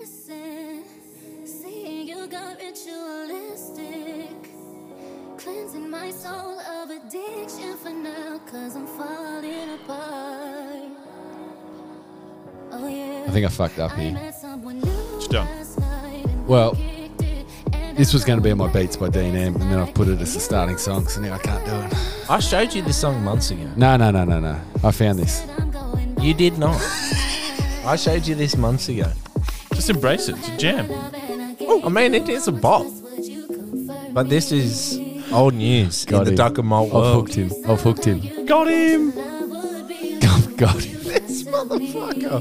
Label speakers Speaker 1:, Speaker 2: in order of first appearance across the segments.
Speaker 1: Listen, seeing you got ritualistic. Cleansing my soul of addiction for now, cause I'm falling apart. Oh, yeah.
Speaker 2: I think I fucked up
Speaker 1: I
Speaker 2: here.
Speaker 1: met someone new
Speaker 3: It's done.
Speaker 1: last night and
Speaker 2: Well,
Speaker 1: kicked it, and
Speaker 2: This was
Speaker 1: I
Speaker 2: going to be
Speaker 1: know
Speaker 2: on my beats by
Speaker 1: that
Speaker 2: D&M, and then I
Speaker 1: tonight
Speaker 2: put it as the
Speaker 1: you
Speaker 2: starting song, so now I can't do it.
Speaker 4: I showed you this song months ago.
Speaker 2: No, no, no, no, no. I found this.
Speaker 1: said I'm going
Speaker 4: You did not. I showed you this months ago.
Speaker 3: Just embrace it. It's a jam.
Speaker 4: Oh, I mean, it is a bop, but this is old news
Speaker 2: Got Oh.
Speaker 4: in
Speaker 2: him.
Speaker 4: the Duck and Malt
Speaker 2: I've
Speaker 4: world.
Speaker 2: hooked him. I've hooked him. Oh,
Speaker 3: Got him.
Speaker 2: I've got him.
Speaker 4: This motherfucker.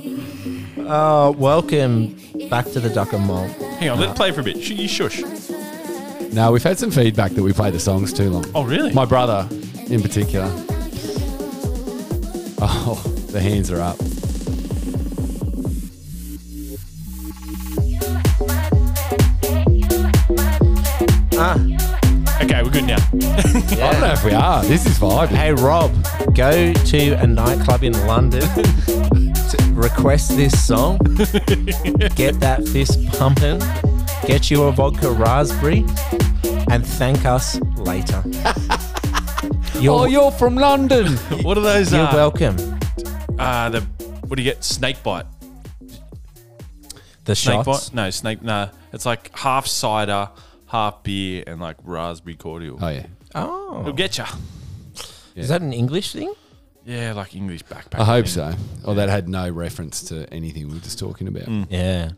Speaker 4: Uh, welcome back to the Duck and Malt.
Speaker 3: Hang on, let it play for a bit. Sh- You shush.
Speaker 2: No, we've had some feedback that we played the songs too long.
Speaker 3: Oh, really?
Speaker 2: My brother, in particular. Oh, the hands are up.
Speaker 4: Ah,
Speaker 3: Okay, we're good now.
Speaker 2: I don't know if we are. This is vibing.
Speaker 4: hey Rob, go to a nightclub in London. to request this song. Get that fist pumping. Get you a vodka raspberry, and thank us later. You're,
Speaker 2: Oh,
Speaker 4: you're,
Speaker 2: you're from London.
Speaker 3: What are those? uh,
Speaker 4: welcome.
Speaker 3: Uh, the what do you get? Snake bite.
Speaker 4: The
Speaker 3: Snake
Speaker 4: shots.
Speaker 3: bite? No, snake. No, it's like half cider, half beer, and like raspberry cordial.
Speaker 2: oh, yeah.
Speaker 4: Oh,
Speaker 3: It'll get ya.
Speaker 4: is that an English thing?
Speaker 3: Yeah, like English backpack.
Speaker 2: I
Speaker 4: Uh-huh.
Speaker 2: hope
Speaker 3: thing.
Speaker 2: so. Or that had no reference to anything we were just talking about.
Speaker 3: Hmm.
Speaker 4: Yeah.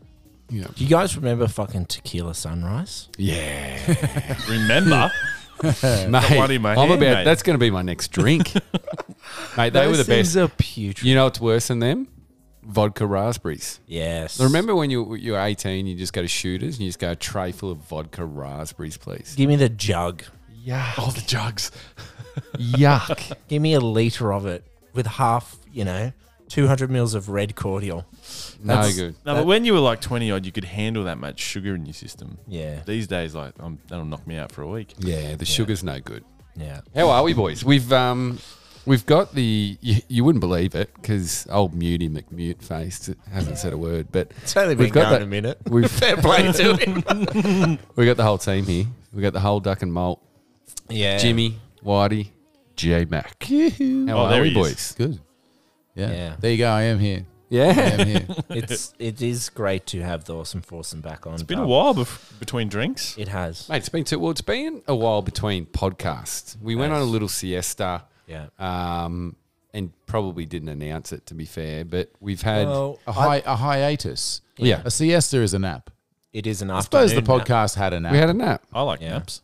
Speaker 2: You know.
Speaker 4: Do you guys remember fucking Tequila Sunrise?
Speaker 2: Yeah.
Speaker 3: Remember,
Speaker 2: mate,
Speaker 3: one in my
Speaker 2: I'm
Speaker 3: hand,
Speaker 2: about,
Speaker 3: mate.
Speaker 2: that's going to be my next drink. mate, they were the best.
Speaker 4: Those things are putrid.
Speaker 2: You know what's worse than them? Vodka raspberries.
Speaker 4: yes.
Speaker 2: Remember when you you were 18, you just go to shooters and you just go a tray full of vodka raspberries, please.
Speaker 4: Give me the jug.
Speaker 2: Yuck.
Speaker 3: all the jugs.
Speaker 2: Yuck.
Speaker 4: Give me a liter of it with half, you know, 200 mils of red cordial.
Speaker 2: no
Speaker 4: That's-
Speaker 2: good.
Speaker 3: No, but when you were like twenty odd, you could handle that much sugar in your system.
Speaker 4: Yeah. Mm.
Speaker 3: These days, like, I'm, that'll knock me out for a week.
Speaker 2: Yeah, the sugar's no good.
Speaker 4: Yeah.
Speaker 2: How are we, boys? We've um, we've got the you, you wouldn't believe it because old Muty McMute faced hasn't said a word, but
Speaker 4: It's only been
Speaker 2: We've got
Speaker 4: going
Speaker 2: that-
Speaker 4: a minute.
Speaker 2: we've
Speaker 4: Fair play to him.
Speaker 2: we got the whole team here. We got the whole duck and malt.
Speaker 4: Yeah.
Speaker 2: Jimmy, Whitey, J Mac. How
Speaker 3: Oh,
Speaker 2: are
Speaker 3: there
Speaker 2: we,
Speaker 3: he is.
Speaker 2: boys?
Speaker 5: Good. Yeah.
Speaker 4: Yeah.
Speaker 5: There you go. I am here. I
Speaker 2: Yeah.
Speaker 5: am here.
Speaker 4: It's, it is great to have the awesome foursome back on. It's
Speaker 3: Been a while bef- between drinks.
Speaker 4: It has.
Speaker 2: Mate, it's been too, well, it's been a while between podcasts. We went on a
Speaker 4: Yes.
Speaker 2: little siesta
Speaker 4: Yeah.
Speaker 2: um, and probably didn't announce it, to be fair, but we've had.
Speaker 4: Well,
Speaker 5: A, hi- a hiatus.
Speaker 2: yeah.
Speaker 5: A siesta is a nap.
Speaker 4: it is an
Speaker 5: I suppose the
Speaker 4: afternoon now.
Speaker 5: podcast had a nap.
Speaker 2: We had a nap.
Speaker 3: I like
Speaker 4: Yeah.
Speaker 3: naps.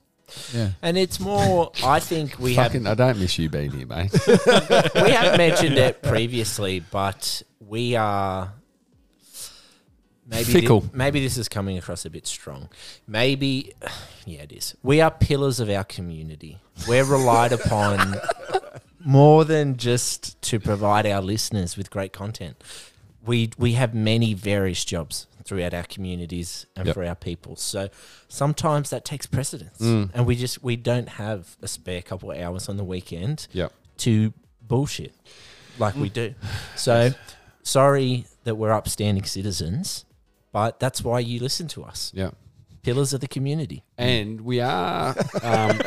Speaker 5: yeah.
Speaker 4: And it's more, I think we have
Speaker 2: Fucking, I don't miss you being here, mate.
Speaker 4: we have mentioned it previously, but we are maybe thi-
Speaker 2: Fickle.
Speaker 4: maybe this is coming across a bit strong. Maybe, yeah, it is. We are pillars of our community. We're relied upon more than just to provide our listeners with great content. We we have many various jobs throughout our communities and
Speaker 2: Yep.
Speaker 4: for our people. So sometimes that takes precedence,
Speaker 2: Mm.
Speaker 4: and we just we don't have a spare couple of hours on the weekend
Speaker 2: yep.
Speaker 4: to bullshit like we do. So sorry that we're upstanding citizens, but that's why you listen to us.
Speaker 2: Yep.
Speaker 4: Pillars of the community.
Speaker 2: And we are. Um,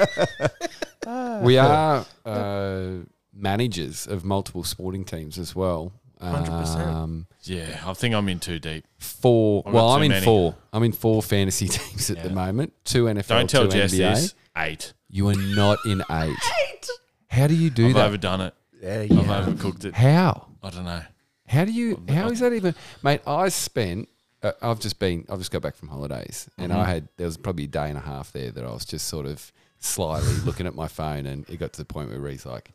Speaker 2: we are uh, managers of multiple sporting teams as well.
Speaker 4: 100%.
Speaker 2: Um,
Speaker 3: Yeah, I think I'm in too deep.
Speaker 2: four.
Speaker 3: I've got
Speaker 2: well,
Speaker 3: too
Speaker 2: I'm in
Speaker 3: many.
Speaker 2: four. I'm in four fantasy teams at the moment. Two NFL,
Speaker 3: Don't tell
Speaker 2: two
Speaker 3: Jess
Speaker 2: NBA.
Speaker 3: this. Eight.
Speaker 2: You are not in eight. How do you do
Speaker 3: I've
Speaker 2: that?
Speaker 3: overdone it.
Speaker 4: Yeah,
Speaker 3: I've overcooked it.
Speaker 2: How?
Speaker 3: I don't know.
Speaker 2: How do you? How is that even, mate? I spent. Uh, I've just been. I've just got back from holidays, and
Speaker 5: Mm-hmm.
Speaker 2: I had there was probably a day and a half there that I was just sort of slyly looking at my phone, and it got to the point where Ree's like,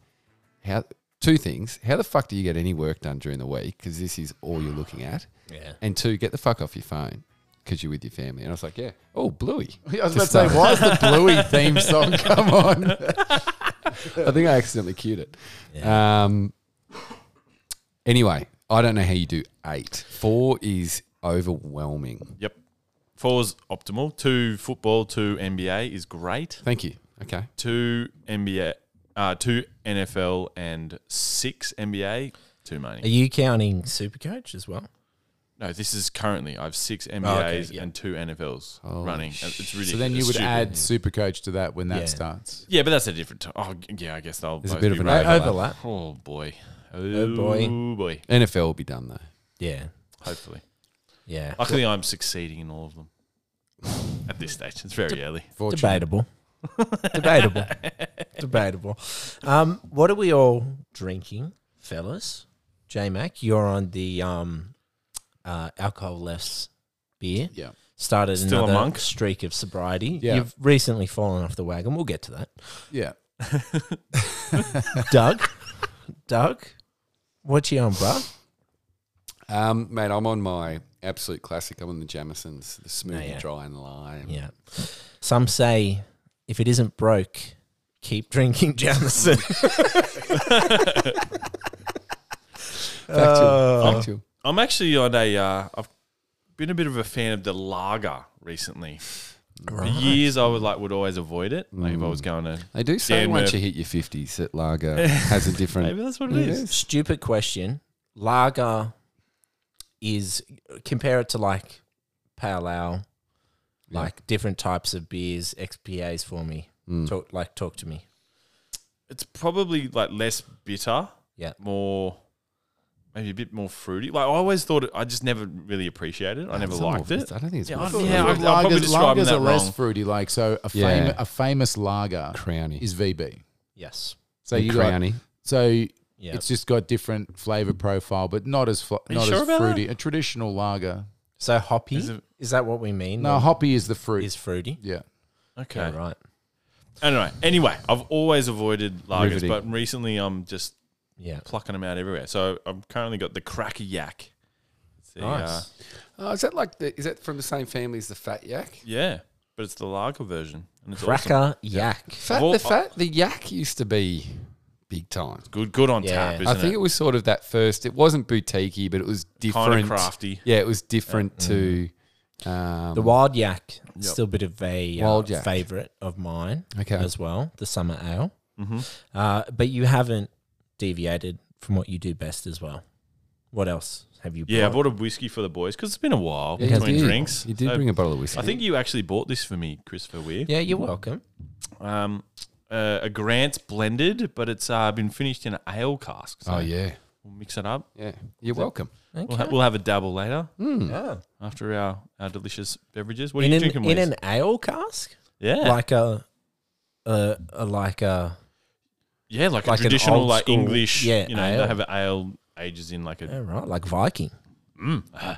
Speaker 2: "How?" Two things. How the fuck do you get any work done during the week? Because this is all you're looking at.
Speaker 4: Yeah.
Speaker 2: And two, get the fuck off your phone because you're with your family. And I was like, yeah. Oh, Bluey.
Speaker 5: I was about to say, why is the Bluey theme song come on?
Speaker 2: I think I accidentally cued it. Um, anyway, I don't know how you do eight. Four is overwhelming.
Speaker 3: Yep. Four's optimal. Two football, two NBA is great.
Speaker 2: Thank you. Okay.
Speaker 3: Two NBA, uh, two NFL, and six NBA. Too
Speaker 4: Are
Speaker 3: many.
Speaker 4: you counting Supercoach as well?
Speaker 3: No, this is currently. I have six NBAs
Speaker 4: yeah.
Speaker 3: and two NFLs running. It's ridiculous.
Speaker 5: So then you would
Speaker 3: Stupid.
Speaker 5: add super coach to that when that
Speaker 4: Yeah.
Speaker 5: starts.
Speaker 3: Yeah, but that's a different. To- oh, g- yeah, I guess they'll.
Speaker 2: There's a
Speaker 3: both
Speaker 2: bit
Speaker 3: be
Speaker 2: of an
Speaker 3: right.
Speaker 2: overlap.
Speaker 4: Overlap.
Speaker 3: Oh boy. Oh,
Speaker 4: boy.
Speaker 3: boy.
Speaker 2: NFL will be done though.
Speaker 4: Yeah.
Speaker 3: Hopefully.
Speaker 4: Yeah.
Speaker 3: Luckily, I'm succeeding in all of them. At this stage, it's very early.
Speaker 5: Fortunate.
Speaker 4: Debatable. Debatable. Debatable. Um, what are we all drinking, fellas? J Mac, you're on the um, uh, alcohol less beer.
Speaker 5: Yeah.
Speaker 4: Started
Speaker 3: Still a
Speaker 4: another
Speaker 3: monk?
Speaker 4: streak of sobriety.
Speaker 5: Yeah.
Speaker 4: You've recently fallen off the wagon. We'll get to that.
Speaker 5: Yeah.
Speaker 4: Doug, Doug, what you on, bro?
Speaker 2: Um, mate, I'm on my absolute classic. I'm on the Jamisons, the smooth
Speaker 3: Oh,
Speaker 4: yeah.
Speaker 2: dry and lime.
Speaker 4: Yeah. Some say if it isn't broke, keep drinking Jamison.
Speaker 2: Factual. factual.
Speaker 3: I'm actually on a. Uh, I've been a bit of a fan of the lager recently. For years, I would like would always avoid it. Like if I was
Speaker 5: Mm.
Speaker 3: going to,
Speaker 2: They do say
Speaker 3: Dan
Speaker 2: once
Speaker 3: Murphy.
Speaker 2: you hit your 50s that lager has a different.
Speaker 3: maybe that's what it is.
Speaker 4: Stupid question. Lager is compare it to like pale ale, like different types of beers, XPAs for me. Talk like talk to me.
Speaker 3: It's probably like less bitter,
Speaker 4: Yeah.
Speaker 3: more maybe a bit more fruity. Like I always thought, it, I just never really appreciated it. I never
Speaker 2: It's not
Speaker 3: liked it.
Speaker 2: I don't think it's
Speaker 3: Yeah,
Speaker 2: worth
Speaker 3: I-
Speaker 2: it.
Speaker 3: yeah, I'm probably
Speaker 5: lagers,
Speaker 3: describing
Speaker 5: lagers
Speaker 3: that
Speaker 5: are less
Speaker 3: wrong.
Speaker 5: fruity. Like so, a,
Speaker 2: Yeah.
Speaker 5: fam- a famous lager
Speaker 2: Crowny.
Speaker 5: is VB.
Speaker 4: Yes.
Speaker 5: So
Speaker 2: The
Speaker 5: you
Speaker 2: Crownie.
Speaker 5: got so
Speaker 4: Yeah.
Speaker 5: it's just got different flavor profile, but not as fl-
Speaker 3: you
Speaker 5: not
Speaker 3: sure
Speaker 5: as
Speaker 3: about
Speaker 5: fruity. A traditional lager.
Speaker 4: so hoppy. Is,
Speaker 3: Is it-
Speaker 4: that what we mean?
Speaker 5: No,
Speaker 4: Or
Speaker 5: hoppy is the fruit.
Speaker 4: is fruity.
Speaker 5: yeah.
Speaker 3: Okay,
Speaker 4: Yeah, right.
Speaker 3: Anyway, anyway, I've always avoided lagers,
Speaker 2: Riveting.
Speaker 3: but recently I'm just
Speaker 4: Yeah.
Speaker 3: plucking them out everywhere. So I've currently got the cracker yak. It's the,
Speaker 4: Nice.
Speaker 3: uh,
Speaker 2: Oh, is that like the, is that from the same family as the fat yak?
Speaker 3: yeah, but it's the lager version. And it's
Speaker 4: Cracker
Speaker 3: awesome.
Speaker 4: yak.
Speaker 2: Fat,
Speaker 3: Well,
Speaker 2: the fat, the yak used to be big time.
Speaker 3: Good, good on
Speaker 4: Yeah.
Speaker 3: tap, isn't
Speaker 2: I think it?
Speaker 3: it?
Speaker 2: was sort of that first. It wasn't boutiquey, but it was different.
Speaker 3: crafty.
Speaker 2: Yeah, it was different to. Um,
Speaker 4: The wild yak, still a bit of a uh,
Speaker 2: Wild yak.
Speaker 4: favorite of mine
Speaker 2: Okay.
Speaker 4: as well, the summer ale. Mm-hmm. Uh, but you haven't deviated from what you do best as well. What else have you?
Speaker 3: Yeah, I
Speaker 4: brought?
Speaker 3: bought a whiskey for the boys because it's been a while
Speaker 2: yeah, you
Speaker 3: between
Speaker 2: did.
Speaker 3: drinks.
Speaker 2: You did
Speaker 3: So
Speaker 2: bring a bottle of whiskey.
Speaker 3: I think you actually bought this for me, Christopher Weir.
Speaker 4: yeah, you're welcome.
Speaker 3: Um, uh, a Grant's blended, but it's uh, been finished in an ale cask. So
Speaker 2: Oh yeah,
Speaker 3: we'll mix it up.
Speaker 2: yeah. You're welcome.
Speaker 3: We'll, ha- we'll have a dabble later
Speaker 2: Mm.
Speaker 4: Yeah.
Speaker 3: after our, our delicious beverages. Hmm. What are
Speaker 4: In
Speaker 3: you
Speaker 4: an
Speaker 3: drinking
Speaker 4: in
Speaker 3: with?
Speaker 4: an ale cask,
Speaker 3: yeah,
Speaker 4: like a, a, a like a
Speaker 3: yeah, like,
Speaker 4: like
Speaker 3: a
Speaker 4: an
Speaker 3: traditional
Speaker 4: old
Speaker 3: like
Speaker 4: school-
Speaker 3: English.
Speaker 4: yeah,
Speaker 3: you know,
Speaker 4: ale. Um,
Speaker 3: they have an ale ages in like a
Speaker 4: yeah, right like Viking. Oh,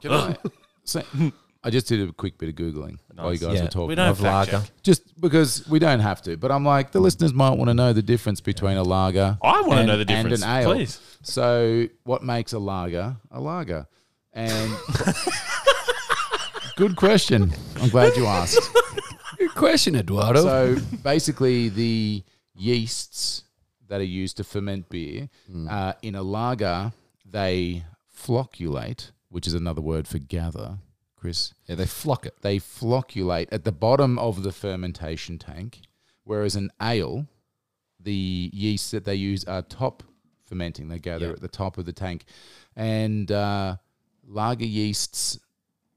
Speaker 5: Can I- so, I just did a quick bit of googling while you guys
Speaker 4: Yeah.
Speaker 5: were talking.
Speaker 3: We don't
Speaker 4: Of
Speaker 3: fact
Speaker 4: lager.
Speaker 3: check.
Speaker 5: just because we don't have to, but I'm like the listeners might want to know the difference between a lager.
Speaker 3: I wanna
Speaker 5: and-
Speaker 3: know the difference,
Speaker 5: And an ale.
Speaker 3: please.
Speaker 5: So, what makes a lager a lager? And good question. I'm glad you asked.
Speaker 2: Good question, Eduardo.
Speaker 5: So basically, the yeasts that are used to ferment beer
Speaker 2: Hmm.
Speaker 5: uh, in a lager, they flocculate, which is another word for gather. Chris,
Speaker 2: yeah, they flock it.
Speaker 5: they flocculate at the bottom of the fermentation tank, whereas an ale, the yeasts that they use are top fermenting. They gather
Speaker 4: Yeah.
Speaker 5: at the top of the tank, and uh, lager yeasts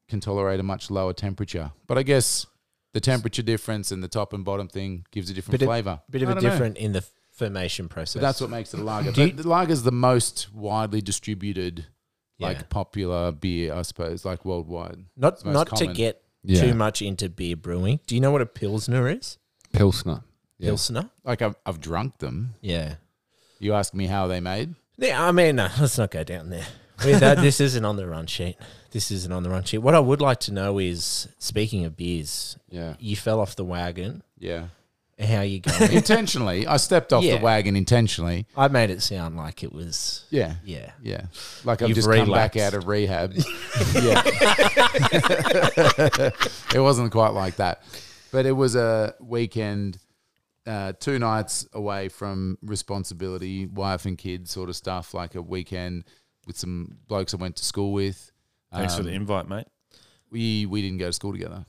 Speaker 5: can tolerate a much lower temperature. But I guess the temperature difference and the top and bottom thing gives a different
Speaker 4: bit of
Speaker 5: flavor.
Speaker 4: bit of
Speaker 5: I
Speaker 4: a
Speaker 5: don't know.
Speaker 4: different in the formation process.
Speaker 5: But that's what makes it a lager.
Speaker 4: Do you-
Speaker 5: but the lager's the most widely distributed,
Speaker 4: Yeah.
Speaker 5: like popular beer, I suppose, like worldwide.
Speaker 4: not
Speaker 5: it's most
Speaker 4: not to
Speaker 5: common.
Speaker 4: get
Speaker 2: Yeah.
Speaker 4: too much into beer brewing. Do you know what a pilsner is?
Speaker 2: Pilsner. Yeah.
Speaker 4: Pilsner.
Speaker 5: Like I've, I've drunk them.
Speaker 4: Yeah.
Speaker 5: You ask me how they made.
Speaker 4: Yeah, I mean, no, let's not go down there. We- that- this isn't on the run sheet. This isn't on the run sheet. What I would like to know is, speaking of beers,
Speaker 2: Yeah.
Speaker 4: you fell off the wagon.
Speaker 5: Yeah.
Speaker 4: How you going?
Speaker 5: intentionally. I stepped off
Speaker 4: Yeah.
Speaker 5: the wagon intentionally.
Speaker 4: I made it sound like it was.
Speaker 5: Yeah.
Speaker 4: Yeah.
Speaker 5: Yeah. Like I've
Speaker 4: You've
Speaker 5: just come back
Speaker 4: relapsed.
Speaker 5: out of rehab. yeah. it wasn't quite like that. But it was a weekend, uh, two nights away from responsibility, wife and kids sort of stuff, like a weekend with some blokes I went to school with.
Speaker 3: Thanks for the invite, mate.
Speaker 5: We we didn't go to school together.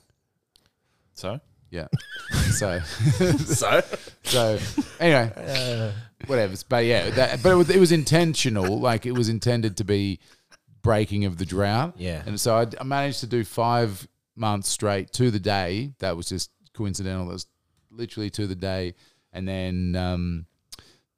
Speaker 3: So
Speaker 5: Yeah. So so so anyway, whatever. But yeah, that, but it was, it was intentional. Like it was intended to be breaking of the drought.
Speaker 4: Yeah.
Speaker 5: And so I, I managed to do five months straight to the day. That was just coincidental. That was literally to the day. And then um,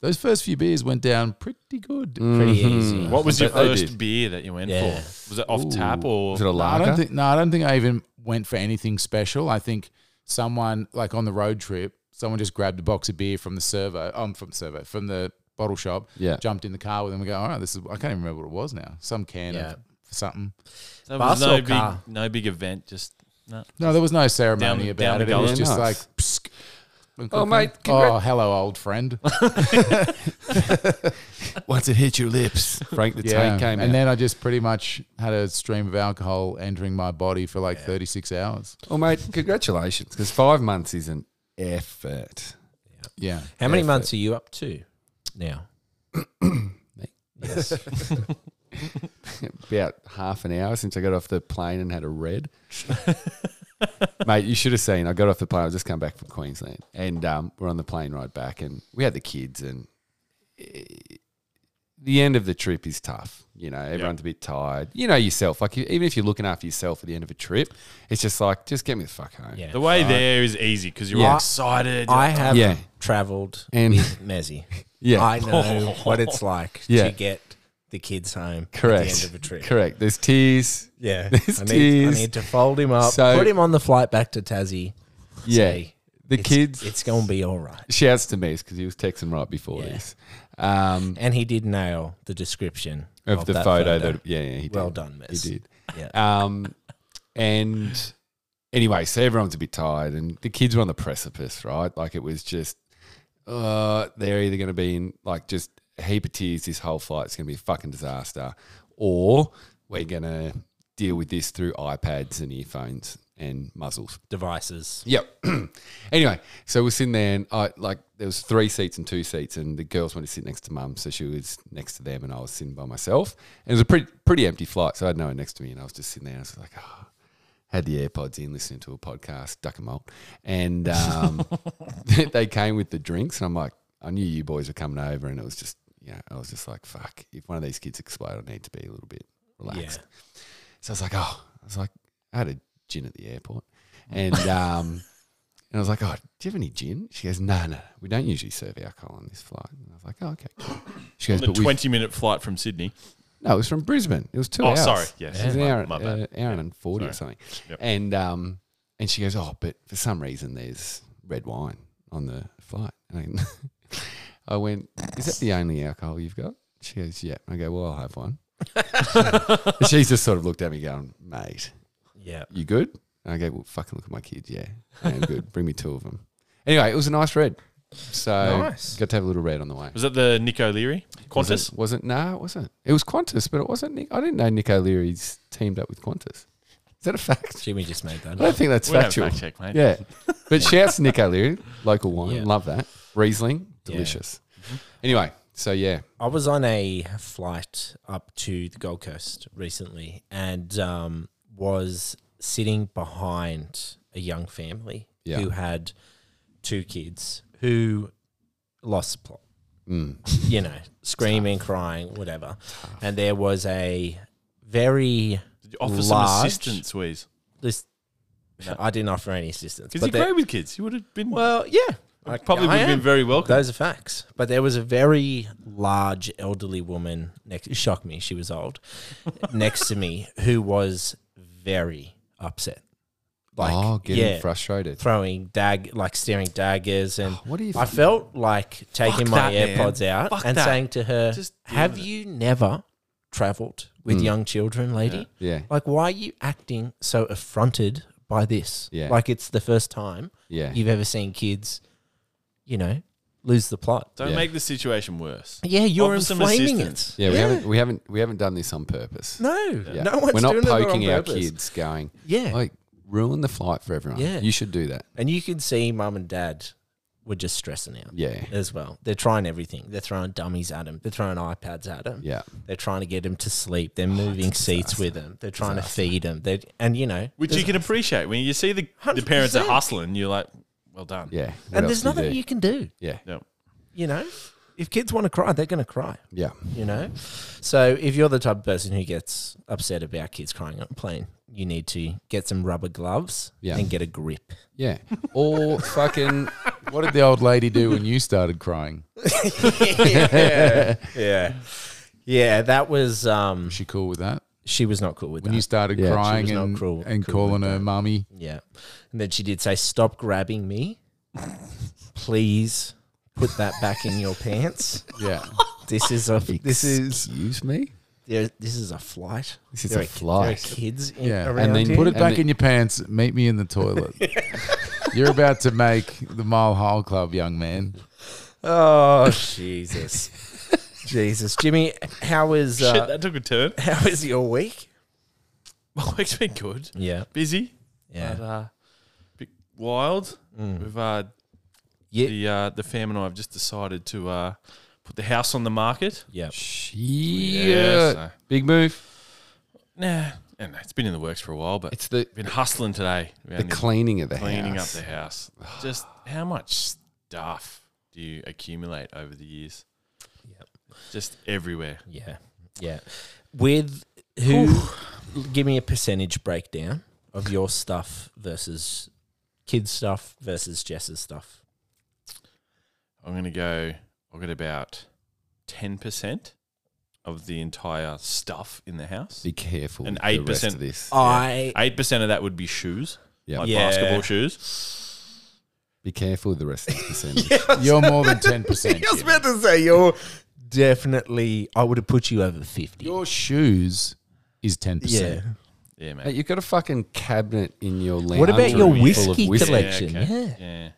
Speaker 5: those first few beers went down pretty good.
Speaker 4: Pretty
Speaker 2: Hmm.
Speaker 4: easy.
Speaker 3: What was your
Speaker 2: bet they
Speaker 3: first
Speaker 2: did.
Speaker 3: beer that you went
Speaker 4: Yeah.
Speaker 3: for? Was it off tap or
Speaker 2: Is it a
Speaker 5: I
Speaker 2: lager?
Speaker 5: don't think. No, I don't think I even went for anything special. I think someone like on the road trip, someone just grabbed a box of beer from the servo. Um, from the servo, from the bottle shop.
Speaker 2: Yeah.
Speaker 5: Jumped in the car with them. We go. All right, this is. I can't even remember what it was now. Some can
Speaker 4: Yeah.
Speaker 5: of something.
Speaker 3: there
Speaker 4: Bus
Speaker 3: was no
Speaker 4: or
Speaker 3: big
Speaker 4: car?
Speaker 3: no big event? Just no.
Speaker 5: No, there was no ceremony
Speaker 3: Down-
Speaker 5: about
Speaker 3: down
Speaker 5: it.
Speaker 3: the
Speaker 5: It was
Speaker 3: gully.
Speaker 5: just
Speaker 2: Yeah,
Speaker 5: like.
Speaker 2: nice.
Speaker 5: Psk,
Speaker 2: Oh, mate,
Speaker 5: Oh,
Speaker 2: congrat-
Speaker 5: hello, old friend.
Speaker 2: Once it hits your lips, Frank the
Speaker 5: Yeah.
Speaker 2: Tank came
Speaker 5: and
Speaker 2: out.
Speaker 5: then I just pretty much had a stream of alcohol entering my body for like 36 hours.
Speaker 2: oh, mate, congratulations, because five months is an effort.
Speaker 5: Yeah.
Speaker 4: How many
Speaker 2: effort.
Speaker 4: months are you up to now?
Speaker 2: About half an hour since I got off the plane and had a red. mate, you should have seen. I got off the plane. I just come back from Queensland, and um, we're on the plane ride back, and we had the kids, and eh, the end of the trip is tough. You know, everyone's a bit tired. You know yourself. Like you, even if you're looking after yourself at the end of a trip, it's just like just get me the fuck home.
Speaker 4: Yeah.
Speaker 3: The way there is easy because you're
Speaker 2: Yeah.
Speaker 3: all excited.
Speaker 4: I have
Speaker 2: Yeah.
Speaker 4: traveled
Speaker 2: And-
Speaker 4: with Mezzi.
Speaker 2: Yeah.
Speaker 4: I know what it's like
Speaker 2: Yeah.
Speaker 4: to get the kids home at
Speaker 2: Correct.
Speaker 4: the end of a trip.
Speaker 2: Correct. There's tears.
Speaker 4: Yeah.
Speaker 2: There's
Speaker 4: I need, I
Speaker 2: tears.
Speaker 4: need to fold him up,
Speaker 2: So-
Speaker 4: put him on the flight back to Tassie.
Speaker 2: Yeah.
Speaker 4: say,
Speaker 2: the
Speaker 4: "It's-
Speaker 2: kids.
Speaker 4: It's going to be all right.
Speaker 2: shouts to me because he was texting right before
Speaker 4: Yeah.
Speaker 2: this um,
Speaker 4: And he did nail the description
Speaker 2: of, the
Speaker 4: that
Speaker 2: photo, that yeah, yeah he did.
Speaker 4: Well done,
Speaker 2: he
Speaker 4: Miss.
Speaker 2: did.
Speaker 4: Yeah.
Speaker 2: Um, and anyway, so everyone's a bit tired, and the kids were on the precipice, right? Like it was just, uh, they're either going to be in like just a heap of tears this whole flight. It's going to be a fucking disaster, or we're going to deal with this through iPads and earphones and muzzles.
Speaker 4: Devices.
Speaker 2: Yep. anyway, so we're sitting there, and I like there was three seats and two seats, and the girls wanted to sit next to mum, so she was next to them, and I was sitting by myself. And it was a pretty pretty empty flight, so I had no one next to me, and I was just sitting there. And I was like, oh. had the AirPods in, listening to a podcast, duck and malt, and um, they came with the drinks, and I'm like, I knew you boys were coming over, and it was just, you know, I was just like, fuck, if one of these kids explode, I need to be a little bit relaxed. So I was like, oh, I was like, I had a gin at the airport. And um, and I was like, oh, do you have any gin? She goes, no, no, we don't usually serve alcohol on this flight. And I was like, oh, okay. Cool. She goes,
Speaker 3: the
Speaker 2: but we,
Speaker 3: twenty minute flight from Sydney.
Speaker 2: no, it was from Brisbane. It was two
Speaker 3: Oh,
Speaker 2: hours.
Speaker 3: sorry. Yes.
Speaker 2: it was an
Speaker 3: My-
Speaker 2: hour,
Speaker 3: my
Speaker 2: uh,
Speaker 3: bad.
Speaker 2: hour and forty or something.
Speaker 3: Yep.
Speaker 2: And um, and she goes, oh, but for some reason there's red wine on the flight. And I, I went, is that the only alcohol you've got? She goes, yeah. I go, well, I'll have one. And She's just sort of looked at me going, mate,
Speaker 4: Yeah.
Speaker 2: you good? And I go, well, fucking look at my kids. Yeah, I am good. Bring me two of them. Anyway, it was a nice red. So
Speaker 4: Nice.
Speaker 2: got to have a little red on the way.
Speaker 3: Was that the Nick O'Leary
Speaker 2: Was it-
Speaker 3: Qantas?
Speaker 2: Was it? No, it wasn't. It was Qantas, but it wasn't Nick. I didn't know Nick O'Leary's teamed up with Qantas. Is that a fact?
Speaker 4: Jimmy just made that
Speaker 2: I don't
Speaker 4: up.
Speaker 2: think that's
Speaker 3: We don't
Speaker 2: factual.
Speaker 3: fact check, mate.
Speaker 2: Yeah. But shouts to Nick O'Leary, local wine.
Speaker 4: Yeah.
Speaker 2: Love that. Riesling,
Speaker 4: Yeah.
Speaker 2: delicious. Anyway, so yeah.
Speaker 4: I was on a flight up to the Gold Coast recently and um, was sitting behind a young family
Speaker 2: Yeah.
Speaker 4: who had two kids who lost the plot.
Speaker 2: Mm.
Speaker 4: you know, screaming, crying, whatever. And there was a very
Speaker 3: Did you offer some
Speaker 4: Large.
Speaker 3: assistance, Wheeze?
Speaker 4: this. I didn't offer any assistance,
Speaker 3: Because you're
Speaker 4: but there,
Speaker 3: great with kids. You would have been
Speaker 4: well, yeah, I-
Speaker 3: probably
Speaker 4: I
Speaker 3: would have
Speaker 4: am.
Speaker 3: been very welcome.
Speaker 4: Those are facts. But there was a very large elderly woman next. It shocked me. She was old, next to me, who was very upset, like
Speaker 2: oh, getting
Speaker 4: yeah,
Speaker 2: frustrated.
Speaker 4: throwing dag, like staring daggers, and
Speaker 2: What do you
Speaker 4: I
Speaker 2: think?
Speaker 4: felt like taking
Speaker 3: Fuck
Speaker 4: my
Speaker 3: that, man.
Speaker 4: AirPods out
Speaker 3: Fuck
Speaker 4: and
Speaker 3: that.
Speaker 4: saying to her,
Speaker 3: Just deal
Speaker 4: "Have
Speaker 3: with it." Hmm.
Speaker 4: you never traveled with young children, lady?
Speaker 2: Yeah.
Speaker 4: Like, why are you acting so affronted by this?
Speaker 2: Yeah.
Speaker 4: Like it's the first time
Speaker 2: Yeah.
Speaker 4: you've ever seen kids, you know, lose the plot.
Speaker 3: Don't
Speaker 2: Yeah.
Speaker 3: make the situation worse.
Speaker 4: Yeah, you're
Speaker 3: Offer some
Speaker 4: inflaming it.
Speaker 3: assistance.
Speaker 2: Yeah, we haven't we haven't we haven't done this on purpose.
Speaker 4: No,
Speaker 2: Yeah.
Speaker 4: no one's
Speaker 2: We're not
Speaker 4: doing it
Speaker 2: poking
Speaker 4: on
Speaker 2: our
Speaker 4: purpose.
Speaker 2: kids going,
Speaker 4: Yeah.
Speaker 2: like ruin the flight for everyone.
Speaker 4: Yeah.
Speaker 2: You should do that.
Speaker 4: And you can see mum and dad were just stressing out
Speaker 2: Yeah.
Speaker 4: as well. They're trying everything. They're throwing dummies at him. They're throwing iPads at him.
Speaker 2: Yeah. Oh,
Speaker 4: They're trying to get him to sleep. They're moving seats with him. They're trying to feed him. They and you know,
Speaker 3: Which you
Speaker 4: there's-
Speaker 3: can appreciate. When you see the, the parents are
Speaker 4: 100%.
Speaker 3: hustling, you're like, well done.
Speaker 2: Yeah. What
Speaker 4: and
Speaker 2: else
Speaker 4: there's
Speaker 2: do
Speaker 4: nothing
Speaker 2: do?
Speaker 4: you can do.
Speaker 2: Yeah.
Speaker 3: Yep.
Speaker 4: You know, if kids want to cry, they're going to cry.
Speaker 2: Yeah.
Speaker 4: You know, so if you're the type of person who gets upset about kids crying on a plane, you need to get some rubber gloves
Speaker 2: Yeah.
Speaker 4: and get a grip.
Speaker 2: Yeah. Or fucking
Speaker 5: What did the old lady do when you started crying?
Speaker 4: Yeah, yeah. That was um.
Speaker 5: Was she cool with that?
Speaker 4: She was not cool with
Speaker 5: When
Speaker 4: that.
Speaker 5: you started
Speaker 2: Uh, Yeah, she
Speaker 5: crying
Speaker 4: was not
Speaker 5: and,
Speaker 4: cruel-
Speaker 5: and
Speaker 4: cool with
Speaker 5: calling her
Speaker 4: that.
Speaker 5: mummy?
Speaker 4: Yeah. And then she did say, Stop grabbing me. Please put that back in your pants.
Speaker 5: Yeah.
Speaker 4: This is a this is
Speaker 2: excuse me.
Speaker 4: there, this is a flight.
Speaker 2: This is
Speaker 4: There
Speaker 2: a
Speaker 4: are ki- There are
Speaker 2: flight.
Speaker 4: kids in,
Speaker 5: Yeah.
Speaker 4: around
Speaker 2: And then
Speaker 4: here.
Speaker 5: Put it
Speaker 2: And
Speaker 5: back
Speaker 2: the-
Speaker 5: in your pants. Meet me in the toilet. You're about to make the Mile High Club, young man.
Speaker 4: Oh Jesus, Jesus, Jimmy, how is
Speaker 3: Shit,
Speaker 4: uh,
Speaker 3: that took a turn.
Speaker 4: how is your week?
Speaker 3: My week's been good.
Speaker 4: Yeah,
Speaker 3: Busy.
Speaker 4: yeah.
Speaker 3: But, uh, bit wild.
Speaker 2: Mm.
Speaker 3: We've uh,
Speaker 4: Yeah.
Speaker 3: the uh, the fam and I have just decided to uh, put the house on the market.
Speaker 4: Yeah,
Speaker 2: Shit.
Speaker 3: so-
Speaker 2: Big move.
Speaker 3: Nah, I don't know, it's been in the works for a while, but
Speaker 2: It's the
Speaker 3: been hustling today.
Speaker 2: the
Speaker 3: around
Speaker 2: cleaning of the
Speaker 3: cleaning
Speaker 2: house.
Speaker 3: up the house. Just how much stuff do you accumulate over the years?
Speaker 4: Yep.
Speaker 3: Just everywhere.
Speaker 4: yeah, yeah. With who? Give me a percentage breakdown of your stuff versus kids' stuff versus Jess's stuff.
Speaker 3: I'm gonna go. I've got about ten percent of the entire stuff in the house.
Speaker 2: Be careful.
Speaker 3: An
Speaker 2: with the rest
Speaker 3: 8%.
Speaker 2: of this.
Speaker 4: Oh. I
Speaker 3: Eight percent of that would be shoes,
Speaker 2: Yeah.
Speaker 3: like
Speaker 4: Yeah.
Speaker 3: basketball shoes.
Speaker 2: Be careful with the rest of this percentage.
Speaker 5: You're more than 10%.
Speaker 4: I was about to say you're definitely. I would have put you over fifty.
Speaker 5: Your shoes is 10%.
Speaker 4: yeah.
Speaker 3: Yeah,
Speaker 2: Hey,
Speaker 3: mate.
Speaker 2: you've got a fucking cabinet in your lounge.
Speaker 4: What about your
Speaker 2: room full of
Speaker 4: whiskey
Speaker 2: whiskey?
Speaker 4: collection?
Speaker 3: Yeah, okay. Yeah.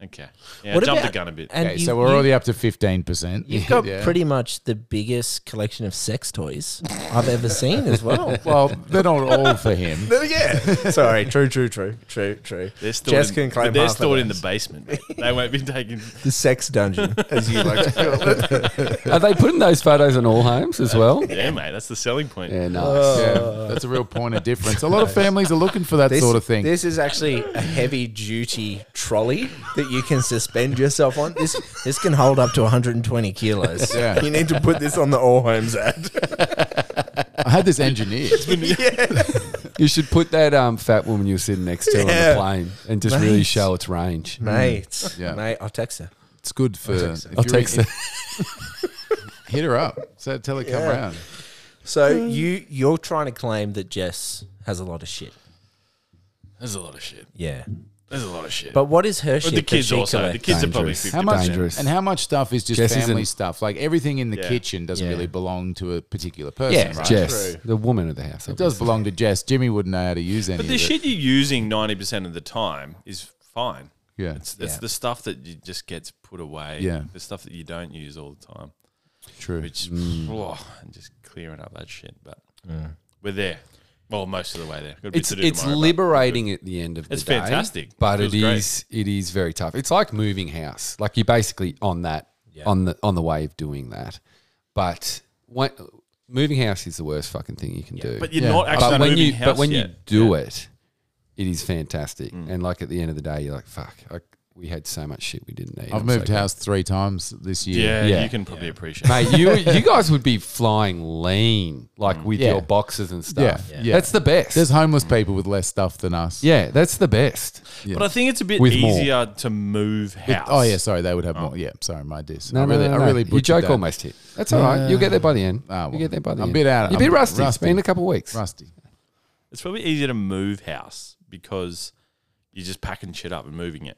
Speaker 3: Okay. Yeah,
Speaker 4: What
Speaker 3: I jumped
Speaker 4: about-
Speaker 3: the gun a bit.
Speaker 4: And
Speaker 5: Okay,
Speaker 4: you,
Speaker 5: so we're
Speaker 4: you-
Speaker 5: already up to 15%.
Speaker 4: You've got
Speaker 5: Yeah.
Speaker 4: pretty much the biggest collection of sex toys I've ever seen as well.
Speaker 5: Well, they're not all for him.
Speaker 4: yeah. Sorry. True. True. True. True. True.
Speaker 3: They're stored,
Speaker 4: Jess
Speaker 3: in,
Speaker 4: can claim
Speaker 3: but they're
Speaker 4: half of
Speaker 3: stored in the
Speaker 4: those.
Speaker 3: basement. mate. they won't be taken.
Speaker 4: The sex dungeon, as you like to call it.
Speaker 2: Are they putting those photos on all homes as well?
Speaker 3: Yeah, mate. That's the selling point.
Speaker 2: Yeah, nice.
Speaker 4: Oh.
Speaker 5: Yeah, that's a real point of difference. A lot of families are looking for that
Speaker 4: This,
Speaker 5: sort of thing.
Speaker 4: This is actually a heavy duty trolley that you can suspend yourself on. This this can hold up to 120 kilos.
Speaker 5: Yeah.
Speaker 4: You need to put this on the All Homes ad.
Speaker 5: I had this engineer.
Speaker 2: You should put that um, fat woman you're sitting next to on
Speaker 4: Yeah.
Speaker 2: the plane and just
Speaker 4: Mate.
Speaker 2: really show its range.
Speaker 4: Mate.
Speaker 5: Yeah.
Speaker 4: Mate, I'll text her.
Speaker 5: It's good for. if
Speaker 2: I'll
Speaker 5: you're in-
Speaker 2: text her.
Speaker 5: Hit her up. So tell her come
Speaker 4: Yeah.
Speaker 5: round.
Speaker 4: So you you're trying to claim that Jess has a lot of shit.
Speaker 3: There's a lot of shit.
Speaker 4: Yeah.
Speaker 3: There's a lot of shit.
Speaker 4: But what is her shit?
Speaker 3: But the
Speaker 4: that
Speaker 3: kids
Speaker 4: she
Speaker 3: also. The
Speaker 4: collects?
Speaker 3: kids are probably
Speaker 2: Dangerous.
Speaker 3: 50%.
Speaker 2: How much- Dangerous.
Speaker 5: And how much stuff is just
Speaker 2: Jess isn't-
Speaker 5: family stuff? Like everything in the
Speaker 3: Yeah.
Speaker 5: kitchen doesn't
Speaker 4: Yeah.
Speaker 5: really belong to a particular person,
Speaker 4: Yeah.
Speaker 5: right?
Speaker 2: Jess, the woman of the house.
Speaker 5: It does belong to Jess. Jimmy wouldn't know how to use any
Speaker 3: But
Speaker 5: of
Speaker 3: the
Speaker 5: it.
Speaker 3: shit you're using 90% of the time is fine.
Speaker 5: Yeah.
Speaker 3: It's, it's
Speaker 4: Yeah.
Speaker 3: the stuff that you just gets put away.
Speaker 5: Yeah.
Speaker 3: The stuff that you don't use all the time,
Speaker 5: True.
Speaker 3: which,
Speaker 2: Mm.
Speaker 3: oh, and just clearing up that shit. But we're there. Well, most of the way there. Got a bit
Speaker 2: It's
Speaker 3: to do
Speaker 2: it's
Speaker 3: tomorrow, but-
Speaker 2: liberating at the end of
Speaker 3: It's
Speaker 2: the day.
Speaker 3: fantastic.
Speaker 2: but
Speaker 3: Feels
Speaker 2: it
Speaker 3: great.
Speaker 2: is it is very tough. It's like moving house. Like you're basically on that on the on the way of doing that. But what, moving house is the worst fucking thing you can do.
Speaker 3: But you're
Speaker 5: Yeah.
Speaker 3: not
Speaker 5: But
Speaker 3: actually
Speaker 2: but when
Speaker 3: moving
Speaker 2: you
Speaker 3: house
Speaker 2: but when
Speaker 3: yet. Mm.
Speaker 2: you do it, it is fantastic. And like at the end of the day, you're like, fuck, I, we had so much shit we didn't need.
Speaker 5: I've
Speaker 2: I'm
Speaker 5: moved
Speaker 2: so glad.
Speaker 5: house three times this year.
Speaker 3: yeah,
Speaker 2: Yeah.
Speaker 3: you can probably appreciate. it.
Speaker 2: Mate, you you guys would be flying lean, like with
Speaker 5: Yeah.
Speaker 2: your boxes and stuff.
Speaker 5: Yeah. Yeah.
Speaker 2: That's the best.
Speaker 5: There's homeless people with less stuff than us.
Speaker 2: yeah, that's the best.
Speaker 3: But I think it's a bit
Speaker 2: With more.
Speaker 3: easier to move house.
Speaker 5: Oh yeah, sorry, they would have more. Yeah, sorry, my diss.
Speaker 2: No,
Speaker 5: I really,
Speaker 2: no,
Speaker 5: I
Speaker 2: no,
Speaker 5: really
Speaker 2: no. Your
Speaker 5: butchered
Speaker 2: joke
Speaker 5: that.
Speaker 2: almost hit. That's all right. You'll get there by the end.
Speaker 5: Ah, well,
Speaker 2: you get there by the
Speaker 5: I'm a
Speaker 2: end.
Speaker 5: bit out-
Speaker 2: You're a bit
Speaker 5: I'm
Speaker 2: rusty. It's
Speaker 5: rusty.
Speaker 2: been a couple of weeks.
Speaker 5: Rusty.
Speaker 3: It's probably easier to move house because you're just packing shit up and moving it.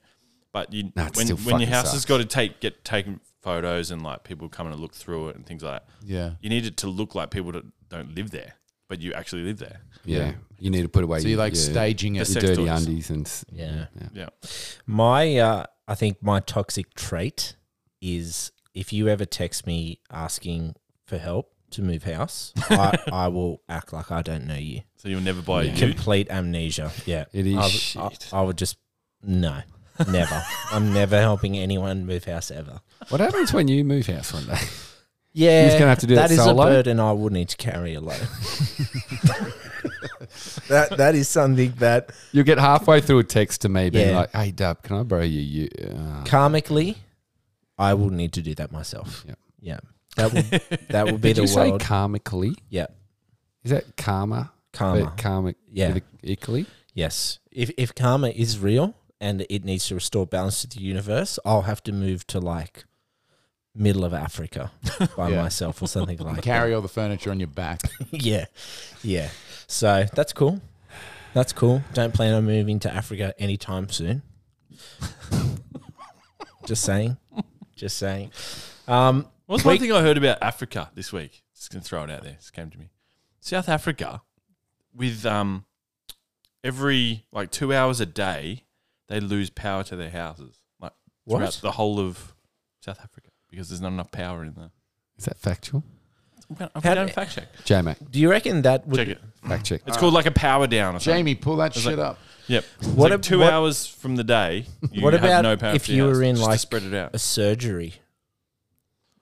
Speaker 3: But you
Speaker 2: Nah, it
Speaker 3: when
Speaker 2: still
Speaker 3: when
Speaker 2: fucking
Speaker 3: your house has
Speaker 2: sucks.
Speaker 3: got to take get taken photos and like people coming to look through it and things like that.
Speaker 5: Yeah.
Speaker 3: You need it to look like people that don't live there, but you actually live there.
Speaker 2: Yeah. you need to put away.
Speaker 5: So you're like
Speaker 2: your,
Speaker 5: staging it.
Speaker 3: Just-
Speaker 2: your
Speaker 3: Sex
Speaker 2: dirty
Speaker 3: toys.
Speaker 2: undies and s-
Speaker 4: Yeah.
Speaker 3: Yeah.
Speaker 4: My, uh, I think my toxic trait is if you ever text me asking for help to move house, I, I will act like I don't know you.
Speaker 3: So you'll never buy a new.
Speaker 4: Complete amnesia. Yeah.
Speaker 2: It is
Speaker 5: Oh,
Speaker 4: I, would-
Speaker 2: shit.
Speaker 4: I, I would just, no, never. I'm never helping anyone move house ever.
Speaker 2: What happens when you move house one day?
Speaker 4: Yeah.
Speaker 2: gonna have to do
Speaker 4: that
Speaker 2: it
Speaker 4: is
Speaker 2: solo?
Speaker 4: a burden I will need to carry alone. that That is something that
Speaker 2: You'll get halfway through a text to me being
Speaker 4: Yeah.
Speaker 2: like, "Hey, Dub, can I borrow you?" you uh,
Speaker 4: karmically I will need to do that myself.
Speaker 2: Yeah.
Speaker 4: Yeah. That will that will be
Speaker 2: Did you
Speaker 4: the
Speaker 2: say
Speaker 4: world.
Speaker 2: karmically?
Speaker 4: yeah.
Speaker 2: Is that karma?
Speaker 4: Karma.
Speaker 2: But karmic.
Speaker 4: Yeah.
Speaker 2: with a- Ically.
Speaker 4: Yes. If if karma is real and it needs to restore balance to the universe, I'll have to move to like middle of Africa by
Speaker 5: Yeah.
Speaker 4: myself or something like
Speaker 5: Carry all the furniture on your back.
Speaker 4: that. yeah. Yeah. So that's cool. That's cool. Don't plan on moving to Africa anytime soon. Just saying. Just saying. Um
Speaker 3: What was one thing I heard about Africa this week? Just gonna throw it out there. Just came to me. South Africa, with um, every like two hours a day, they lose power to their houses. Like throughout
Speaker 4: What?
Speaker 3: the whole of South Africa because there's not enough power in there.
Speaker 2: Is that factual?
Speaker 3: I'm gonna, I'm
Speaker 4: How
Speaker 3: gonna
Speaker 4: do-
Speaker 3: fact check.
Speaker 2: J Mac,
Speaker 4: do you reckon that would
Speaker 3: Check it.
Speaker 2: fact check.
Speaker 3: It's called like a power down. Or something.
Speaker 5: Jamie, pull that shit
Speaker 3: like-
Speaker 5: up.
Speaker 3: Yep.
Speaker 4: What
Speaker 3: What like
Speaker 4: ab-
Speaker 3: two
Speaker 4: what-
Speaker 3: hours from the day? You
Speaker 4: What
Speaker 3: have
Speaker 4: about
Speaker 3: no power
Speaker 4: if
Speaker 3: to your
Speaker 4: you were
Speaker 3: house,
Speaker 4: in,
Speaker 3: just to
Speaker 4: like,
Speaker 3: spread it out?
Speaker 4: a surgery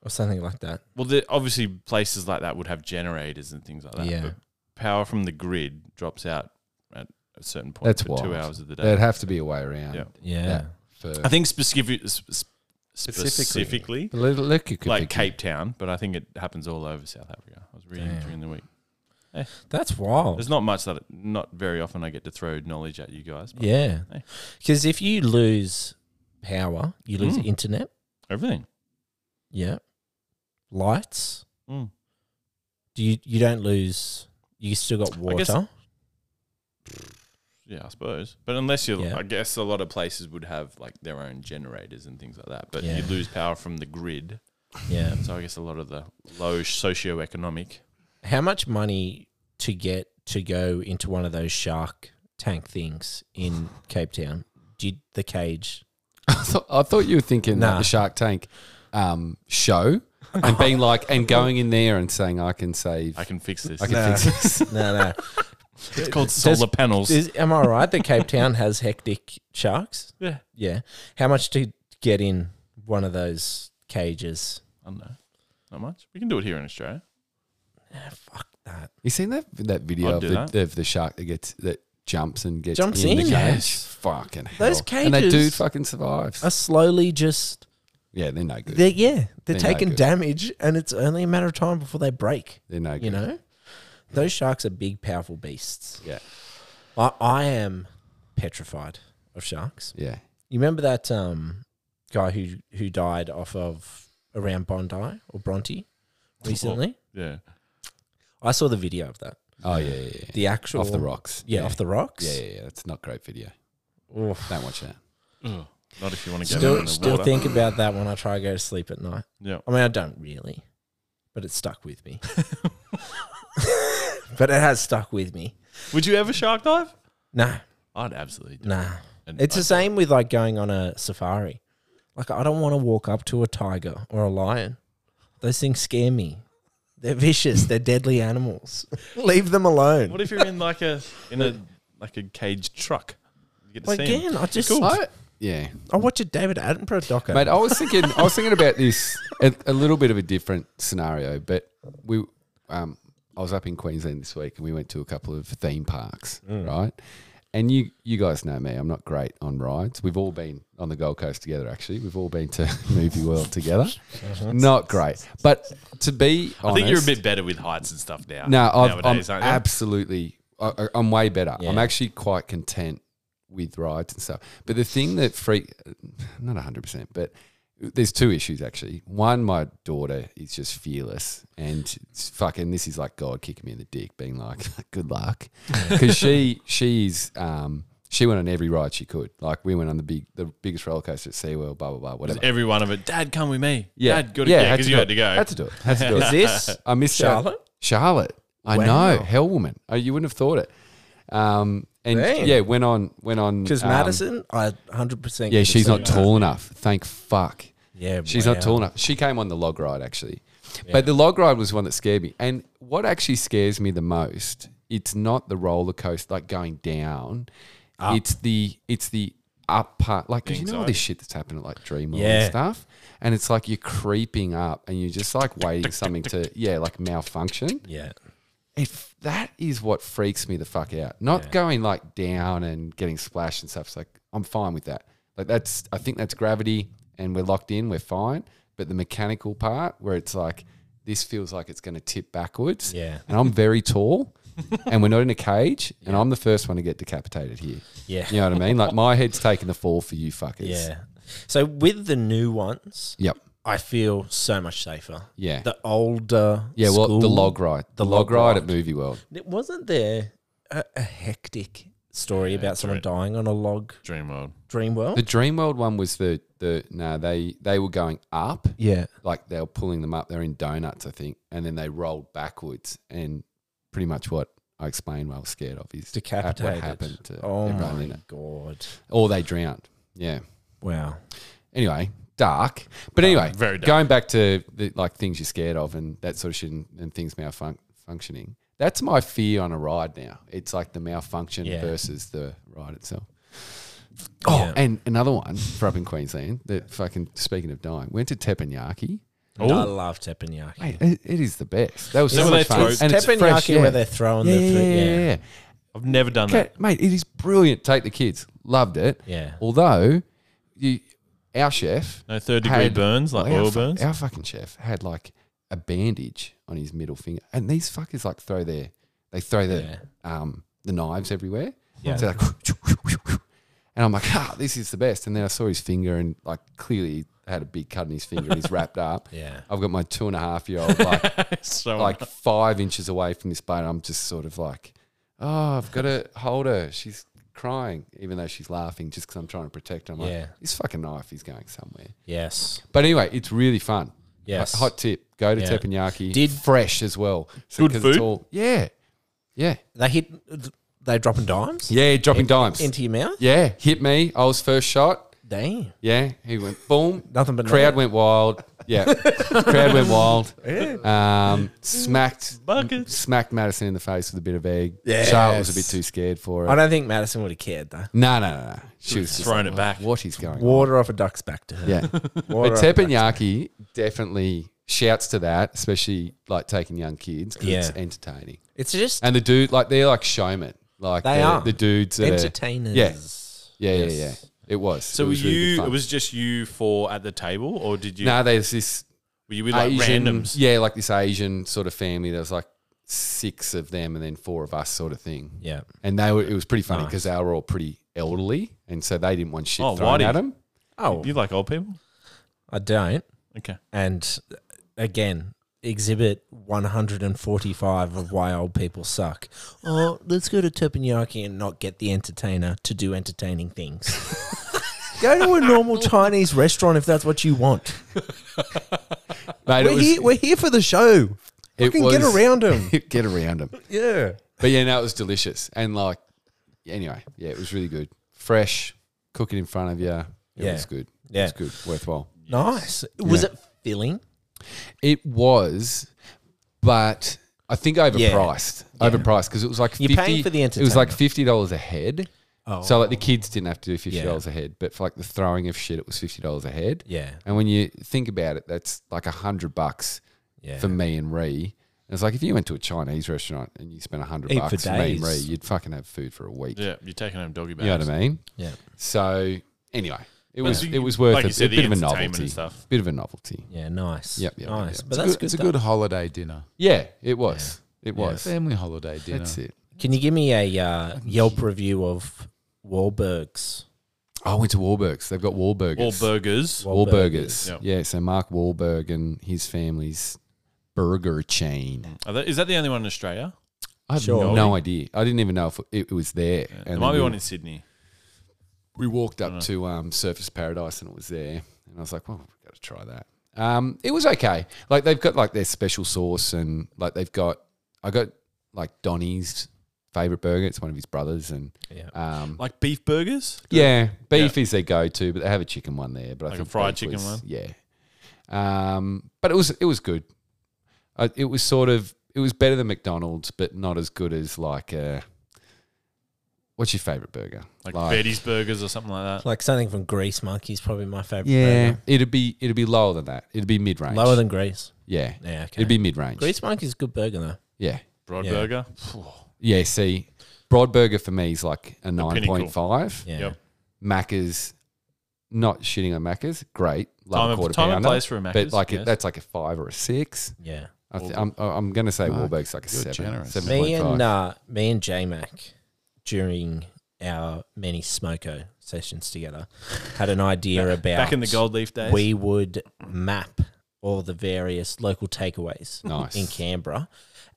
Speaker 4: or something like that?
Speaker 3: Well, there, obviously places like that would have generators and things like that.
Speaker 4: Yeah.
Speaker 3: But power from the grid drops out at a certain point.
Speaker 2: That's
Speaker 3: for
Speaker 2: wild.
Speaker 3: two hours of the day.
Speaker 2: There'd have to be a way around.
Speaker 3: Yeah.
Speaker 4: Yeah.
Speaker 2: That for
Speaker 3: I think specific, s- s-
Speaker 2: Specifically.
Speaker 3: specifically,
Speaker 2: Look, look, you could
Speaker 3: like
Speaker 2: think-
Speaker 3: Cape Town, but I think it happens all over South Africa. I was reading
Speaker 4: Damn.
Speaker 3: during the week.
Speaker 4: That's wild.
Speaker 3: There's not much that, not very often I get to throw knowledge at you guys. But
Speaker 4: Yeah.
Speaker 3: Hey.
Speaker 4: Because if you lose power, you lose
Speaker 3: Mm.
Speaker 4: internet.
Speaker 3: Everything.
Speaker 4: Yeah. Lights.
Speaker 3: Mm.
Speaker 4: Do you you don't lose you still got water.
Speaker 3: guess- Yeah, I suppose. But unless you're,
Speaker 4: Yeah.
Speaker 3: I guess a lot of places would have like their own generators and things like that. But
Speaker 4: Yeah.
Speaker 3: you lose power from the grid.
Speaker 4: yeah.
Speaker 3: So I guess a lot of the low socioeconomic.
Speaker 4: How much money to get to go into one of those shark tank things in Cape Town? Do you, the cage.
Speaker 2: I thought, I thought you were thinking
Speaker 4: Nah.
Speaker 2: like the Shark Tank um, show and being like, and going in there and saying, I can save.
Speaker 3: I can fix this.
Speaker 2: I can
Speaker 4: Nah.
Speaker 2: fix this.
Speaker 4: No, no.
Speaker 3: It's called solar
Speaker 4: Does-
Speaker 3: panels.
Speaker 4: Is, am I right that Cape Town has hectic sharks?
Speaker 3: yeah.
Speaker 4: Yeah. How much to get in one of those cages?
Speaker 3: I don't know. Not much. We can do it here in Australia.
Speaker 4: Ah, fuck that.
Speaker 2: You seen that that video
Speaker 3: I'd
Speaker 2: of
Speaker 3: do
Speaker 2: the,
Speaker 3: that.
Speaker 2: of the shark that gets that jumps and gets
Speaker 4: Jumps
Speaker 2: in, the
Speaker 4: in?
Speaker 2: cage?
Speaker 4: Yes.
Speaker 2: Fucking hell.
Speaker 4: Those
Speaker 2: and that
Speaker 4: cages-
Speaker 2: dude fucking survives.
Speaker 4: are slowly just
Speaker 2: yeah, they're no good.
Speaker 4: they're
Speaker 2: They're,
Speaker 4: yeah they're,
Speaker 2: They're no
Speaker 4: taking
Speaker 2: good.
Speaker 4: damage and it's only a matter of time before they break
Speaker 2: no good.
Speaker 4: you know those sharks are big powerful beasts
Speaker 2: Yeah,
Speaker 4: i, I am petrified of sharks
Speaker 2: yeah.
Speaker 4: you remember that um guy who who died off of around bondi or bronte recently
Speaker 3: Yeah.
Speaker 4: i saw the video of that
Speaker 2: Oh yeah, yeah, yeah.
Speaker 4: the actual
Speaker 2: off the rocks.
Speaker 4: yeah, off the rocks
Speaker 2: Yeah, yeah, yeah. That's not great video.
Speaker 4: Oof.
Speaker 2: Don't watch that.
Speaker 3: Not if you want to go down
Speaker 4: still
Speaker 3: in the
Speaker 4: still
Speaker 3: water.
Speaker 4: think about that when i try to go to sleep at night
Speaker 3: yeah.
Speaker 4: I mean, I don't really, but it stuck with me. but it has stuck with me.
Speaker 3: Would you ever shark dive?
Speaker 4: Nah,
Speaker 3: I'd absolutely do.
Speaker 4: nah.
Speaker 3: And
Speaker 4: It's
Speaker 3: I-
Speaker 4: the same with like going on a safari. Like, I don't want to walk up to a tiger or a lion. Those things scare me. They're vicious. They're deadly animals. Leave them alone.
Speaker 3: What if you're in like a in a like a cage truck? You get to see 'em.
Speaker 4: Again, I just I,
Speaker 2: I, yeah,
Speaker 4: I watch a David Attenborough doco.
Speaker 2: mate. I was thinking. I was thinking about this a, a little bit of a different scenario, but we. Um, I was up in Queensland this week, and we went to a couple of theme parks,
Speaker 3: Mm.
Speaker 2: right? And you, you guys know me. I'm not great on rides. We've all been on the Gold Coast together. Actually, we've all been to Movie World together. Not great, but to be honest,
Speaker 3: Uh-huh. I think you're a bit better with heights and stuff now.
Speaker 2: No, I've, I'm
Speaker 3: nowadays, aren't you?
Speaker 2: absolutely. I, I- I'm way better.
Speaker 4: Yeah.
Speaker 2: I'm actually quite content with rides and stuff. But the thing that freak, not 100, percent but there's two issues actually. One, my daughter is just fearless, and it's fucking this is like God kicking me in the dick, being like, "Good luck," because she she's um she went on every ride she could. Like we went on the big the biggest roller coaster at SeaWorld, blah blah blah, whatever.
Speaker 3: Every one of it. Dad, come with me.
Speaker 2: Yeah,
Speaker 3: Dad, go to yeah, because you
Speaker 2: do
Speaker 3: had
Speaker 2: it.
Speaker 3: to go.
Speaker 2: Had to do it. Had to do it.
Speaker 4: Is this
Speaker 2: I missed out.
Speaker 4: Charlotte?
Speaker 2: Charlotte. I
Speaker 4: Wow.
Speaker 2: know. Hell woman. Oh, you wouldn't have thought it. Um, and
Speaker 4: Damn.
Speaker 2: yeah, went on, went on.
Speaker 4: Because
Speaker 2: um,
Speaker 4: Madison, I
Speaker 2: Yeah,
Speaker 4: 100%. could've
Speaker 2: she's
Speaker 4: seen
Speaker 2: not
Speaker 4: that. uh,
Speaker 2: tall enough. Thank fuck.
Speaker 4: Yeah,
Speaker 2: She's
Speaker 4: wow.
Speaker 2: not tall enough. She came on the log ride actually, but the log ride was one that scared me. And what actually scares me the most, it's not the roller coaster like going down. It's the it's the up part, like 'cause you know all this shit that's happening at like Dreamworld
Speaker 4: Yeah.
Speaker 2: and stuff, and it's like you're creeping up and you're just like waiting something to yeah like malfunction.
Speaker 4: Yeah.
Speaker 2: If that is what freaks me the fuck out, not going like down and getting splashed and stuff. It's like I'm fine with that. Like that's I think that's gravity and we're locked in, we're fine. But the mechanical part where it's like this feels like it's going to tip backwards.
Speaker 4: Yeah.
Speaker 2: And I'm very tall, and we're not in a cage, and I'm the first one to get decapitated here.
Speaker 4: Yeah.
Speaker 2: You know what I mean? Like my head's taking the fall for you fuckers.
Speaker 4: Yeah. So with the new ones,
Speaker 2: Yep.
Speaker 4: I feel so much safer.
Speaker 2: Yeah.
Speaker 4: The older.
Speaker 2: Yeah. Well, the
Speaker 4: school-
Speaker 2: log ride, the, log, ride, at Movie World.
Speaker 4: It wasn't there a, a hectic story about someone
Speaker 3: right.
Speaker 4: dying on a log
Speaker 3: Dream World.
Speaker 4: dream world?
Speaker 2: The Dream World one was the the no they they were going up.
Speaker 4: yeah.
Speaker 2: like they were pulling them up. They're in donuts, I think, and then they rolled backwards. And pretty much what I explained, what I was scared of is
Speaker 4: Decapitated.
Speaker 2: what happened to
Speaker 4: Oh
Speaker 2: everyone
Speaker 4: my
Speaker 2: in it,
Speaker 4: god.
Speaker 2: or they drowned. Yeah.
Speaker 4: Wow.
Speaker 2: Anyway, dark. But
Speaker 4: Oh,
Speaker 2: anyway,
Speaker 3: very dark.
Speaker 2: going back to the, like things you're scared of and that sort of shit and, and things malfunctioning. That's my fear on a ride now. It's like the malfunction
Speaker 4: Yeah.
Speaker 2: versus the ride itself. Oh,
Speaker 4: Yeah.
Speaker 2: and another one for up in Queensland that fucking, speaking of dying, went to Teppanyaki.
Speaker 4: I
Speaker 3: Oh,
Speaker 4: love teppanyaki.
Speaker 2: Mate, it, it is the best. That was
Speaker 3: Is
Speaker 2: so
Speaker 3: that where
Speaker 2: much
Speaker 3: they
Speaker 2: fun.
Speaker 3: throw-
Speaker 2: and it's
Speaker 4: teppanyaki
Speaker 2: fresh, yeah.
Speaker 4: where they're throwing
Speaker 2: yeah,
Speaker 4: their
Speaker 2: yeah,
Speaker 4: food.
Speaker 2: yeah, yeah, yeah.
Speaker 3: I've never done
Speaker 2: Okay,
Speaker 3: that.
Speaker 2: mate, it is brilliant. Take the kids, loved it.
Speaker 4: Yeah.
Speaker 2: Although, you, our chef
Speaker 3: No third degree
Speaker 2: had-
Speaker 3: burns, like
Speaker 2: well, our
Speaker 3: oil
Speaker 2: fu-
Speaker 3: burns.
Speaker 2: Our fucking chef had like a bandage on his middle finger, and these fuckers like throw their they throw their um the knives everywhere.
Speaker 4: Yeah.
Speaker 2: So like, and I'm like, ah, this is the best. And then I saw his finger, and like clearly he had a big cut in his finger. and He's wrapped up.
Speaker 4: Yeah.
Speaker 2: I've got my two and a half year old like
Speaker 3: so
Speaker 2: like five inches away from this boat. I'm just sort of like, oh, I've got to hold her. She's crying, even though she's laughing, just because I'm trying to protect her. I'm
Speaker 4: Yeah.
Speaker 2: like, this fucking knife is going somewhere.
Speaker 4: Yes.
Speaker 2: But anyway, it's really fun.
Speaker 4: Yes.
Speaker 2: Hot, hot tip. Go to
Speaker 4: Yeah.
Speaker 2: Teppanyaki.
Speaker 4: Did-
Speaker 2: fresh as well. So,
Speaker 3: Good
Speaker 2: 'cause
Speaker 3: food?
Speaker 2: all, yeah. Yeah.
Speaker 4: They hit. They dropping dimes
Speaker 2: Yeah. Dropping dimes.
Speaker 4: into your mouth.
Speaker 2: yeah. Hit me. I was first shot.
Speaker 4: Damn.
Speaker 2: Yeah. He went boom.
Speaker 4: Nothing but
Speaker 2: Crowd
Speaker 4: nine.
Speaker 2: went wild. Yeah. Crowd went wild. Um, smacked
Speaker 3: Buckets.
Speaker 2: smacked Madison in the face with a bit of egg. Yeah. Charlotte was a bit too scared for
Speaker 4: I
Speaker 2: it.
Speaker 4: don't think Madison would have cared though.
Speaker 2: No, no, no, no. She was just
Speaker 3: thrown
Speaker 2: like,
Speaker 3: it back.
Speaker 2: What is going on?
Speaker 4: Water off a duck's back to her.
Speaker 2: Yeah.
Speaker 4: Water
Speaker 2: But
Speaker 4: off a duck's-
Speaker 2: Teppanyaki definitely shouts to that, especially like taking young kids 'cause it's
Speaker 4: Yeah.
Speaker 2: entertaining.
Speaker 4: It's just
Speaker 2: And the dude, like, they're like showmen. Like,
Speaker 4: They
Speaker 2: the,
Speaker 4: are.
Speaker 2: the dudes that are-
Speaker 4: entertainers.
Speaker 2: Yeah. Yeah, yeah,
Speaker 4: Yes.
Speaker 2: yeah. It was.
Speaker 3: so
Speaker 2: it
Speaker 3: were
Speaker 2: was really good
Speaker 3: you?
Speaker 2: fun.
Speaker 3: It was just you four at the table, or did you?
Speaker 2: No, there's this
Speaker 3: were you with like
Speaker 2: Asian,
Speaker 3: randoms?
Speaker 2: Yeah, like this Asian sort of family. There was like six of them and then four of us sort of thing.
Speaker 4: Yeah.
Speaker 2: And they were, it was pretty funny because they were all pretty elderly, and so they didn't want shit
Speaker 3: Oh,
Speaker 2: thrown
Speaker 3: whitey.
Speaker 2: at them.
Speaker 4: Oh,
Speaker 3: You like old people?
Speaker 4: I don't.
Speaker 3: Okay.
Speaker 4: And again, exhibit 145 of why old people suck. Oh, let's go to teppanyaki and not get the entertainer to do entertaining things. go to a normal Chinese restaurant if that's what you want.
Speaker 2: Mate,
Speaker 4: We're, here, we're here for the show.
Speaker 2: it
Speaker 4: Fucking get
Speaker 2: was-
Speaker 4: around them.
Speaker 2: get around them.
Speaker 4: yeah.
Speaker 2: But yeah, no, it was delicious, and like anyway, yeah, it was really good, fresh, cook it in front of you. It
Speaker 4: Yeah.
Speaker 2: was good.
Speaker 4: Yeah.
Speaker 2: it was good, worthwhile.
Speaker 4: Nice. Was it filling?
Speaker 2: It was, but I think overpriced. Overpriced because it was like
Speaker 4: You're paying for the
Speaker 2: It was like
Speaker 4: entertainment.
Speaker 2: fifty dollars a head.
Speaker 4: Oh.
Speaker 2: So like the kids didn't have to do fifty dollars a head, but for like the throwing of shit, it was fifty dollars a head.
Speaker 4: Yeah.
Speaker 2: And when you think about it, that's like a hundred bucks
Speaker 4: Yeah.
Speaker 2: for me and Ree. And it's like if you went to a Chinese restaurant and you spent a hundred
Speaker 4: Eat for
Speaker 2: bucks for me and Ree,
Speaker 4: days.
Speaker 2: you'd fucking have food for a week.
Speaker 3: Yeah, you're taking home doggy bags.
Speaker 2: You know what I mean?
Speaker 4: Yeah.
Speaker 2: So anyway, it was
Speaker 3: you-
Speaker 2: it was worth
Speaker 3: like
Speaker 2: a,
Speaker 3: you said,
Speaker 2: a
Speaker 3: the
Speaker 2: bit of a
Speaker 3: entertainment and
Speaker 2: novelty.
Speaker 3: stuff.
Speaker 2: Bit of a novelty.
Speaker 4: Yeah, nice.
Speaker 2: Yep, yep,
Speaker 4: nice.
Speaker 2: yep, yep.
Speaker 4: But that's good.
Speaker 5: it's a
Speaker 4: stuff.
Speaker 5: good holiday dinner.
Speaker 2: Yeah, it was. It was.
Speaker 5: Family holiday dinner.
Speaker 2: That's it.
Speaker 4: Can you give me a uh, Yelp review of Wahlberg's?
Speaker 2: Oh, I went to Wahlberg's. They've got Wahlburgers.
Speaker 3: Or burgers.
Speaker 2: Wahlburgers.
Speaker 3: Wahlburgers.
Speaker 2: Yeah, so Mark Wahlberg and his family's burger chain.
Speaker 3: Are they- is that the only one in Australia?
Speaker 2: I have
Speaker 4: Sure.
Speaker 2: no idea. I didn't even know if it, it was there. And
Speaker 3: There
Speaker 2: then
Speaker 3: might be
Speaker 2: we,
Speaker 3: one in Sydney.
Speaker 2: we walked up to um, Surface Paradise and it was there. And I was like, well, we've got to try that. Um, it was okay. Like they've got like their special sauce and like they've got, I got like Donnie's favorite burger. It's one of his brothers. And
Speaker 4: Yeah.
Speaker 2: um,
Speaker 3: Like beef burgers?
Speaker 2: yeah, beef is their go-to, but they have a chicken one there. But I
Speaker 3: Like a
Speaker 2: think
Speaker 3: fried
Speaker 2: beef
Speaker 3: chicken
Speaker 2: was-
Speaker 3: one?
Speaker 2: Yeah, um, but it was it was good. Uh, it was sort of it was better than McDonald's, but not as good as like uh what's your favorite burger?
Speaker 3: Like, Betty's burgers or something like that.
Speaker 4: Like something from Grease Monkey's probably my favorite.
Speaker 2: yeah,
Speaker 4: burger.
Speaker 2: it'd be it'd be lower than that. It'd be mid range.
Speaker 4: Lower than Grease.
Speaker 2: yeah,
Speaker 4: Yeah, okay.
Speaker 2: it'd be mid range.
Speaker 4: Grease Monkey's a good burger though.
Speaker 2: Yeah,
Speaker 3: Broad
Speaker 4: Yeah.
Speaker 3: burger.
Speaker 2: yeah. See, Broadburger for me is like a nine
Speaker 3: pinnacle.
Speaker 2: point five.
Speaker 4: Yeah.
Speaker 3: Yep.
Speaker 2: Macca's not shitting on Macca's, great. Love
Speaker 3: Time
Speaker 2: a
Speaker 3: of-
Speaker 2: quarter
Speaker 3: time and
Speaker 2: pounder,
Speaker 3: place for a
Speaker 2: But
Speaker 3: Macca's,
Speaker 2: like
Speaker 3: yes.
Speaker 2: that's like a five or a six.
Speaker 4: Yeah.
Speaker 2: I th- I'm, I'm going to say Wahlberg's like a
Speaker 5: you're
Speaker 2: seven.
Speaker 5: generous.
Speaker 4: Me
Speaker 2: 7.5.
Speaker 4: and uh, me and J Mac during our many smoko sessions together had an idea about
Speaker 3: Back in the gold leaf days.
Speaker 4: we would map all the various local takeaways
Speaker 2: Nice.
Speaker 4: in Canberra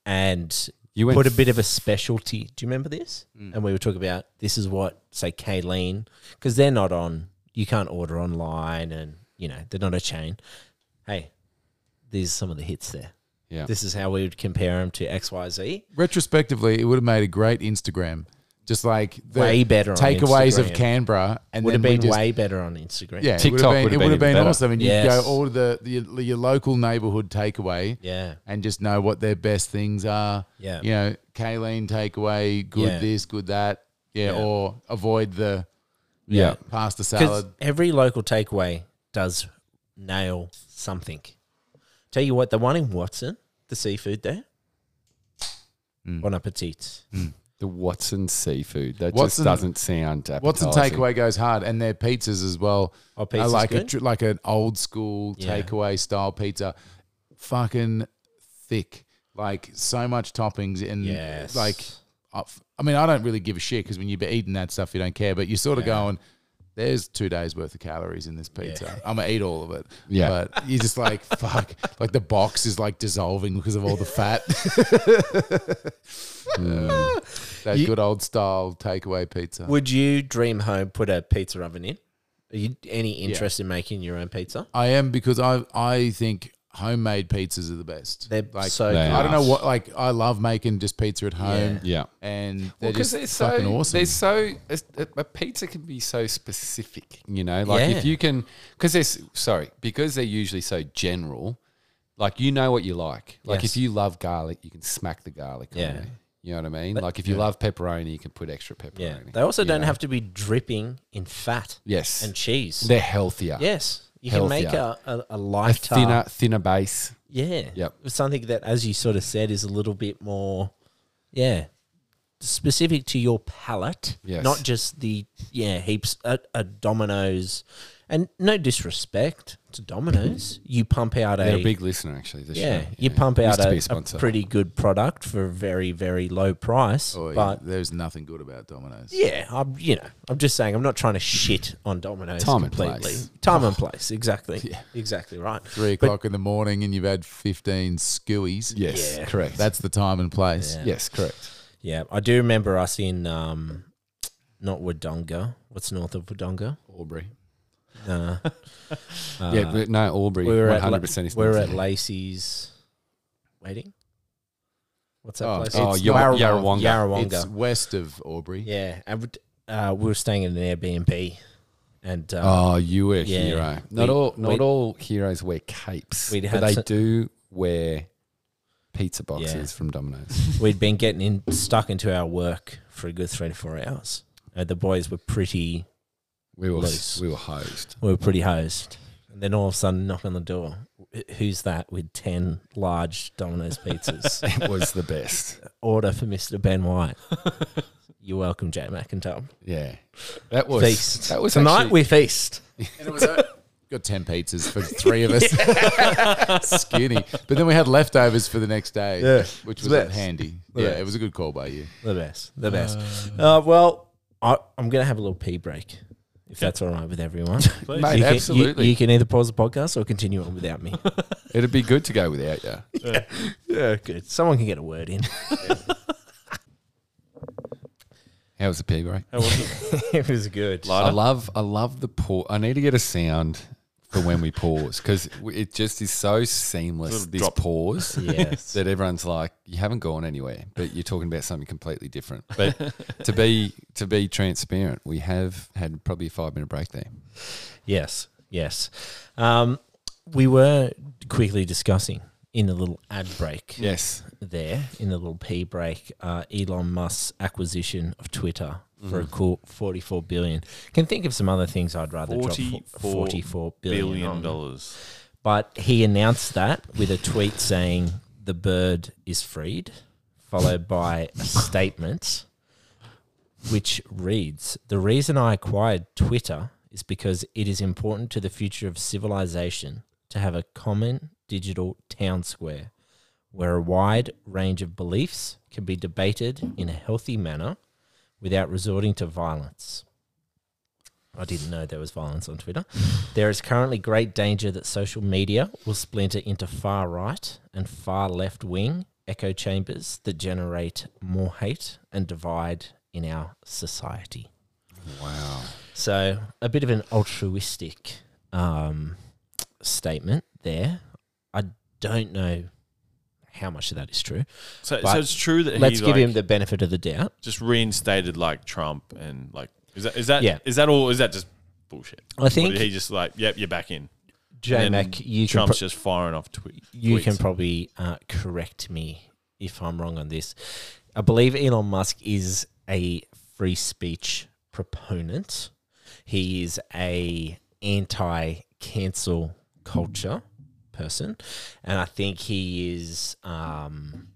Speaker 4: and
Speaker 2: You went
Speaker 4: put a bit of a specialty. Do you remember this?
Speaker 5: Mm.
Speaker 4: And we were talking about this is what say Kayleen because they're not on. You can't order online, and you know they're not a chain. Hey, these are some of the hits there.
Speaker 2: Yeah.
Speaker 4: This is how we would compare them to X Y Z.
Speaker 5: Retrospectively, it would have made a great Instagram. Just like the
Speaker 4: Way better on
Speaker 5: takeaways of
Speaker 4: Instagram.
Speaker 5: Canberra, and
Speaker 4: Would have
Speaker 5: then we
Speaker 4: been
Speaker 5: just-
Speaker 4: way better on Instagram.
Speaker 5: Yeah,
Speaker 2: TikTok
Speaker 5: it would have been, it
Speaker 2: would've
Speaker 5: would have
Speaker 2: been
Speaker 5: been
Speaker 2: better.
Speaker 5: awesome, and you'd
Speaker 4: Yes.
Speaker 5: go all the, the your, your local neighborhood takeaway,
Speaker 4: yeah,
Speaker 5: and just know what their best things are.
Speaker 4: Yeah.
Speaker 5: you know, Kayleen takeaway, good
Speaker 4: Yeah.
Speaker 5: this, good that. Yeah,
Speaker 4: Yeah.
Speaker 5: or avoid the
Speaker 2: Yeah.
Speaker 5: pasta
Speaker 4: because
Speaker 5: salad.
Speaker 4: every local takeaway does nail something. Tell you what, the one in Watson, the seafood there.
Speaker 5: Mm.
Speaker 4: Bon appetit.
Speaker 2: The Watson seafood. That just
Speaker 5: Watson-
Speaker 2: doesn't sound appetizing.
Speaker 5: What's the takeaway goes hard, and their pizzas as well.
Speaker 4: Oh,
Speaker 5: I
Speaker 4: pizza's
Speaker 5: Uh, like a
Speaker 4: good?
Speaker 5: tr- like an old school
Speaker 4: Yeah.
Speaker 5: takeaway style pizza, fucking thick, like so much toppings and
Speaker 4: Yes.
Speaker 5: like. I I mean, I don't really give a shit because when you're eating that stuff, you don't care. But you're sort of going, "There's two days worth of calories in this pizza. I'm gonna eat all of it."
Speaker 2: Yeah.
Speaker 5: but you're just like, "Fuck!" Like the box is like dissolving because of all the fat. that good old style takeaway pizza.
Speaker 4: Would you dream home put a pizza oven in? Are you any interest in making your own pizza?
Speaker 5: I am because I I think homemade pizzas are the best.
Speaker 4: They're
Speaker 5: like
Speaker 4: so
Speaker 2: They
Speaker 4: good.
Speaker 2: are.
Speaker 5: I don't know what like I love making just pizza at home.
Speaker 2: Yeah.
Speaker 5: And
Speaker 2: Well,
Speaker 5: they're
Speaker 2: because
Speaker 5: just
Speaker 2: they're so
Speaker 5: fucking awesome.
Speaker 2: they're so it's- a, a pizza can be so specific, you know. Like
Speaker 4: Yeah.
Speaker 2: if you can, because they're s- sorry, because they're usually so general. Like you know what you like. Like
Speaker 4: Yes.
Speaker 2: if you love garlic, you can smack the garlic. on
Speaker 4: Yeah.
Speaker 2: there. you know what I mean. Like if you love pepperoni, you can put extra
Speaker 4: Yeah.
Speaker 2: pepperoni.
Speaker 4: They also don't have to be dripping in fat
Speaker 2: yes,
Speaker 4: and cheese.
Speaker 2: they're healthier.
Speaker 4: yes. You can make
Speaker 2: healthier.
Speaker 4: a, a, a
Speaker 2: a
Speaker 4: lighter
Speaker 2: thinner, thinner base.
Speaker 4: Yeah.
Speaker 2: Yep.
Speaker 4: With Something that, as you sort of said, is a little bit more, yeah, specific to your palate.
Speaker 2: Yes.
Speaker 4: Not just the, yeah, heaps, a, a Domino's. And no disrespect to Domino's. You pump out
Speaker 2: They're
Speaker 4: a,
Speaker 2: a big listener, actually. This
Speaker 4: yeah,
Speaker 2: show.
Speaker 4: you pump out
Speaker 2: Used to
Speaker 4: a,
Speaker 2: be
Speaker 4: a
Speaker 2: sponsor.
Speaker 4: pretty good product for a very, very low price.
Speaker 5: Oh, yeah,
Speaker 4: but
Speaker 5: there's nothing good about Domino's.
Speaker 4: yeah, I'm, you know, I'm just saying, I'm not trying to shit on Domino's
Speaker 2: Time and
Speaker 4: completely.
Speaker 2: place.
Speaker 4: Time and place, exactly. Exactly right.
Speaker 5: Three o'clock in the morning and you've had fifteen skewies.
Speaker 2: Yes,
Speaker 4: Yeah.
Speaker 2: correct.
Speaker 5: That's the time and place.
Speaker 4: Yeah.
Speaker 2: yes, correct.
Speaker 4: Yeah, I do remember us in um, not Wodonga. What's north of Wodonga?
Speaker 2: Aubrey.
Speaker 4: Uh,
Speaker 2: yeah, but no, Aubrey.
Speaker 4: we Uh, were
Speaker 2: One
Speaker 4: at La-
Speaker 2: hundred percent is
Speaker 4: we were
Speaker 2: not
Speaker 4: at
Speaker 2: there.
Speaker 4: Lacey's wedding. What's that
Speaker 5: Oh,
Speaker 4: place?
Speaker 2: Oh,
Speaker 5: It's
Speaker 2: Yarra-
Speaker 5: not-
Speaker 2: Yarrawonga.
Speaker 4: Yarrawonga.
Speaker 5: It's west of Aubrey.
Speaker 4: yeah, I would- uh, we were staying in an Airbnb, and uh,
Speaker 2: Oh, you were a
Speaker 4: Yeah.
Speaker 2: hero. Not
Speaker 4: We-
Speaker 2: all not
Speaker 4: we-
Speaker 2: all heroes wear capes,
Speaker 4: We'd
Speaker 2: but
Speaker 4: had
Speaker 2: they
Speaker 4: so-
Speaker 2: do wear pizza boxes from Domino's.
Speaker 4: we'd been getting in, stuck into our work for a good three to four hours. Uh, the boys were pretty,
Speaker 2: We were
Speaker 4: Loose.
Speaker 2: we were hosed.
Speaker 4: we were pretty hosed. And then all of a sudden, knock on the door. Wh- Who's that with ten large Domino's pizzas?
Speaker 2: It was the best.
Speaker 4: order for Mr. Ben White. You're welcome, Jack McIntyre.
Speaker 2: Yeah, that was
Speaker 4: Feast.
Speaker 2: that was
Speaker 4: tonight.
Speaker 2: actually-
Speaker 4: we feast.
Speaker 5: And it was uh, got ten pizzas for the three of us. Skinny. But then we had leftovers for the next day.
Speaker 4: Yeah.
Speaker 5: Which
Speaker 4: The
Speaker 5: was
Speaker 4: best.
Speaker 5: handy.
Speaker 4: The
Speaker 5: yeah,
Speaker 4: best.
Speaker 5: it was a good call by you.
Speaker 4: The best. The best. Uh, well, I, I'm going to have a little pee break, if that's all right with everyone.
Speaker 3: Please.
Speaker 2: Mate,
Speaker 4: you Can,
Speaker 2: absolutely.
Speaker 4: you, you can either pause the podcast or continue on without me.
Speaker 2: It'd be good to go without you.
Speaker 4: yeah, good. Someone can get a word in.
Speaker 2: How was the pee break?
Speaker 3: How was it?
Speaker 4: it was good.
Speaker 2: I
Speaker 3: Lighter?
Speaker 2: love I love the pause. I need to get a sound for when we pause because it just is so seamless.
Speaker 3: Little
Speaker 2: This
Speaker 3: drop.
Speaker 2: pause.
Speaker 4: Yes.
Speaker 2: that everyone's like, you haven't gone anywhere, but you're talking about something completely different. But to be to be transparent, we have had probably a five minute break there.
Speaker 4: yes. Yes. Um, we were quickly discussing in the little ad break.
Speaker 2: Yes,
Speaker 4: there in the little pee break, uh, Elon Musk's acquisition of Twitter for a cool forty-four billion. Can think of some other things I'd rather drop fo-
Speaker 3: $44
Speaker 4: forty-four billion,
Speaker 3: billion
Speaker 4: on.
Speaker 3: dollars.
Speaker 4: But he announced that with a tweet saying the bird is freed, followed by a statement which reads: "The reason I acquired Twitter is because it is important to the future of civilization to have a common digital town square where a wide range of beliefs can be debated in a healthy manner without resorting to violence. I didn't know there was violence on Twitter. There is currently great danger that social media will splinter into far right and far left wing echo chambers that generate more hate and divide in our society.
Speaker 2: Wow.
Speaker 4: So, a bit of an altruistic um, statement there. I don't know how much of that is true.
Speaker 3: So,
Speaker 4: But
Speaker 3: so it's true that
Speaker 4: Let's
Speaker 3: he,
Speaker 4: give
Speaker 3: like,
Speaker 4: him the benefit of the doubt.
Speaker 3: just reinstated like Trump and like is that is that
Speaker 4: Yeah.
Speaker 3: is that all is that just bullshit?
Speaker 4: I
Speaker 3: Or
Speaker 4: think
Speaker 3: did he just like yep you're back in.
Speaker 4: J
Speaker 3: And then
Speaker 4: Mac, you can
Speaker 3: Trump's
Speaker 4: pro-
Speaker 3: just firing off tweet.
Speaker 4: you
Speaker 3: tweets.
Speaker 4: can probably uh, correct me if I'm wrong on this. I believe Elon Musk is a free speech proponent. He is a anti-cancel culture person, and I think he is um,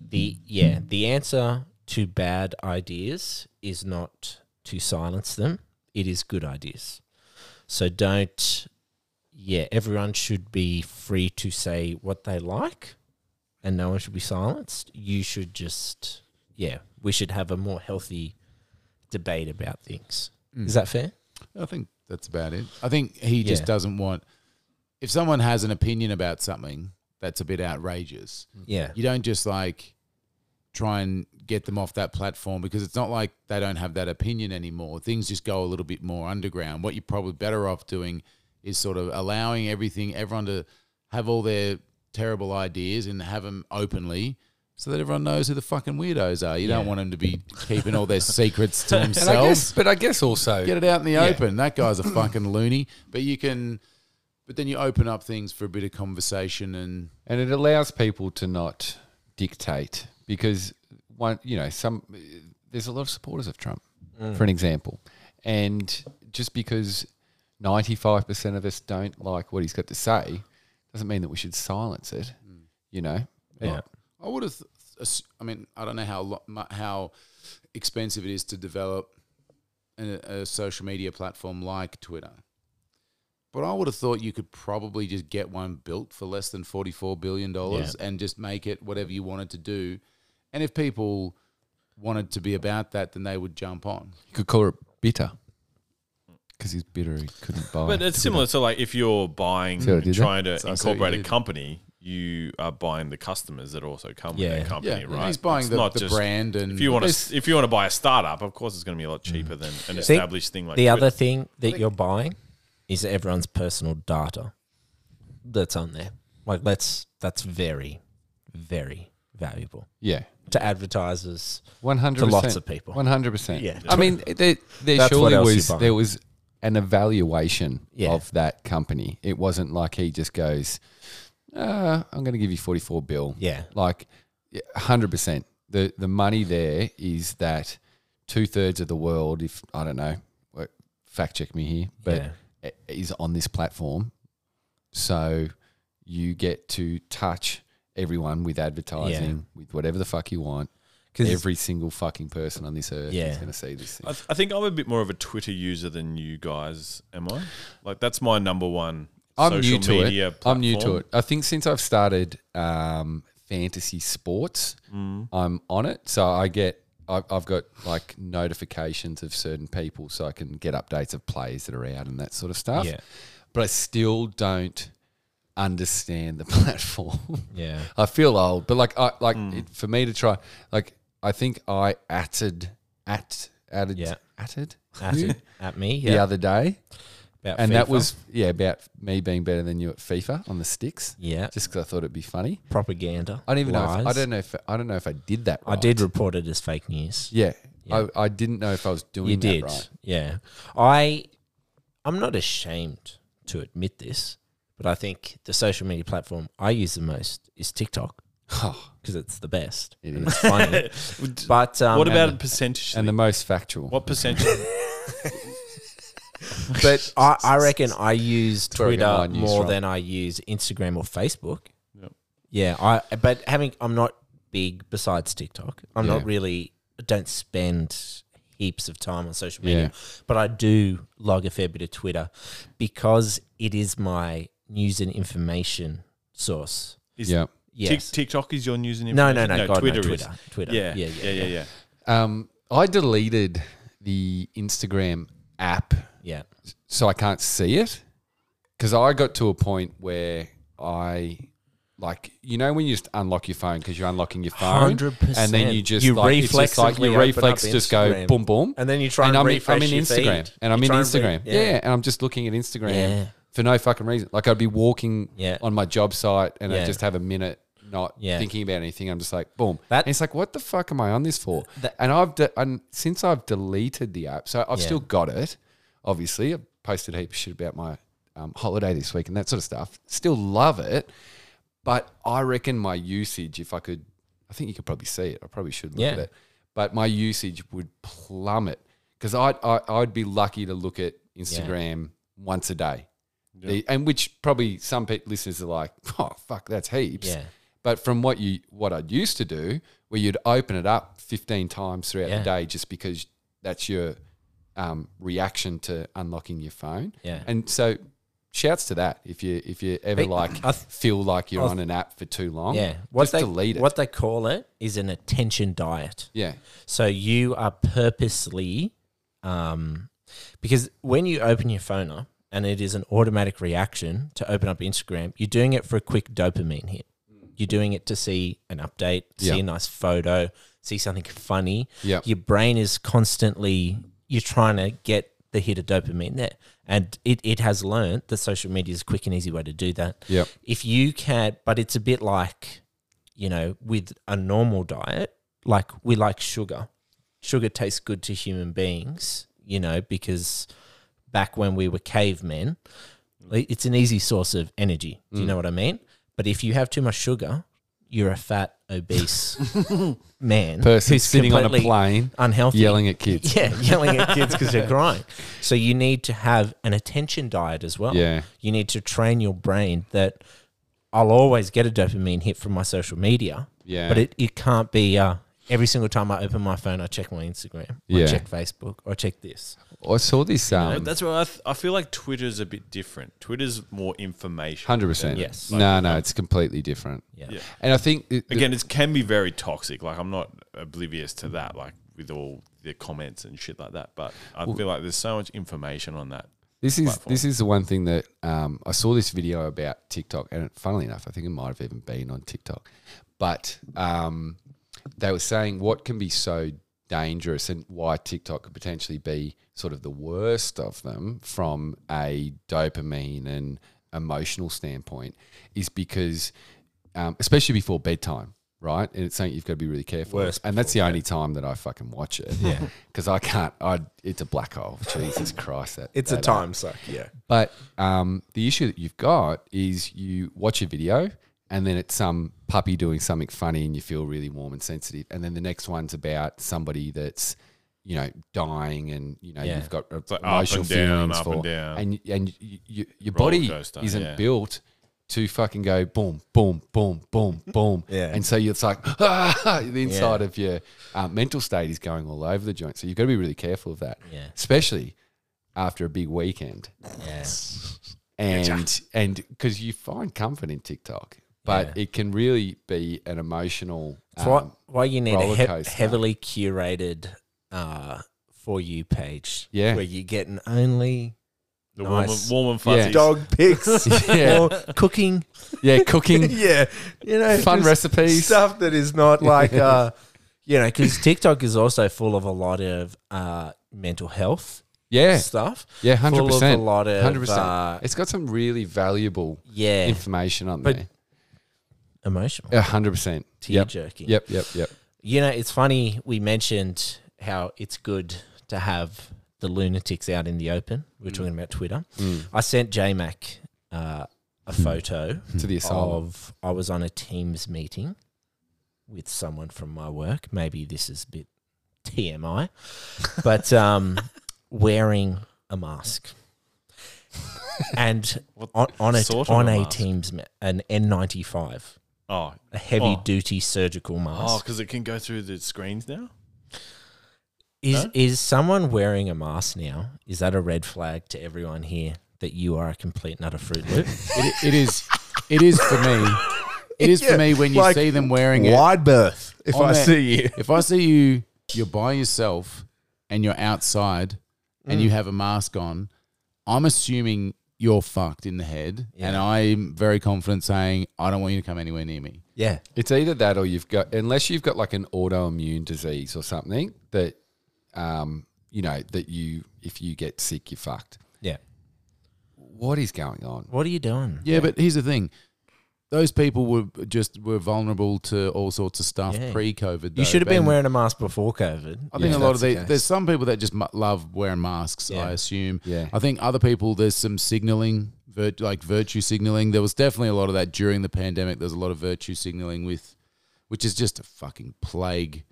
Speaker 4: the yeah the answer to bad ideas is not to silence them. It is good ideas. So don't yeah, everyone should be free to say what they like and no one should be silenced. You should just, yeah, we should have a more healthy debate about things.
Speaker 2: Mm.
Speaker 4: Is that fair?
Speaker 5: I think that's about it. I think he just
Speaker 4: Yeah.
Speaker 5: doesn't want. If someone has an opinion about something that's a bit outrageous,
Speaker 2: Mm.
Speaker 4: Yeah.
Speaker 5: you don't just like try and get them off that platform because it's not like they don't have that opinion anymore. Things just go a little bit more underground. What you're probably better off doing is sort of allowing everything, everyone to have all their terrible ideas and have them openly. So that everyone knows who the fucking weirdos are. You don't
Speaker 4: Yeah.
Speaker 5: want them to be keeping all their secrets to
Speaker 2: And I
Speaker 5: themselves
Speaker 2: guess, but I guess also,
Speaker 5: get it out in the open. That guy's a fucking loony. But you can, but then you open up things for a bit of conversation and
Speaker 2: and it allows people to not dictate because one, you know, some there's a lot of supporters of Trump, for an example, and just because ninety five percent of us don't like what he's got to say, doesn't mean that we should silence it. You know,
Speaker 4: Yeah.
Speaker 5: I would have. ass- I mean, I don't know how lo- mu- how expensive it is to develop a, a social media platform like Twitter, but I would have thought you could probably just get one built for less than forty four billion dollars and just make it whatever you wanted to do. And if people wanted to be about that, then they would jump on.
Speaker 2: you could call it bitter because he's bitter. He couldn't buy.
Speaker 3: But it's similar to like if you're buying
Speaker 2: See what I
Speaker 3: and
Speaker 2: did there?
Speaker 3: trying to
Speaker 5: So I see what you
Speaker 3: incorporate a
Speaker 5: did.
Speaker 3: company, you are buying the customers that also come with
Speaker 4: Yeah.
Speaker 3: that company,
Speaker 5: Yeah,
Speaker 3: right?
Speaker 5: he's buying
Speaker 3: It's
Speaker 5: the,
Speaker 3: not
Speaker 5: the
Speaker 3: just-
Speaker 5: brand and
Speaker 3: If you want
Speaker 5: There's-
Speaker 3: to, if you want to buy a startup, of course it's going to be a lot cheaper than an established thing like
Speaker 4: the
Speaker 3: Twitter.
Speaker 4: other thing that you're buying is everyone's personal data that's on there. Like, let's, that's very, very valuable
Speaker 2: yeah,
Speaker 4: to advertisers.
Speaker 2: one hundred
Speaker 4: To lots of people.
Speaker 2: One hundred percent.
Speaker 4: Yeah.
Speaker 2: I mean, there, there
Speaker 4: That's what
Speaker 2: surely
Speaker 4: else you
Speaker 2: was
Speaker 4: buy.
Speaker 2: there was an evaluation
Speaker 4: Yeah.
Speaker 2: of that company. It wasn't like he just goes, uh, "I'm going to give you forty four bill."
Speaker 4: Yeah.
Speaker 2: like hundred percent. The the money there is that two thirds of the world, if I don't know, what- fact check me here, but i is on this platform. So you get to touch everyone with advertising, with whatever the fuck you want.
Speaker 4: 'Cause-
Speaker 2: Every single fucking person on this earth
Speaker 4: Yeah.
Speaker 2: is going to see this thing.
Speaker 3: I, th- I think I'm a bit more of a Twitter user than you guys. Am I? Like that's my number one.
Speaker 2: I'm
Speaker 3: social
Speaker 2: new to
Speaker 3: media
Speaker 2: it. I'm new to
Speaker 3: platform.
Speaker 2: it. I think since I've started um, fantasy sports,
Speaker 3: Mm.
Speaker 2: I'm on it. So I get, I've, I've got like notifications of certain people, so I can get updates of plays that are out and that sort of stuff.
Speaker 4: Yeah.
Speaker 2: But I still don't understand the platform.
Speaker 4: Yeah.
Speaker 2: I feel old, but like I like
Speaker 3: Mm.
Speaker 2: it, for me to try like I think I atted at added
Speaker 4: Yeah.
Speaker 2: atted
Speaker 4: At,
Speaker 2: you
Speaker 4: it- at me.
Speaker 2: the
Speaker 4: Yeah.
Speaker 2: other day
Speaker 4: about
Speaker 2: and that
Speaker 4: FIFA.
Speaker 2: was yeah about me being better than you at FIFA on the sticks.
Speaker 4: Yeah.
Speaker 2: just because I thought it'd be funny.
Speaker 4: propaganda.
Speaker 2: I don't even know. If, I
Speaker 4: lies.
Speaker 2: don't know if I don't know if I did that.
Speaker 4: I
Speaker 2: Right.
Speaker 4: did report it as fake news.
Speaker 2: Yeah, I, I didn't know if I was doing.
Speaker 4: You
Speaker 2: that
Speaker 4: did.
Speaker 2: Right.
Speaker 4: Yeah. I I'm not ashamed to admit this, but I think the social media platform I use the most is TikTok
Speaker 2: Oh,
Speaker 4: because it's the best.
Speaker 2: It
Speaker 4: and It's funny. but um,
Speaker 3: what about
Speaker 4: and-
Speaker 3: a percentage?
Speaker 2: and the most factual.
Speaker 3: what percentage?
Speaker 4: But I, I reckon I use
Speaker 2: where I get
Speaker 4: Twitter
Speaker 2: my news
Speaker 4: more
Speaker 2: from.
Speaker 4: than I use Instagram or Facebook.
Speaker 3: Yep.
Speaker 4: Yeah. I but having I'm not big besides TikTok. I'm not
Speaker 2: Yeah.
Speaker 4: really I don't spend heaps of time on social
Speaker 2: Yeah.
Speaker 4: media, but I do log a fair bit of Twitter because it is my news and information source.
Speaker 3: Is
Speaker 2: Yeah.
Speaker 4: Yes.
Speaker 3: Tik- TikTok is your news and
Speaker 4: no,
Speaker 3: information?
Speaker 4: no, no, God,
Speaker 3: Twitter
Speaker 4: Twitter,
Speaker 3: is.
Speaker 4: no, Twitter, Twitter.
Speaker 3: Yeah, yeah, yeah, yeah, yeah.
Speaker 2: Um, I deleted the Instagram app
Speaker 4: yeah.
Speaker 2: so I can't see it because I got to a point where I like you know when you just unlock your phone because you're unlocking your phone
Speaker 4: 100%.
Speaker 2: and then you just
Speaker 4: You
Speaker 2: like, it's just like
Speaker 4: reflexively
Speaker 2: your
Speaker 4: open up
Speaker 2: reflex just go
Speaker 4: Instagram.
Speaker 2: boom boom
Speaker 4: And then you try and
Speaker 2: I'm, in-
Speaker 4: refresh
Speaker 2: I'm in
Speaker 4: your
Speaker 2: Instagram
Speaker 4: feed.
Speaker 2: and I'm
Speaker 4: You
Speaker 2: in
Speaker 4: try and re-
Speaker 2: Instagram yeah.
Speaker 4: yeah.
Speaker 2: and I'm just looking at Instagram
Speaker 4: Yeah.
Speaker 2: for no fucking reason like I'd be walking
Speaker 4: Yeah.
Speaker 2: on my job site and I
Speaker 4: Yeah.
Speaker 2: just have a minute not
Speaker 4: Yeah.
Speaker 2: thinking about anything I'm just like boom
Speaker 4: That-
Speaker 2: and it's like what the fuck am I on this for
Speaker 4: That-
Speaker 2: and I've de- and since I've deleted the app so I've
Speaker 4: Yeah.
Speaker 2: still got it obviously. I posted a heap of shit about my um, holiday this week and that sort of stuff. Still love it, but I reckon my usage, if I could, I think you could probably see it. I probably should look at
Speaker 4: Yeah.
Speaker 2: it, but my usage would plummet because I'd, I, I'd be lucky to look at Instagram once a day. The- and which probably some pe- listeners are like, oh fuck, that's heaps.
Speaker 4: Yeah.
Speaker 2: But from what you what I used to do, where you'd open it up fifteen times throughout the
Speaker 4: Yeah.
Speaker 2: day, just because that's your um, reaction to unlocking your phone.
Speaker 4: Yeah.
Speaker 2: And so, shouts to that if you if you ever
Speaker 4: Hey,
Speaker 2: like
Speaker 4: I th-
Speaker 2: feel like you're
Speaker 4: I
Speaker 2: on an app for too long.
Speaker 4: Yeah. What
Speaker 2: What just
Speaker 4: they
Speaker 2: delete it.
Speaker 4: what they call it is an attention diet.
Speaker 2: yeah.
Speaker 4: So you are purposely, um, because when you open your phone up and it is an automatic reaction to open up Instagram, you're doing it for a quick dopamine hit. You're doing it to see an update, see
Speaker 2: Mm. Yeah.
Speaker 4: a nice photo, see something funny.
Speaker 2: Yeah.
Speaker 4: Your brain is constantly, you're trying to get the hit of dopamine there. And it, it has learned that social media is a quick and easy way to do that.
Speaker 2: Yep.
Speaker 4: If you can, but it's a bit like, you know, with a normal diet, like we like sugar. Sugar tastes good to human beings, you know, because back when we were cavemen, like, it's an easy source of energy. Do you
Speaker 2: Mm.
Speaker 4: know what I mean? But if you have too much sugar, you're a fat, obese man
Speaker 2: Person sitting on a
Speaker 4: completely
Speaker 2: plane
Speaker 4: unhealthy,
Speaker 2: yelling at kids.
Speaker 4: Yeah, yelling at kids because they're crying. So you need to have an attention diet as well.
Speaker 2: Yeah.
Speaker 4: You need to train your brain that I'll always get a dopamine hit from my social media.
Speaker 2: Yeah.
Speaker 4: But it, it can't be uh, every single time I open my phone, I check my Instagram, or
Speaker 2: Yeah.
Speaker 4: check Facebook, or check this.
Speaker 2: I saw this.
Speaker 3: Uh,
Speaker 2: Um,
Speaker 3: That's why I, th- I feel like Twitter's a bit different. Twitter's more information.
Speaker 2: Hundred percent.
Speaker 4: Yes.
Speaker 2: No, no, it's completely different.
Speaker 4: Yeah.
Speaker 3: Yeah.
Speaker 2: And I think it-
Speaker 3: Again, it can be very toxic. Like I'm not oblivious to that. Like with all the comments and shit like that. But I feel like there's so much information on that.
Speaker 2: This is
Speaker 3: platform.
Speaker 2: this is the one thing that um, I saw this video about TikTok, and funnily enough, I think it might have even been on TikTok, but um, they were saying what can be so dangerous and why TikTok could potentially be sort of the worst of them from a dopamine and emotional standpoint is because, um, especially before bedtime. Right, and it's something you've got to be really careful. of.
Speaker 4: Worst
Speaker 2: and that's the only time that I fucking watch it. Yeah, because I can't. I it's a black hole. Jesus Christ, that that app.
Speaker 4: suck. Yeah.
Speaker 2: But um, the issue that you've got is you watch a video and then it's some puppy doing something funny and you feel really warm and sensitive. And then the next one's about somebody that's, you know, dying and, you know,
Speaker 4: Yeah.
Speaker 2: you've got
Speaker 3: like up
Speaker 2: emotional
Speaker 3: and down,
Speaker 2: feelings
Speaker 3: up
Speaker 2: for.
Speaker 3: and down.
Speaker 2: And, and you, you, your
Speaker 3: Roller
Speaker 2: body
Speaker 3: coaster,
Speaker 2: isn't
Speaker 3: yeah.
Speaker 2: built to fucking go boom, boom, boom, boom, boom.
Speaker 4: Yeah.
Speaker 2: And so you're it's like, the inside of your uh, mental state is going all over the joint. So you've got to be really careful of that,
Speaker 4: Yeah.
Speaker 2: especially after a big weekend
Speaker 4: Yeah.
Speaker 2: and and because you find comfort in TikTok, but it can really be an emotional.
Speaker 4: That's why,
Speaker 2: um,
Speaker 4: why you need
Speaker 2: roller
Speaker 4: a he-
Speaker 2: coaster.
Speaker 4: heavily curated uh, for you page.
Speaker 2: Yeah.
Speaker 4: Where you're getting only
Speaker 3: The
Speaker 4: Nice.
Speaker 3: warm, and- warm
Speaker 2: Yeah.
Speaker 3: and fuzzy.
Speaker 4: dog pics
Speaker 2: um, Yeah.
Speaker 4: or cooking.
Speaker 2: yeah, cooking
Speaker 4: yeah. You know,
Speaker 2: fun
Speaker 4: just
Speaker 2: recipes.
Speaker 4: Stuff that is not like, uh, you know, because TikTok is also full of a lot of uh, mental health
Speaker 2: Yeah,
Speaker 4: stuff.
Speaker 2: yeah, hundred
Speaker 4: Full of
Speaker 2: percent.
Speaker 4: a lot of,
Speaker 2: hundred percent.
Speaker 4: uh,
Speaker 2: It's got some really valuable
Speaker 4: Yeah.
Speaker 2: information on
Speaker 4: But-
Speaker 2: there.
Speaker 4: Emotional.
Speaker 2: there. hundred percent.
Speaker 4: Tear
Speaker 2: Yep.
Speaker 4: jerking.
Speaker 2: yep, yep, yep.
Speaker 4: You know, it's funny we mentioned how it's good to have the lunatics out in the open.
Speaker 2: Mm.
Speaker 4: We are talking about Twitter. I sent JMac uh, a
Speaker 2: Hmm.
Speaker 4: photo
Speaker 2: To the asylum.
Speaker 4: of I was on a Teams meeting with someone from my work. Maybe this is a bit TMI, but um, wearing a mask. And
Speaker 3: What
Speaker 4: on, on a
Speaker 3: sort of
Speaker 4: on
Speaker 3: a
Speaker 4: a,
Speaker 3: mask?
Speaker 4: Teams ma- an N95,
Speaker 3: Oh,
Speaker 4: a heavy duty surgical mask.
Speaker 3: oh, because it can go through the screens now.
Speaker 4: Is is someone wearing a mask now? Is that a red flag to everyone here that you are a complete nut of Fruit Loop?
Speaker 5: It, it is. It is for me. It is for me when you
Speaker 6: Like,
Speaker 5: see them wearing it.
Speaker 6: wide berth. If
Speaker 5: on
Speaker 6: I
Speaker 5: that-
Speaker 6: see you,
Speaker 5: If I see you, you're by yourself and you're outside and
Speaker 6: Mm.
Speaker 5: you have a mask on, I'm assuming you're fucked in the head. And I'm very confident saying, I don't want you to come anywhere near me.
Speaker 4: yeah.
Speaker 2: It's either that or you've got, unless you've got like an autoimmune disease or something that, um, you know, that you, if you get sick, you're fucked.
Speaker 4: Yeah.
Speaker 2: What is going on?
Speaker 4: What are you doing?
Speaker 5: Yeah, but here's the thing. Those people were just were vulnerable to all sorts of stuff
Speaker 4: Yeah.
Speaker 5: pre-COVID.
Speaker 4: You
Speaker 5: though,
Speaker 4: should have been
Speaker 5: and
Speaker 4: wearing a mask before COVID.
Speaker 5: I
Speaker 2: Yeah,
Speaker 5: think a lot
Speaker 2: that's
Speaker 5: of
Speaker 2: the
Speaker 5: the,
Speaker 2: case.
Speaker 5: there's some people that just mu- love wearing masks.
Speaker 4: Yeah.
Speaker 5: I assume.
Speaker 2: Yeah.
Speaker 5: I think other people there's some signaling, vir- like virtue signaling. There was definitely a lot of that during the pandemic. There's a lot of virtue signaling with, which is just a fucking plague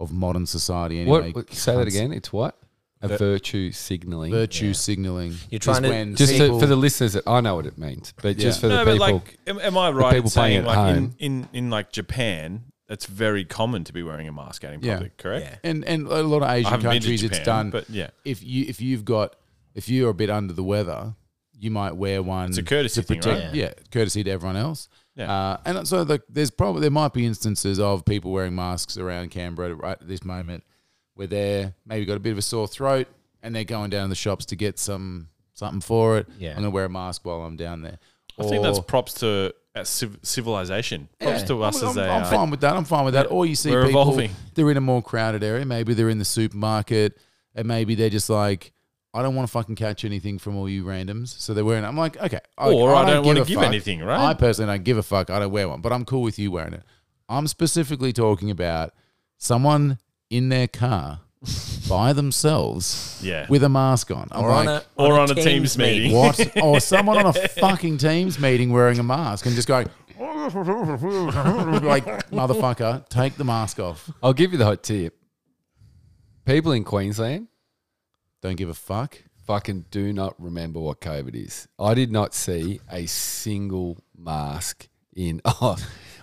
Speaker 5: of modern society.
Speaker 2: What,
Speaker 5: Anyway,
Speaker 2: what- say that
Speaker 5: cunts.
Speaker 2: again. It's what? A virtue signaling.
Speaker 5: Virtue signaling.
Speaker 4: You're trying to-
Speaker 5: is when
Speaker 2: just to,
Speaker 5: people-
Speaker 2: for the listeners that I know what it means, but just for
Speaker 3: no,
Speaker 2: the
Speaker 3: but
Speaker 2: people.
Speaker 3: like, am, am I right in
Speaker 2: people playing
Speaker 3: saying
Speaker 2: at
Speaker 3: like in,
Speaker 2: home.
Speaker 3: in in like Japan, that's very common to be wearing a mask out in
Speaker 5: Yeah.
Speaker 3: public, correct?
Speaker 4: Yeah.
Speaker 5: and and a lot of Asian
Speaker 3: haven't been to
Speaker 5: countries, it's
Speaker 3: Japan,
Speaker 5: done.
Speaker 3: but yeah.
Speaker 5: if you if you've got if you're a bit under the weather, you might wear one.
Speaker 3: It's a courtesy thing, right?
Speaker 5: yeah. courtesy to everyone else.
Speaker 3: Yeah.
Speaker 5: Uh, and so like, there's probably there might be instances of people wearing masks around Canberra right at this moment where they're maybe got a bit of a sore throat and they're going down to the shops to get some something for it.
Speaker 4: Yeah.
Speaker 5: I'm gonna wear a mask while I'm down there.
Speaker 3: I think that's
Speaker 5: Or-
Speaker 3: props to uh, civ- civilization. Props
Speaker 5: Yeah.
Speaker 3: to us
Speaker 5: I'm,
Speaker 3: as uh, they
Speaker 5: I'm, I'm
Speaker 3: are.
Speaker 5: fine with that. I'm fine with that. Or you see
Speaker 3: We're
Speaker 5: people,
Speaker 3: evolving.
Speaker 5: they're in a more crowded area. Maybe they're in the supermarket and maybe they're just like, I don't want to fucking catch anything from all you randoms. So they're wearing it. I'm like, okay.
Speaker 3: Or I don't wanna
Speaker 5: a
Speaker 3: give
Speaker 5: fuck.
Speaker 3: anything, right?
Speaker 5: I personally don't give a fuck. I don't wear one, but I'm cool with you wearing it. I'm specifically talking about someone in their car by themselves
Speaker 3: Yeah.
Speaker 5: with a mask on. I'm
Speaker 4: Or
Speaker 5: like,
Speaker 4: on a,
Speaker 3: or on a Teams meeting.
Speaker 5: what? Or someone on a fucking Teams meeting wearing a mask and just going, like, motherfucker, take the mask off.
Speaker 2: I'll give you the hot tip. People in Queensland
Speaker 5: Don't give a fuck.
Speaker 2: fucking do not remember what COVID is. I did not see a single mask in.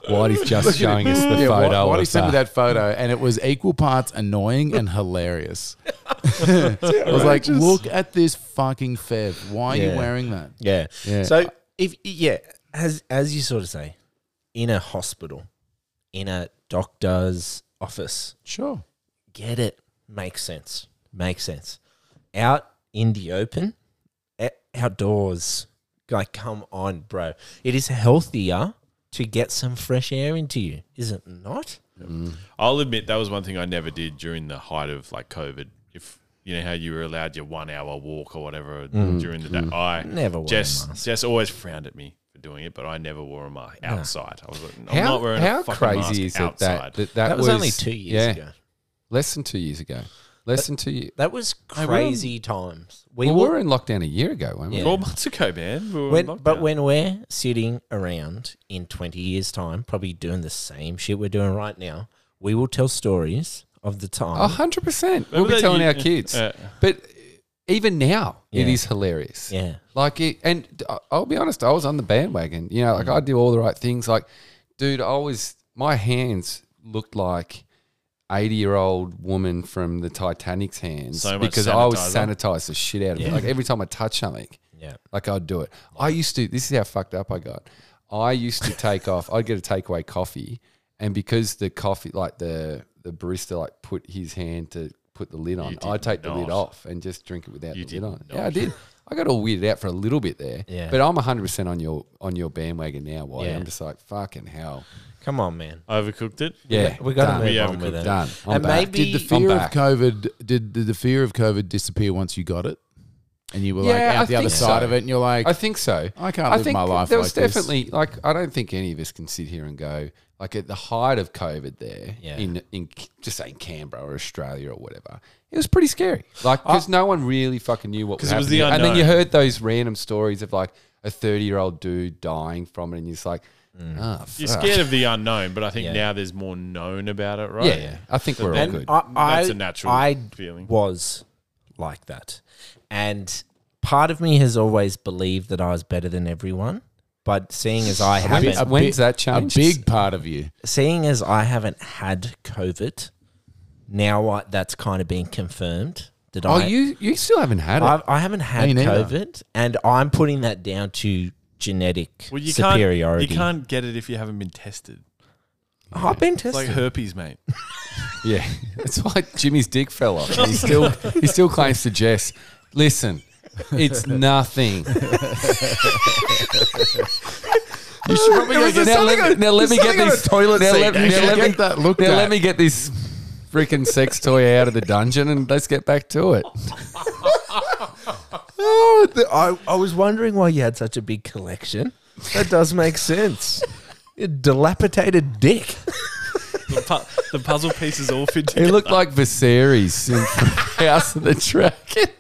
Speaker 2: Oh, Whitey's just showing us the
Speaker 5: Yeah,
Speaker 2: photo.
Speaker 5: Whitey
Speaker 2: of,
Speaker 5: sent me
Speaker 2: uh,
Speaker 5: that photo, and it was equal parts annoying and hilarious. I was like, look at this fucking Feb. Why are
Speaker 4: Yeah.
Speaker 5: you wearing that?
Speaker 4: Yeah.
Speaker 2: Yeah.
Speaker 4: So if yeah, as as you sort of say, in a hospital, in a doctor's office,
Speaker 5: Sure.
Speaker 4: get it. Makes sense. Makes sense. Out in the open, o- outdoors. Like, come on, bro. It is healthier to get some fresh air into you, is it not?
Speaker 3: I'll admit that was one thing I never did during the height of like COVID. If you know how you were allowed your one hour walk or whatever
Speaker 2: Mm-hmm.
Speaker 3: during the day, I
Speaker 4: Never wore a
Speaker 3: Jess,
Speaker 4: mask.
Speaker 3: Jess always frowned at me for doing it, but I never wore a mask outside. I was like, I'm
Speaker 2: how
Speaker 3: not wearing
Speaker 2: how
Speaker 3: a fucking mask
Speaker 2: crazy is it that,
Speaker 3: outside.
Speaker 2: that
Speaker 4: That,
Speaker 2: that
Speaker 4: was, only two years
Speaker 2: yeah,
Speaker 4: ago.
Speaker 2: Less than two years ago. Less than two years.
Speaker 4: That was
Speaker 2: were in-
Speaker 4: crazy times.
Speaker 2: We were in lockdown a year ago, weren't we?
Speaker 4: Yeah.
Speaker 3: Four months ago, man. We were
Speaker 4: When,
Speaker 3: in lockdown.
Speaker 4: but when we're sitting around in 20 years' time, probably doing the same shit we're doing right now, we will tell stories of the time.
Speaker 2: A hundred percent. We'll
Speaker 3: Remember
Speaker 2: be
Speaker 3: that
Speaker 2: telling
Speaker 3: you-
Speaker 2: our kids.
Speaker 3: uh,
Speaker 2: but even now, it
Speaker 4: Yeah.
Speaker 2: is hilarious.
Speaker 4: Yeah.
Speaker 2: Like it, and I- I'll be honest, I was on the bandwagon. You know, like
Speaker 4: Mm.
Speaker 2: I do all the right things. Like, dude, I was my hands looked like eighty-year-old woman from the Titanic's hands
Speaker 3: So much
Speaker 2: because I was
Speaker 3: sanitizer.
Speaker 2: sanitized the shit out of it. Like every time I touch something,
Speaker 4: Yeah.
Speaker 2: like I'd do it. I used to. This is how fucked up I got. I used to take off. I'd get a takeaway coffee, and because the coffee, like the the barista, like put his hand to put the lid on,
Speaker 3: did
Speaker 2: I take the lid
Speaker 3: not.
Speaker 2: off and just drink it without
Speaker 3: You
Speaker 2: the lid
Speaker 3: did
Speaker 2: on.
Speaker 3: not.
Speaker 2: Yeah, I did. I got all weirded out for a little bit there.
Speaker 4: Yeah.
Speaker 2: But I'm 100 percent on your on your bandwagon now. Why?
Speaker 4: Yeah.
Speaker 2: I'm just like fucking hell.
Speaker 4: Come on, man.
Speaker 3: overcooked it.
Speaker 2: Yeah,
Speaker 4: we gotta
Speaker 2: done.
Speaker 4: move
Speaker 3: We
Speaker 4: on
Speaker 3: haven't
Speaker 4: with it.
Speaker 2: Done. I'm
Speaker 4: and
Speaker 2: back.
Speaker 4: maybe
Speaker 5: Did the
Speaker 2: I'm
Speaker 5: fear of
Speaker 2: back.
Speaker 5: COVID did, did the fear of COVID disappear once you got it? And you were like
Speaker 2: Yeah,
Speaker 5: out
Speaker 2: I
Speaker 5: the other
Speaker 2: think
Speaker 5: side
Speaker 2: so.
Speaker 5: of it and you're like
Speaker 2: I think so.
Speaker 5: I can't live
Speaker 2: think
Speaker 5: my life
Speaker 2: There was
Speaker 5: like this.
Speaker 2: definitely like I don't think any of us can sit here and go like at the height of COVID there
Speaker 4: Yeah.
Speaker 2: in in just say in Canberra or Australia or whatever. It was pretty scary, like because no one really fucking knew what was
Speaker 3: 'Cause it was
Speaker 2: happening.
Speaker 3: the
Speaker 2: and then you
Speaker 3: unknown.
Speaker 2: heard those random stories of like a thirty year old dude dying from it, and you're just like,
Speaker 3: Mm.
Speaker 2: ah, fuck.
Speaker 3: You're scared of the unknown, but I think
Speaker 4: Yeah.
Speaker 3: now there's more known about it, right?
Speaker 2: Yeah, yeah. I think we're all
Speaker 4: And
Speaker 2: good.
Speaker 4: I, I,
Speaker 3: That's a natural
Speaker 4: I
Speaker 3: feeling.
Speaker 4: was like that. And part of me has always believed that I was better than everyone. But seeing as I haven't,
Speaker 2: bit- when's that
Speaker 5: a
Speaker 2: changed?
Speaker 5: big part of you.
Speaker 4: seeing as I haven't had COVID, Now I, that's kind of been confirmed that
Speaker 2: Oh,
Speaker 4: I
Speaker 2: you you still haven't had it.
Speaker 4: I, I haven't had
Speaker 5: Me neither.
Speaker 4: COVID, and I'm putting that down to genetic
Speaker 3: Well, you
Speaker 4: superiority.
Speaker 3: can't. You can't get it if you haven't been tested.
Speaker 4: Oh, I've been
Speaker 3: It's like
Speaker 4: tested.
Speaker 3: herpes, mate.
Speaker 2: Yeah, that's why Jimmy's dick fell off. He still he still claims to Jess. Listen, it's nothing.
Speaker 5: You should probably go get
Speaker 2: now let, now let me get this
Speaker 5: toilet
Speaker 2: Now
Speaker 5: seat.
Speaker 2: let, now
Speaker 5: You should
Speaker 2: let
Speaker 5: get
Speaker 2: me
Speaker 5: that looked
Speaker 2: Now
Speaker 5: at.
Speaker 2: let me get this freaking sex toy out of the dungeon and let's get back to it.
Speaker 4: Oh, the- I, I was wondering why you had such a big collection. That does make sense. A dilapidated dick.
Speaker 3: The, pu- the puzzle pieces all fit
Speaker 2: He
Speaker 3: together.
Speaker 2: looked like Viserys in House of the Dragon.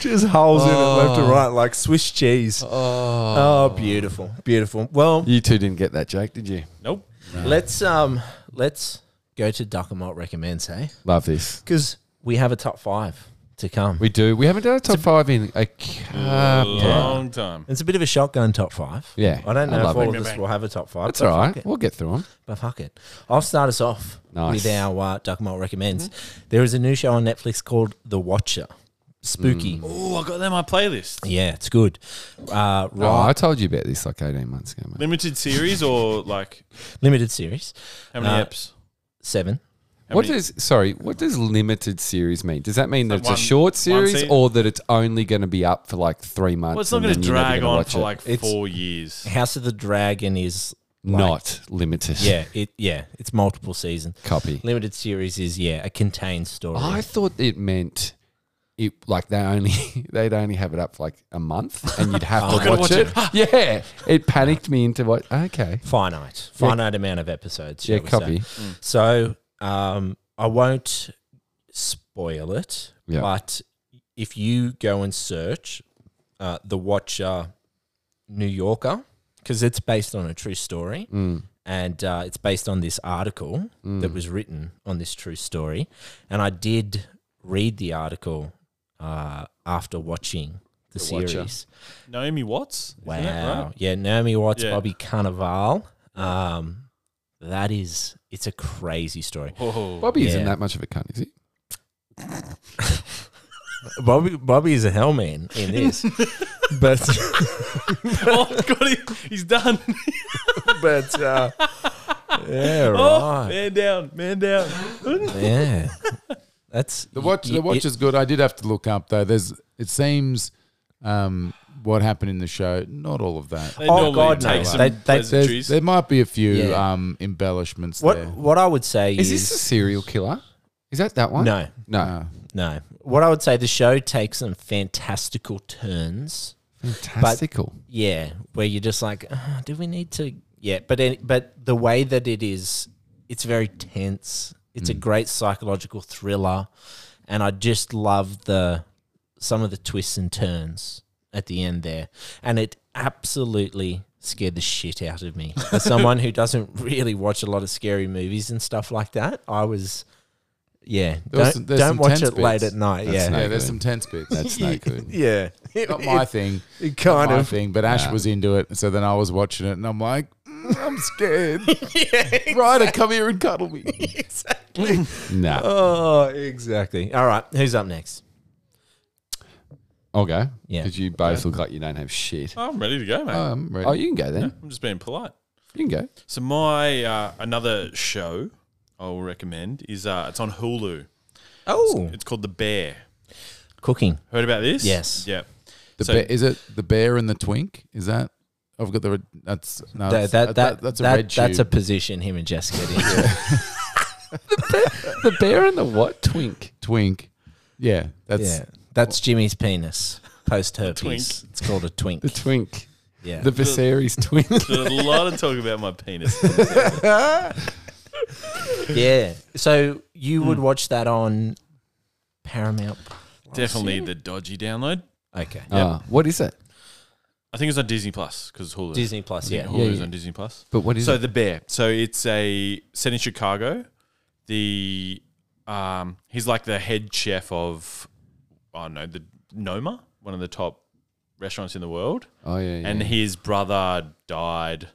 Speaker 4: Just holes in it left
Speaker 3: Oh.
Speaker 4: and right like Swiss cheese. Oh, beautiful. Beautiful. Well,
Speaker 2: You two didn't get that, Jake, did you?
Speaker 3: Nope.
Speaker 4: let's um let's go to Docamalt recommends, hey?
Speaker 2: Love this.
Speaker 4: Because we have a top five to come.
Speaker 2: We do. We haven't done a top five in a couple.
Speaker 3: Long time.
Speaker 4: it's a bit of a shotgun top five.
Speaker 2: Yeah,
Speaker 4: I don't
Speaker 2: I
Speaker 4: know if
Speaker 2: love
Speaker 4: all
Speaker 2: it.
Speaker 4: of us will have a top five.
Speaker 2: That's
Speaker 4: but
Speaker 2: all
Speaker 4: fuck
Speaker 2: right.
Speaker 4: it.
Speaker 2: We'll get through them.
Speaker 4: But fuck it. I'll start us off
Speaker 2: Nice. Mm-hmm.
Speaker 4: with our uh, Duckmalt recommends. There is a new show on Netflix called The Watcher. Spooky.
Speaker 2: Mm.
Speaker 3: Oh, I got that on my playlist.
Speaker 4: Yeah, it's good. Uh,
Speaker 2: Oh,
Speaker 4: right.
Speaker 2: I told you about this like 18 months ago, mate.
Speaker 3: Limited series or like
Speaker 4: Limited series.
Speaker 3: how many
Speaker 4: Uh,
Speaker 3: eps?
Speaker 4: Seven.
Speaker 3: How
Speaker 2: What
Speaker 3: many-
Speaker 2: does sorry? What does limited series mean? Does that mean that
Speaker 3: Like
Speaker 2: it's
Speaker 3: one-
Speaker 2: a short
Speaker 3: one
Speaker 2: series,
Speaker 3: season?
Speaker 2: or that it's only going to be up for like three months?
Speaker 3: Well, it's
Speaker 2: and
Speaker 3: not going to
Speaker 2: then you're never
Speaker 3: drag
Speaker 2: gonna
Speaker 3: on
Speaker 2: watch
Speaker 3: for
Speaker 2: it?
Speaker 3: like
Speaker 4: It's-
Speaker 3: four years.
Speaker 4: House of the Dragon is
Speaker 2: not limited.
Speaker 4: yeah, it yeah, it's multiple season.
Speaker 2: copy.
Speaker 4: Limited series is yeah, a contained story.
Speaker 2: I thought it meant it like they only they'd only have it up for like a month, and you'd have to
Speaker 3: gotta
Speaker 2: watch,
Speaker 3: watch
Speaker 2: it. yeah, it panicked me into what? Okay,
Speaker 4: finite,
Speaker 2: Yeah.
Speaker 4: finite amount of episodes.
Speaker 2: yeah,
Speaker 4: shall we say.
Speaker 2: copy.
Speaker 4: So um, I won't spoil it,
Speaker 2: Yeah.
Speaker 4: but if you go and search uh, The Watcher New Yorker, because it's based on a true story and uh, it's based on this article that was written on this true story. And I did read the article uh, after watching the,
Speaker 2: The Watcher.
Speaker 4: series.
Speaker 3: Naomi Watts.
Speaker 4: Wow.
Speaker 3: Isn't that right?
Speaker 4: Yeah, Naomi Watts,
Speaker 3: Yeah.
Speaker 4: Bobby Cannavale. Um, that is, it's a crazy story.
Speaker 3: Whoa.
Speaker 2: Bobby isn't
Speaker 4: Yeah.
Speaker 2: that much of a cunt, is he?
Speaker 4: Bobby, Bobby is a hell man in this, but
Speaker 3: oh God, he, he's done.
Speaker 4: but uh, yeah,
Speaker 3: Oh,
Speaker 4: right,
Speaker 3: man down, man down.
Speaker 4: yeah. That's
Speaker 5: The watch,
Speaker 4: y-
Speaker 5: the
Speaker 4: y-
Speaker 5: watch is good. I did have to look up though. There's, it seems, um, what happened in the show. Not all of that.
Speaker 3: They
Speaker 4: Oh,
Speaker 3: normally
Speaker 4: God, no.
Speaker 3: take some
Speaker 4: They- they-
Speaker 5: There's,
Speaker 3: pleasantries.
Speaker 5: there might be a few
Speaker 4: Yeah.
Speaker 5: um, embellishments
Speaker 4: What
Speaker 5: there.
Speaker 4: what I would say
Speaker 2: Is
Speaker 4: is,
Speaker 2: this a serial killer? Is that that one?
Speaker 4: no,
Speaker 2: no.
Speaker 5: Uh,
Speaker 4: no. What I would say the show takes some fantastical turns.
Speaker 2: Fantastical.
Speaker 4: Yeah, where you're just like, oh, do we need to? Yeah, but it, but the way that it is, it's very tense. It's
Speaker 5: Mm.
Speaker 4: a great psychological thriller, and I just love the some of the twists and turns at the end there, and it absolutely scared the shit out of me. As someone who doesn't really watch a lot of scary movies and stuff like that, I was. Yeah,
Speaker 5: There was
Speaker 4: don't,
Speaker 5: some- there's
Speaker 4: don't
Speaker 5: some
Speaker 4: watch
Speaker 5: tense
Speaker 4: it late
Speaker 5: bits.
Speaker 4: at night.
Speaker 2: That's
Speaker 4: yeah,
Speaker 2: no
Speaker 5: yeah, there's
Speaker 2: good.
Speaker 5: some tense bits.
Speaker 2: That's no good.
Speaker 4: yeah, it,
Speaker 5: not my
Speaker 4: it-
Speaker 5: thing.
Speaker 4: it kind
Speaker 5: my
Speaker 4: of
Speaker 5: thing, but Ash
Speaker 2: Nah.
Speaker 5: was into it, so then I was watching it, and I'm like, "Mm, I'm scared. Ryder, come here and cuddle me.
Speaker 4: exactly.
Speaker 2: No.
Speaker 4: Oh, exactly. All right, who's up next?
Speaker 2: I'll go.
Speaker 4: Yeah.
Speaker 2: Because you both look like you don't have shit.
Speaker 3: I'm ready to go, mate.
Speaker 5: Um, right.
Speaker 2: Oh, you can go then.
Speaker 3: I'm just being polite.
Speaker 2: You can go.
Speaker 3: So my uh, another show I will recommend is uh, it's on Hulu.
Speaker 4: Oh,
Speaker 3: It's called The Bear.
Speaker 4: cooking.
Speaker 3: Heard about this?
Speaker 4: Yes.
Speaker 3: Yeah.
Speaker 5: The
Speaker 3: So-
Speaker 5: bear, is it the bear and the twink? Is that? I've got the. red- That's no.
Speaker 4: That,
Speaker 5: it's-
Speaker 4: that, that,
Speaker 5: that's
Speaker 4: that's,
Speaker 5: a
Speaker 4: that,
Speaker 5: red
Speaker 4: that's a
Speaker 5: tube.
Speaker 4: position him and Jess get into.
Speaker 2: The bear and the what? Twink.
Speaker 5: twink. Yeah, that's
Speaker 4: yeah, that's Jimmy's penis post herpes.
Speaker 3: twink.
Speaker 4: It's called a twink.
Speaker 2: The twink.
Speaker 4: yeah.
Speaker 2: The Viserys twink.
Speaker 3: There's a lot of talk about my penis.
Speaker 4: yeah. So you would watch that on Paramount.
Speaker 3: Definitely the dodgy download.
Speaker 4: Okay.
Speaker 2: Ah, what is it?
Speaker 3: I think it's on Disney Plus because it's Hulu.
Speaker 4: Disney Plus.
Speaker 3: Yeah,
Speaker 4: Yeah.
Speaker 3: Hulu's
Speaker 2: yeah.
Speaker 3: on Disney Plus.
Speaker 2: But what is
Speaker 3: so
Speaker 2: it?
Speaker 3: the bear. So it's a set in Chicago. The um, he's like the head chef of I don't know the Noma, one of the top restaurants in the world,
Speaker 2: Oh yeah, yeah.
Speaker 3: and his brother died.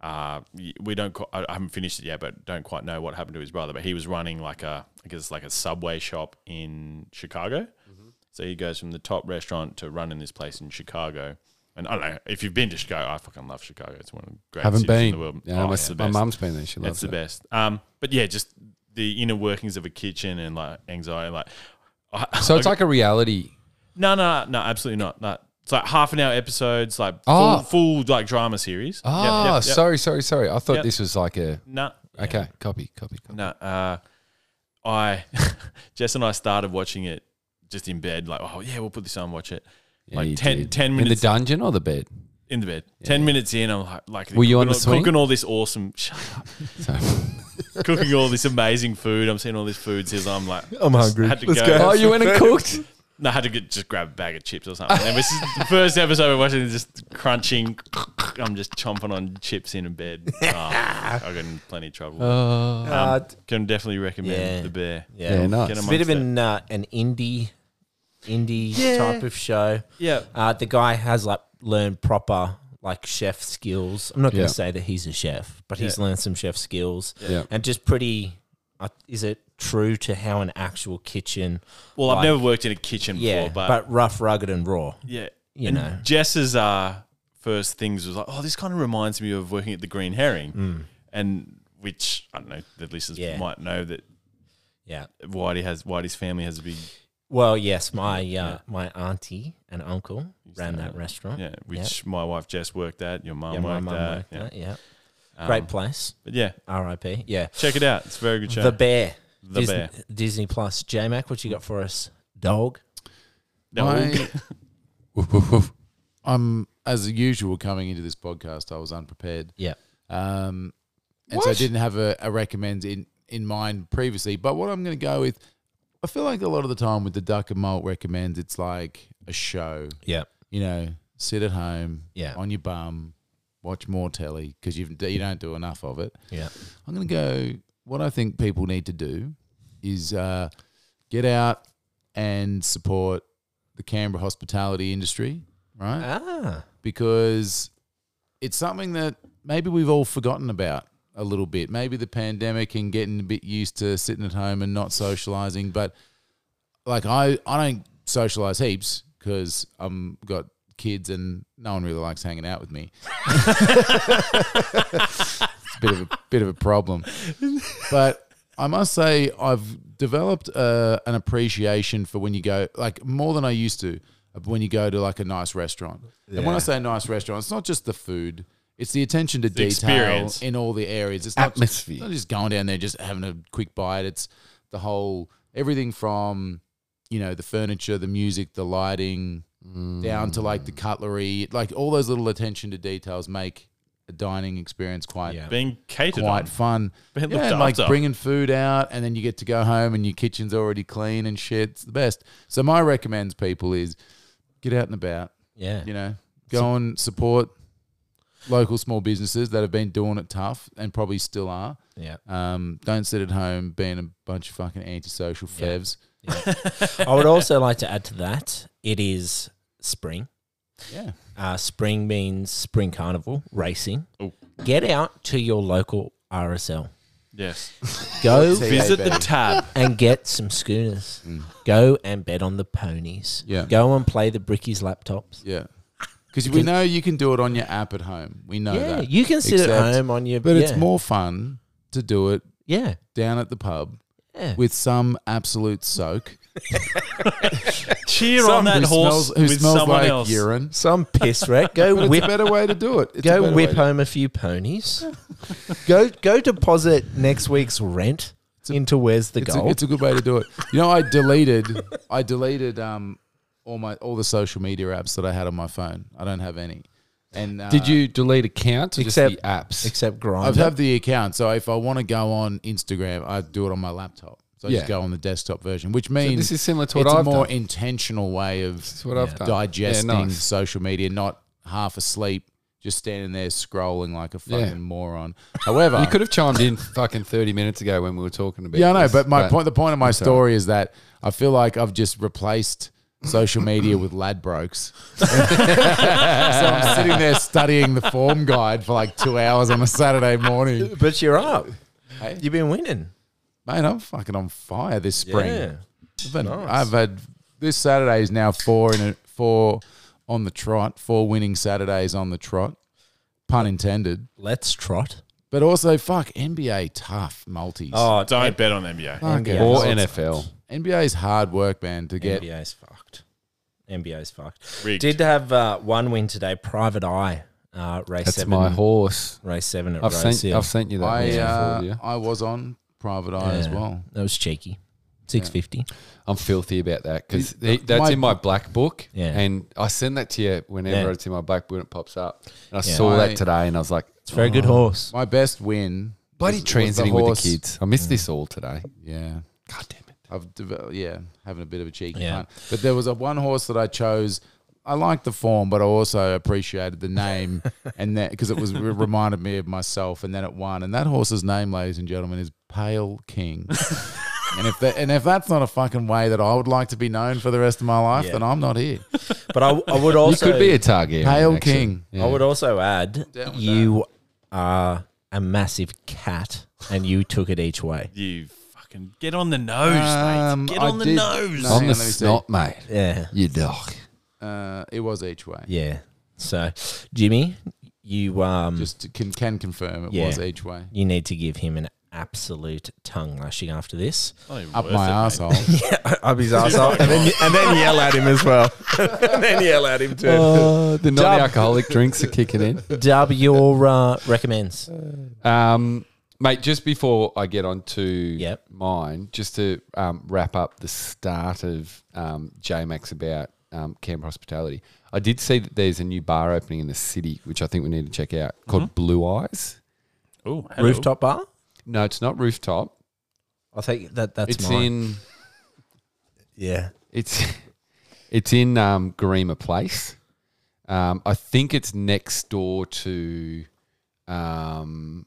Speaker 3: uh, y- we don't. qu- I I haven't finished it yet, but don't quite know what happened to his brother. But he was running like a, I guess, like a subway shop in Chicago.
Speaker 2: Mm-hmm.
Speaker 3: So he goes from the top restaurant to running this place in Chicago. And I don't know if you've been to Chicago. I fucking love Chicago. It's one of the greatest
Speaker 2: Haven't
Speaker 3: cities
Speaker 2: been.
Speaker 3: in the world.
Speaker 2: Yeah,
Speaker 3: Oh,
Speaker 2: my,
Speaker 3: it's the
Speaker 2: my
Speaker 3: best.
Speaker 2: mum's been there. She
Speaker 3: It's
Speaker 2: loves
Speaker 3: the
Speaker 2: it.
Speaker 3: best. Um, but yeah, just the inner workings of a kitchen and like anxiety. Like,
Speaker 2: So it's like a reality.
Speaker 3: no, no, no, absolutely not. No. It's like half an hour episodes, like
Speaker 2: Oh.
Speaker 3: full, full like drama series. Yep,
Speaker 2: Ah,
Speaker 3: yep, yep.
Speaker 2: sorry, sorry, sorry. I thought
Speaker 3: Yep.
Speaker 2: this was like a.
Speaker 3: No,
Speaker 2: Okay, copy, copy, copy.
Speaker 3: no. Uh, I, Jess and I started watching it just in bed. Like, oh yeah, we'll put this on, watch it.
Speaker 2: Yeah,
Speaker 3: like
Speaker 2: you
Speaker 3: 10,
Speaker 2: did.
Speaker 3: 10
Speaker 2: in the
Speaker 3: minutes
Speaker 2: dungeon or the bed.
Speaker 3: in the bed. Ten minutes in, I'm like, like
Speaker 2: Were you on
Speaker 3: cooking
Speaker 2: the
Speaker 3: all,
Speaker 2: swing?
Speaker 3: cooking all this awesome? Shut up. cooking all this amazing food. I'm seeing all this food. Says I'm like,
Speaker 4: I'm
Speaker 3: just
Speaker 4: hungry.
Speaker 3: Had to
Speaker 4: Let's
Speaker 3: go.
Speaker 4: go.
Speaker 2: Oh, you went and cooked.
Speaker 3: No, I had to get, just grab a bag of chips or something. And this is the first episode we're watching, just crunching. I'm just chomping on chips in a bed. Oh, I got in plenty of trouble. Um,
Speaker 4: Uh, d-
Speaker 3: can definitely recommend
Speaker 4: Yeah.
Speaker 3: the bear.
Speaker 4: yeah,
Speaker 2: Yeah, nice. It's
Speaker 4: It's
Speaker 3: Get
Speaker 4: a
Speaker 3: amongst
Speaker 4: bit of
Speaker 3: it.
Speaker 4: an uh, an indie indie type of show.
Speaker 3: yeah.
Speaker 4: Uh, the guy has like learned proper like chef skills. I'm not going
Speaker 2: Yeah.
Speaker 4: to say that he's a chef, but he's
Speaker 3: Yeah.
Speaker 4: learned some chef skills
Speaker 2: Yeah.
Speaker 4: and just pretty. Uh, is it true to how an actual kitchen?
Speaker 3: Well, I've
Speaker 4: like-
Speaker 3: never worked in a kitchen
Speaker 4: Yeah,
Speaker 3: before, but,
Speaker 4: but rough, rugged, and raw.
Speaker 3: yeah,
Speaker 4: you
Speaker 3: And
Speaker 4: know.
Speaker 3: Jess's uh, first things was like, oh, this kind of reminds me of working at the Green Herring, and which I don't know, the listeners
Speaker 4: Mm. Yeah.
Speaker 3: might know that
Speaker 4: Yeah.
Speaker 3: Whitey has Whitey's family has a big
Speaker 4: Well, yes, my uh, my auntie and uncle ran that restaurant.
Speaker 3: yeah, which my wife Jess worked at, your mum
Speaker 4: yeah, my
Speaker 3: worked
Speaker 4: mum
Speaker 3: at,
Speaker 4: worked
Speaker 3: yeah.
Speaker 4: that. Yeah,
Speaker 3: Um,
Speaker 4: great place.
Speaker 3: But yeah,
Speaker 4: R.I.P. Yeah,
Speaker 3: check it out. It's a very good show.
Speaker 4: the bear.
Speaker 3: The
Speaker 4: Dis-
Speaker 3: Bear.
Speaker 4: Disney Plus. J Mac, what you got for us? Dog.
Speaker 3: No,
Speaker 5: I-
Speaker 2: Woof, woof, woof.
Speaker 5: I'm as usual coming into this podcast. I was unprepared.
Speaker 4: Yeah.
Speaker 5: Um, and so I didn't have a, a recommend in, in mind previously. But what I'm going to go with, I feel like a lot of the time with the Duck and Malt recommends, it's like a show.
Speaker 4: Yeah.
Speaker 5: You know, sit at home,
Speaker 4: Yeah.
Speaker 5: on your bum, watch more telly because you you don't do enough of it.
Speaker 4: Yeah.
Speaker 5: I'm going to go. What I think people need to do is uh, get out and support the Canberra hospitality industry, right?
Speaker 4: Ah.
Speaker 5: because it's something that maybe we've all forgotten about a little bit. Maybe the pandemic and getting a bit used to sitting at home and not socializing. But like I, I don't socialize heaps because I'm got kids and no one really likes hanging out with me. it's a bit of a bit of a problem, but. I must say, I've developed uh, an appreciation for when you go, like more than I used to, when you go to like a nice restaurant. And when I say nice restaurant, it's not just the food; it's the attention to detail
Speaker 3: experience.
Speaker 5: in all the areas. It's
Speaker 2: Atmosphere.
Speaker 5: Not, not just going down there just having a quick bite. It's the whole everything from you know the furniture, the music, the lighting, down to like the
Speaker 3: Mm.
Speaker 5: cutlery. Like all those little attention to details make a dining experience quite
Speaker 4: Yeah.
Speaker 3: being catered
Speaker 5: quite
Speaker 3: on.
Speaker 5: fun.
Speaker 3: Being
Speaker 5: yeah,
Speaker 3: looked
Speaker 5: and like
Speaker 3: after.
Speaker 5: bringing food out, and then you get to go home, and your kitchen's already clean and shit. It's the best. So my recommends people is get out and about.
Speaker 4: Yeah.
Speaker 5: You know, go and support local small businesses that have been doing it tough and probably still are.
Speaker 4: Yeah.
Speaker 5: Um, don't sit at home being a bunch of fucking antisocial
Speaker 4: Yeah.
Speaker 5: fevs.
Speaker 4: I would also like to add to that it is spring.
Speaker 5: Yeah.
Speaker 4: Uh, spring means spring carnival racing.
Speaker 3: Oh.
Speaker 4: Get out to your local RSL.
Speaker 3: Yes.
Speaker 4: Go
Speaker 5: T-
Speaker 3: Visit
Speaker 5: Yeah,
Speaker 3: the
Speaker 5: baby.
Speaker 3: tab.
Speaker 4: and get some schooners. Go and bet on the ponies.
Speaker 5: Mm. Yeah.
Speaker 4: Go and play the brickies laptops.
Speaker 5: Yeah. Because we know you can do it on your app at home. We know
Speaker 4: yeah,
Speaker 5: that.
Speaker 4: you can sit at
Speaker 5: Except-
Speaker 4: home on your.
Speaker 5: But it's
Speaker 4: yeah,
Speaker 5: more fun to do it
Speaker 4: Yeah.
Speaker 5: down at the pub
Speaker 4: Yeah.
Speaker 5: with some absolute soak
Speaker 3: Cheer on that
Speaker 5: who
Speaker 3: horse
Speaker 5: smells, who
Speaker 3: with
Speaker 5: smells
Speaker 3: someone
Speaker 5: like
Speaker 3: else.
Speaker 5: urine.
Speaker 4: some piss wreck. Go
Speaker 5: But
Speaker 4: whip
Speaker 5: it's a better way to do it. It's a
Speaker 4: go
Speaker 5: better
Speaker 4: whip
Speaker 5: way to-
Speaker 4: home a few ponies. go go deposit next week's rent into where's the
Speaker 5: it's
Speaker 4: goal.
Speaker 5: A, it's a good way to do it. You know, I deleted, I deleted um, all my all the social media apps that I had on my phone. I don't have any. And uh,
Speaker 2: Did you delete accounts or
Speaker 4: Except-
Speaker 2: just the apps?
Speaker 4: except
Speaker 5: I've
Speaker 4: grind.
Speaker 5: have the account, so if I want to go on Instagram, I do it on my laptop. So I
Speaker 2: Yeah.
Speaker 5: just go on the desktop version, which means
Speaker 2: this is similar to what
Speaker 5: it's a
Speaker 2: I've
Speaker 5: more
Speaker 2: done.
Speaker 5: intentional way of
Speaker 2: That's what I've done.
Speaker 5: digesting
Speaker 2: Yeah, nice.
Speaker 5: social media, not half asleep, just standing there scrolling like a fucking
Speaker 2: Yeah.
Speaker 5: moron. However,
Speaker 2: You could have chimed in fucking 30 minutes ago when we were talking about
Speaker 5: Yeah, I know,
Speaker 2: this,
Speaker 5: but my point the point of my story is that I feel like I've just replaced social media with lad brokes. so I'm sitting there studying the form guide for like two hours on a Saturday morning.
Speaker 4: But you're up. You've been winning.
Speaker 5: Mate, I'm fucking on fire this spring.
Speaker 4: Yeah.
Speaker 5: I've, had,
Speaker 4: Nice.
Speaker 5: I've had this Saturday is now four in a, four on the trot, four winning Saturdays on the trot, pun intended.
Speaker 4: Let's trot.
Speaker 5: But also, fuck NBA tough multis.
Speaker 4: Oh,
Speaker 3: Don't bet on NBA.
Speaker 5: Fuck it.
Speaker 2: Or
Speaker 5: It's-
Speaker 2: NFL.
Speaker 5: NBA's hard work, man, to get.
Speaker 4: NBA's fucked. NBA's fucked.
Speaker 3: Rigged.
Speaker 4: Did have uh, one win today. Private Eye uh, race
Speaker 2: That's
Speaker 4: seven.
Speaker 2: my horse.
Speaker 4: Race seven at
Speaker 2: I've
Speaker 4: Rose
Speaker 2: sent,
Speaker 4: Hill.
Speaker 2: I've sent you that.
Speaker 5: I
Speaker 2: horse
Speaker 5: uh,
Speaker 2: before, yeah.
Speaker 5: I was on Private Eye as
Speaker 4: Yeah.
Speaker 5: well.
Speaker 4: That was cheeky. Six fifty.
Speaker 2: I'm filthy about that because
Speaker 5: It-
Speaker 2: that's
Speaker 5: my-
Speaker 2: in my black book.
Speaker 4: Yeah.
Speaker 2: And I send that to you whenever
Speaker 4: Yeah.
Speaker 2: it's in my black book and it pops up. And I
Speaker 4: Yeah.
Speaker 2: saw
Speaker 5: I-
Speaker 2: that today and I was like,
Speaker 4: It's a very good horse.
Speaker 5: My best win.
Speaker 2: bloody
Speaker 5: was- was the
Speaker 2: transiting with
Speaker 5: horse-
Speaker 2: the kids. I missed this all today.
Speaker 5: Yeah.
Speaker 2: God damn it.
Speaker 5: I've developed, yeah, having a bit of a cheeky
Speaker 4: Yeah.
Speaker 5: punt. But there was a one horse that I chose. I liked the form, but I also appreciated the name, and that because it was it reminded me of myself. And then it won. And that horse's name, ladies and gentlemen, is Pale King. and if that, and if that's not a fucking way that I would like to be known for the rest of my life,
Speaker 4: Yeah.
Speaker 5: then I'm not here.
Speaker 4: But I, I would also
Speaker 2: you could be a Targaryen.
Speaker 5: Pale
Speaker 2: actually.
Speaker 5: King.
Speaker 2: Yeah.
Speaker 4: I would also add
Speaker 5: Down with
Speaker 4: you are a massive cat and you took it each way.
Speaker 3: You fucking get on the nose,
Speaker 5: Um,
Speaker 3: mate. Get
Speaker 5: I
Speaker 3: on the
Speaker 5: did-
Speaker 3: nose.
Speaker 5: no.
Speaker 2: I'm the
Speaker 5: Hang on, let me see.
Speaker 2: snot, mate.
Speaker 4: Yeah.
Speaker 2: You dog.
Speaker 5: Uh, it was each way.
Speaker 4: Yeah. So Jimmy, you um
Speaker 5: Just can can confirm it
Speaker 4: Yeah.
Speaker 5: was each way.
Speaker 4: you need to give him an absolute tongue lashing after this.
Speaker 3: Not even
Speaker 5: Up
Speaker 3: worth
Speaker 5: my
Speaker 3: it, mate.
Speaker 5: asshole.
Speaker 4: Up his arsehole. And then, and then yell at him as well. and then yell at him too.
Speaker 2: Uh, the non alcoholic drinks are kicking in.
Speaker 4: Dub your uh, recommends.
Speaker 2: Um, mate, just before I get on to
Speaker 4: Yep.
Speaker 2: mine, just to um, wrap up the start of um, JMAX about um, Canberra hospitality, I did see that there's a new bar opening in the city, which I think we need to check out,
Speaker 4: Mm-hmm.
Speaker 2: called Blue Eyes.
Speaker 3: Ooh, hello.
Speaker 4: Rooftop bar?
Speaker 2: No, it's not rooftop.
Speaker 4: I think that that's
Speaker 2: it's
Speaker 4: mine.
Speaker 2: in
Speaker 4: yeah.
Speaker 2: it's it's in um, Garima Place. Um, I think it's next door to, um,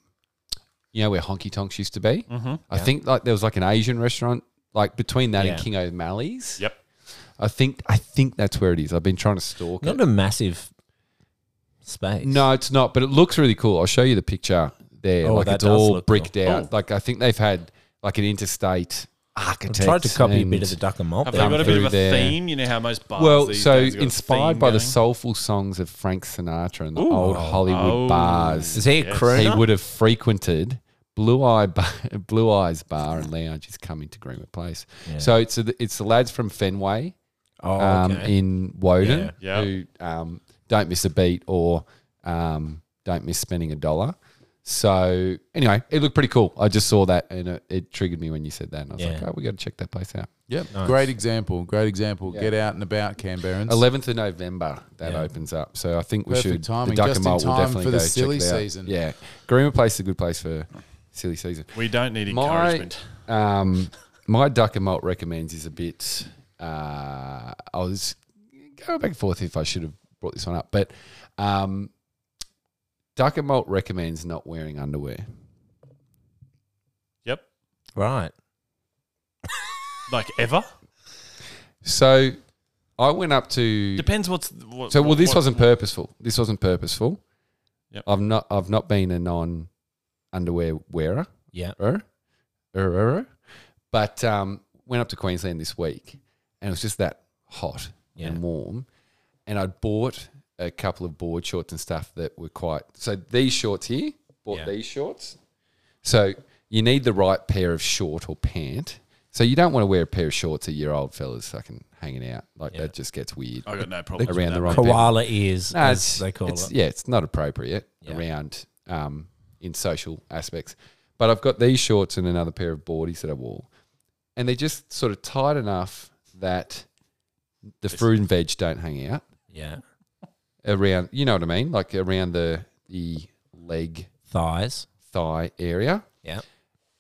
Speaker 2: you know, where Honky Tonks used to be.
Speaker 4: Mm-hmm.
Speaker 2: I think like there was like an Asian restaurant like between that and
Speaker 4: Yeah.
Speaker 2: King O'Malley's.
Speaker 3: Yep.
Speaker 2: I think I think that's where it is. I've been trying to stalk it.
Speaker 4: Not a massive space.
Speaker 2: No, it's not, but it looks really cool. I'll show you the picture there.
Speaker 4: Oh,
Speaker 2: like
Speaker 4: that
Speaker 2: it's
Speaker 4: does
Speaker 2: all
Speaker 4: look
Speaker 2: bricked
Speaker 4: cool. Oh.
Speaker 2: out. Like I think they've had like an interstate architect.
Speaker 4: I tried to copy a bit
Speaker 2: and-
Speaker 4: of the duck and malt.
Speaker 3: Have
Speaker 4: there.
Speaker 3: they got a bit of
Speaker 2: through
Speaker 3: a
Speaker 2: there.
Speaker 3: theme? You know how most bars.
Speaker 2: Well,
Speaker 3: these
Speaker 2: so
Speaker 3: days have got a
Speaker 2: inspired
Speaker 3: theme
Speaker 2: by the
Speaker 3: going?
Speaker 2: soulful songs of Frank Sinatra and the
Speaker 3: Ooh.
Speaker 2: old Hollywood
Speaker 3: Oh.
Speaker 2: bars,
Speaker 4: Is he a
Speaker 3: Yes.
Speaker 4: crooner?
Speaker 2: he would have frequented Blue Eye Bar, Blue Eyes Bar and Lounge is coming to Greenwood Place.
Speaker 4: Yeah.
Speaker 2: So it's the it's the lads from Fenway
Speaker 4: Oh,
Speaker 2: um,
Speaker 4: okay.
Speaker 2: in Woden
Speaker 3: Yeah. Yeah.
Speaker 2: who um, don't miss a beat or um, don't miss spending a dollar. So anyway, it looked pretty cool. I just saw that and it, it triggered me when you said that, and I was like,
Speaker 4: Yeah.
Speaker 2: oh, we got to check that place out.
Speaker 5: Yep. Great example. Great example. Get out and about, Canberrans.
Speaker 2: 11th of November that
Speaker 4: Yeah.
Speaker 2: opens up. So I think we
Speaker 5: Perfect
Speaker 2: should
Speaker 5: timing,
Speaker 2: the duck
Speaker 5: just
Speaker 2: and
Speaker 5: in
Speaker 2: malt will
Speaker 5: time
Speaker 2: definitely
Speaker 5: for the
Speaker 2: go check
Speaker 5: silly
Speaker 2: it out.
Speaker 5: season.
Speaker 2: Yeah. Greenwood Place is a good place for silly season.
Speaker 3: We don't need
Speaker 2: My
Speaker 3: encouragement.
Speaker 2: um my duck and malt recommends is a bit uh I was going back and forth if I should have brought this one up, but um Duck and Malt recommends not wearing underwear.
Speaker 3: Yep.
Speaker 4: right.
Speaker 3: Like ever.
Speaker 2: So I went up to
Speaker 3: Depends what's. What,
Speaker 2: So well,
Speaker 3: what-
Speaker 2: this
Speaker 3: what-
Speaker 2: wasn't purposeful. This wasn't purposeful.
Speaker 3: Yep.
Speaker 2: I've not I've not been a non underwear wearer.
Speaker 4: Yeah.
Speaker 2: Er, er, er, er. But um, went up to Queensland this week, and it was just that hot
Speaker 4: Yeah.
Speaker 2: and warm. And I'd bought a couple of board shorts and stuff that were quite. So these shorts here, bought
Speaker 4: Yeah.
Speaker 2: these shorts. So you need the right pair of short or pant. So you don't want to wear a pair of shorts that your old fellas fucking hanging out like
Speaker 4: Yeah.
Speaker 2: that. Just gets weird
Speaker 3: I got no problem
Speaker 2: around the
Speaker 3: that,
Speaker 2: wrong.
Speaker 3: mate.
Speaker 2: people.
Speaker 4: Koala ears,
Speaker 2: No,
Speaker 4: as they call
Speaker 2: it's-
Speaker 4: it.
Speaker 2: Yeah, it's not appropriate
Speaker 4: Yeah.
Speaker 2: around um, in social aspects. But I've got these shorts and another pair of boardies that I wore, and they're just sort of tight enough that the fruit and veg don't hang out
Speaker 4: Yeah.
Speaker 2: around. You know what I mean? Like around the the leg
Speaker 4: Thighs.
Speaker 2: thigh area.
Speaker 4: Yeah.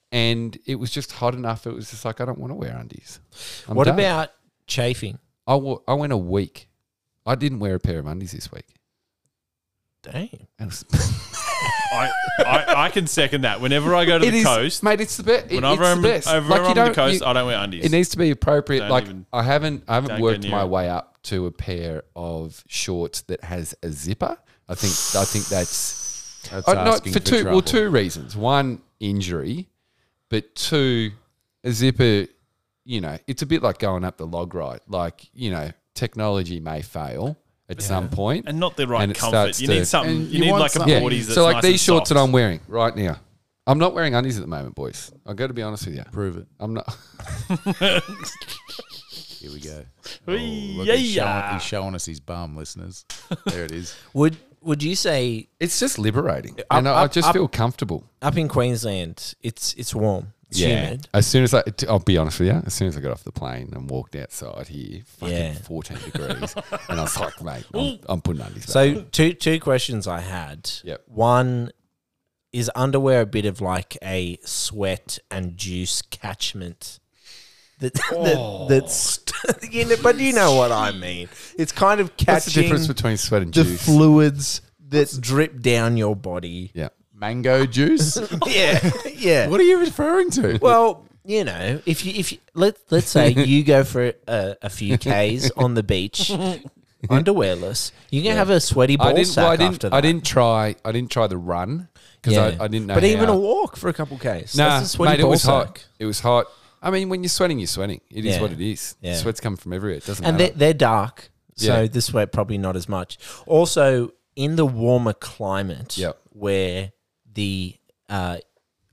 Speaker 2: And it was just hot enough. It was just like I don't want to wear undies. I'm
Speaker 4: what
Speaker 2: done.
Speaker 4: about chafing?
Speaker 2: I wa- I went a week. I didn't wear a pair of undies this week.
Speaker 4: Damn.
Speaker 2: It was
Speaker 3: I, I, I can second that. Whenever I go to
Speaker 2: It
Speaker 3: the
Speaker 2: is-
Speaker 3: coast,
Speaker 2: mate. It's the best.
Speaker 3: whenever
Speaker 2: it's
Speaker 3: I'm,
Speaker 2: the best.
Speaker 3: whenever
Speaker 2: Like, you
Speaker 3: I'm on the
Speaker 2: don't-
Speaker 3: coast,
Speaker 2: you-
Speaker 3: I don't wear undies.
Speaker 2: It needs to be appropriate.
Speaker 3: Don't
Speaker 2: like
Speaker 3: even-
Speaker 2: I haven't, I haven't
Speaker 3: don't go
Speaker 2: worked
Speaker 3: near
Speaker 2: my
Speaker 3: it.
Speaker 2: way up to a pair of shorts that has a zipper. I think, I think that's,
Speaker 5: That's
Speaker 2: uh, not for
Speaker 5: asking
Speaker 2: two.
Speaker 5: trouble.
Speaker 2: Well, two reasons. One, injury, but two, a zipper. You know, it's a bit like going up the log right. Like you know, technology may fail at some point.
Speaker 3: and not the right
Speaker 2: it
Speaker 3: comfort.
Speaker 2: starts
Speaker 3: You
Speaker 2: to-
Speaker 3: need something.
Speaker 5: And
Speaker 3: You,
Speaker 5: you
Speaker 3: need
Speaker 5: want
Speaker 3: like a
Speaker 5: something-
Speaker 2: yeah.
Speaker 3: boardies that's
Speaker 2: so like
Speaker 3: nice
Speaker 2: these
Speaker 3: and
Speaker 2: shorts that
Speaker 3: soft.
Speaker 2: I'm wearing right now. I'm not wearing undies at the moment, boys. I got to be honest with you.
Speaker 5: Prove it.
Speaker 2: I'm not.
Speaker 5: Here we go. Oh,
Speaker 3: Whee-
Speaker 5: look, he's, showing,
Speaker 3: yeah.
Speaker 5: he's showing us his bum, listeners. There it is.
Speaker 4: Would Would you say
Speaker 2: It's just liberating, and I, I
Speaker 4: up-
Speaker 2: just
Speaker 4: up-
Speaker 2: feel comfortable.
Speaker 4: up in Queensland, it's it's warm, it's humid.
Speaker 2: As soon as I, t- I'll be honest with you, as soon as I got off the plane and walked outside here, fucking
Speaker 4: Yeah.
Speaker 2: 14 degrees, and I was like, mate, I'm, I'm putting undies back.
Speaker 4: So two two questions I had.
Speaker 2: Yep.
Speaker 4: One is underwear a bit of like a sweat and juice catchment. That,
Speaker 2: Oh.
Speaker 4: that, that's you know, but you know what I mean. It's kind of
Speaker 2: What's the
Speaker 4: catching
Speaker 2: difference between sweat and
Speaker 4: the
Speaker 2: juice?
Speaker 4: fluids that drip down your body.
Speaker 2: yeah.
Speaker 5: Mango juice.
Speaker 4: Yeah, yeah.
Speaker 5: what are you referring to?
Speaker 4: Well, you know, if you if you, let let's say you go for a, a few k's on the beach, underwearless, you're gonna have a sweaty ball
Speaker 2: I didn't,
Speaker 4: sack
Speaker 2: well, I, didn't,
Speaker 4: after that.
Speaker 2: I didn't try I didn't try the run because I, I didn't know
Speaker 4: But even
Speaker 2: how-
Speaker 4: a walk for a couple k's.
Speaker 2: Nah,
Speaker 4: that's a sweaty
Speaker 2: mate, it
Speaker 4: ball
Speaker 2: was hot.
Speaker 4: sack.
Speaker 2: It was hot. I mean, when you're sweating, you're sweating. It is
Speaker 4: Yeah.
Speaker 2: what it is.
Speaker 4: Yeah.
Speaker 2: Sweat's coming from everywhere. It doesn't
Speaker 4: And they're,
Speaker 2: matter.
Speaker 4: they're dark, so
Speaker 2: Yeah.
Speaker 4: the sweat probably not as much. Also, in the warmer climate,
Speaker 2: Yep.
Speaker 4: where the uh,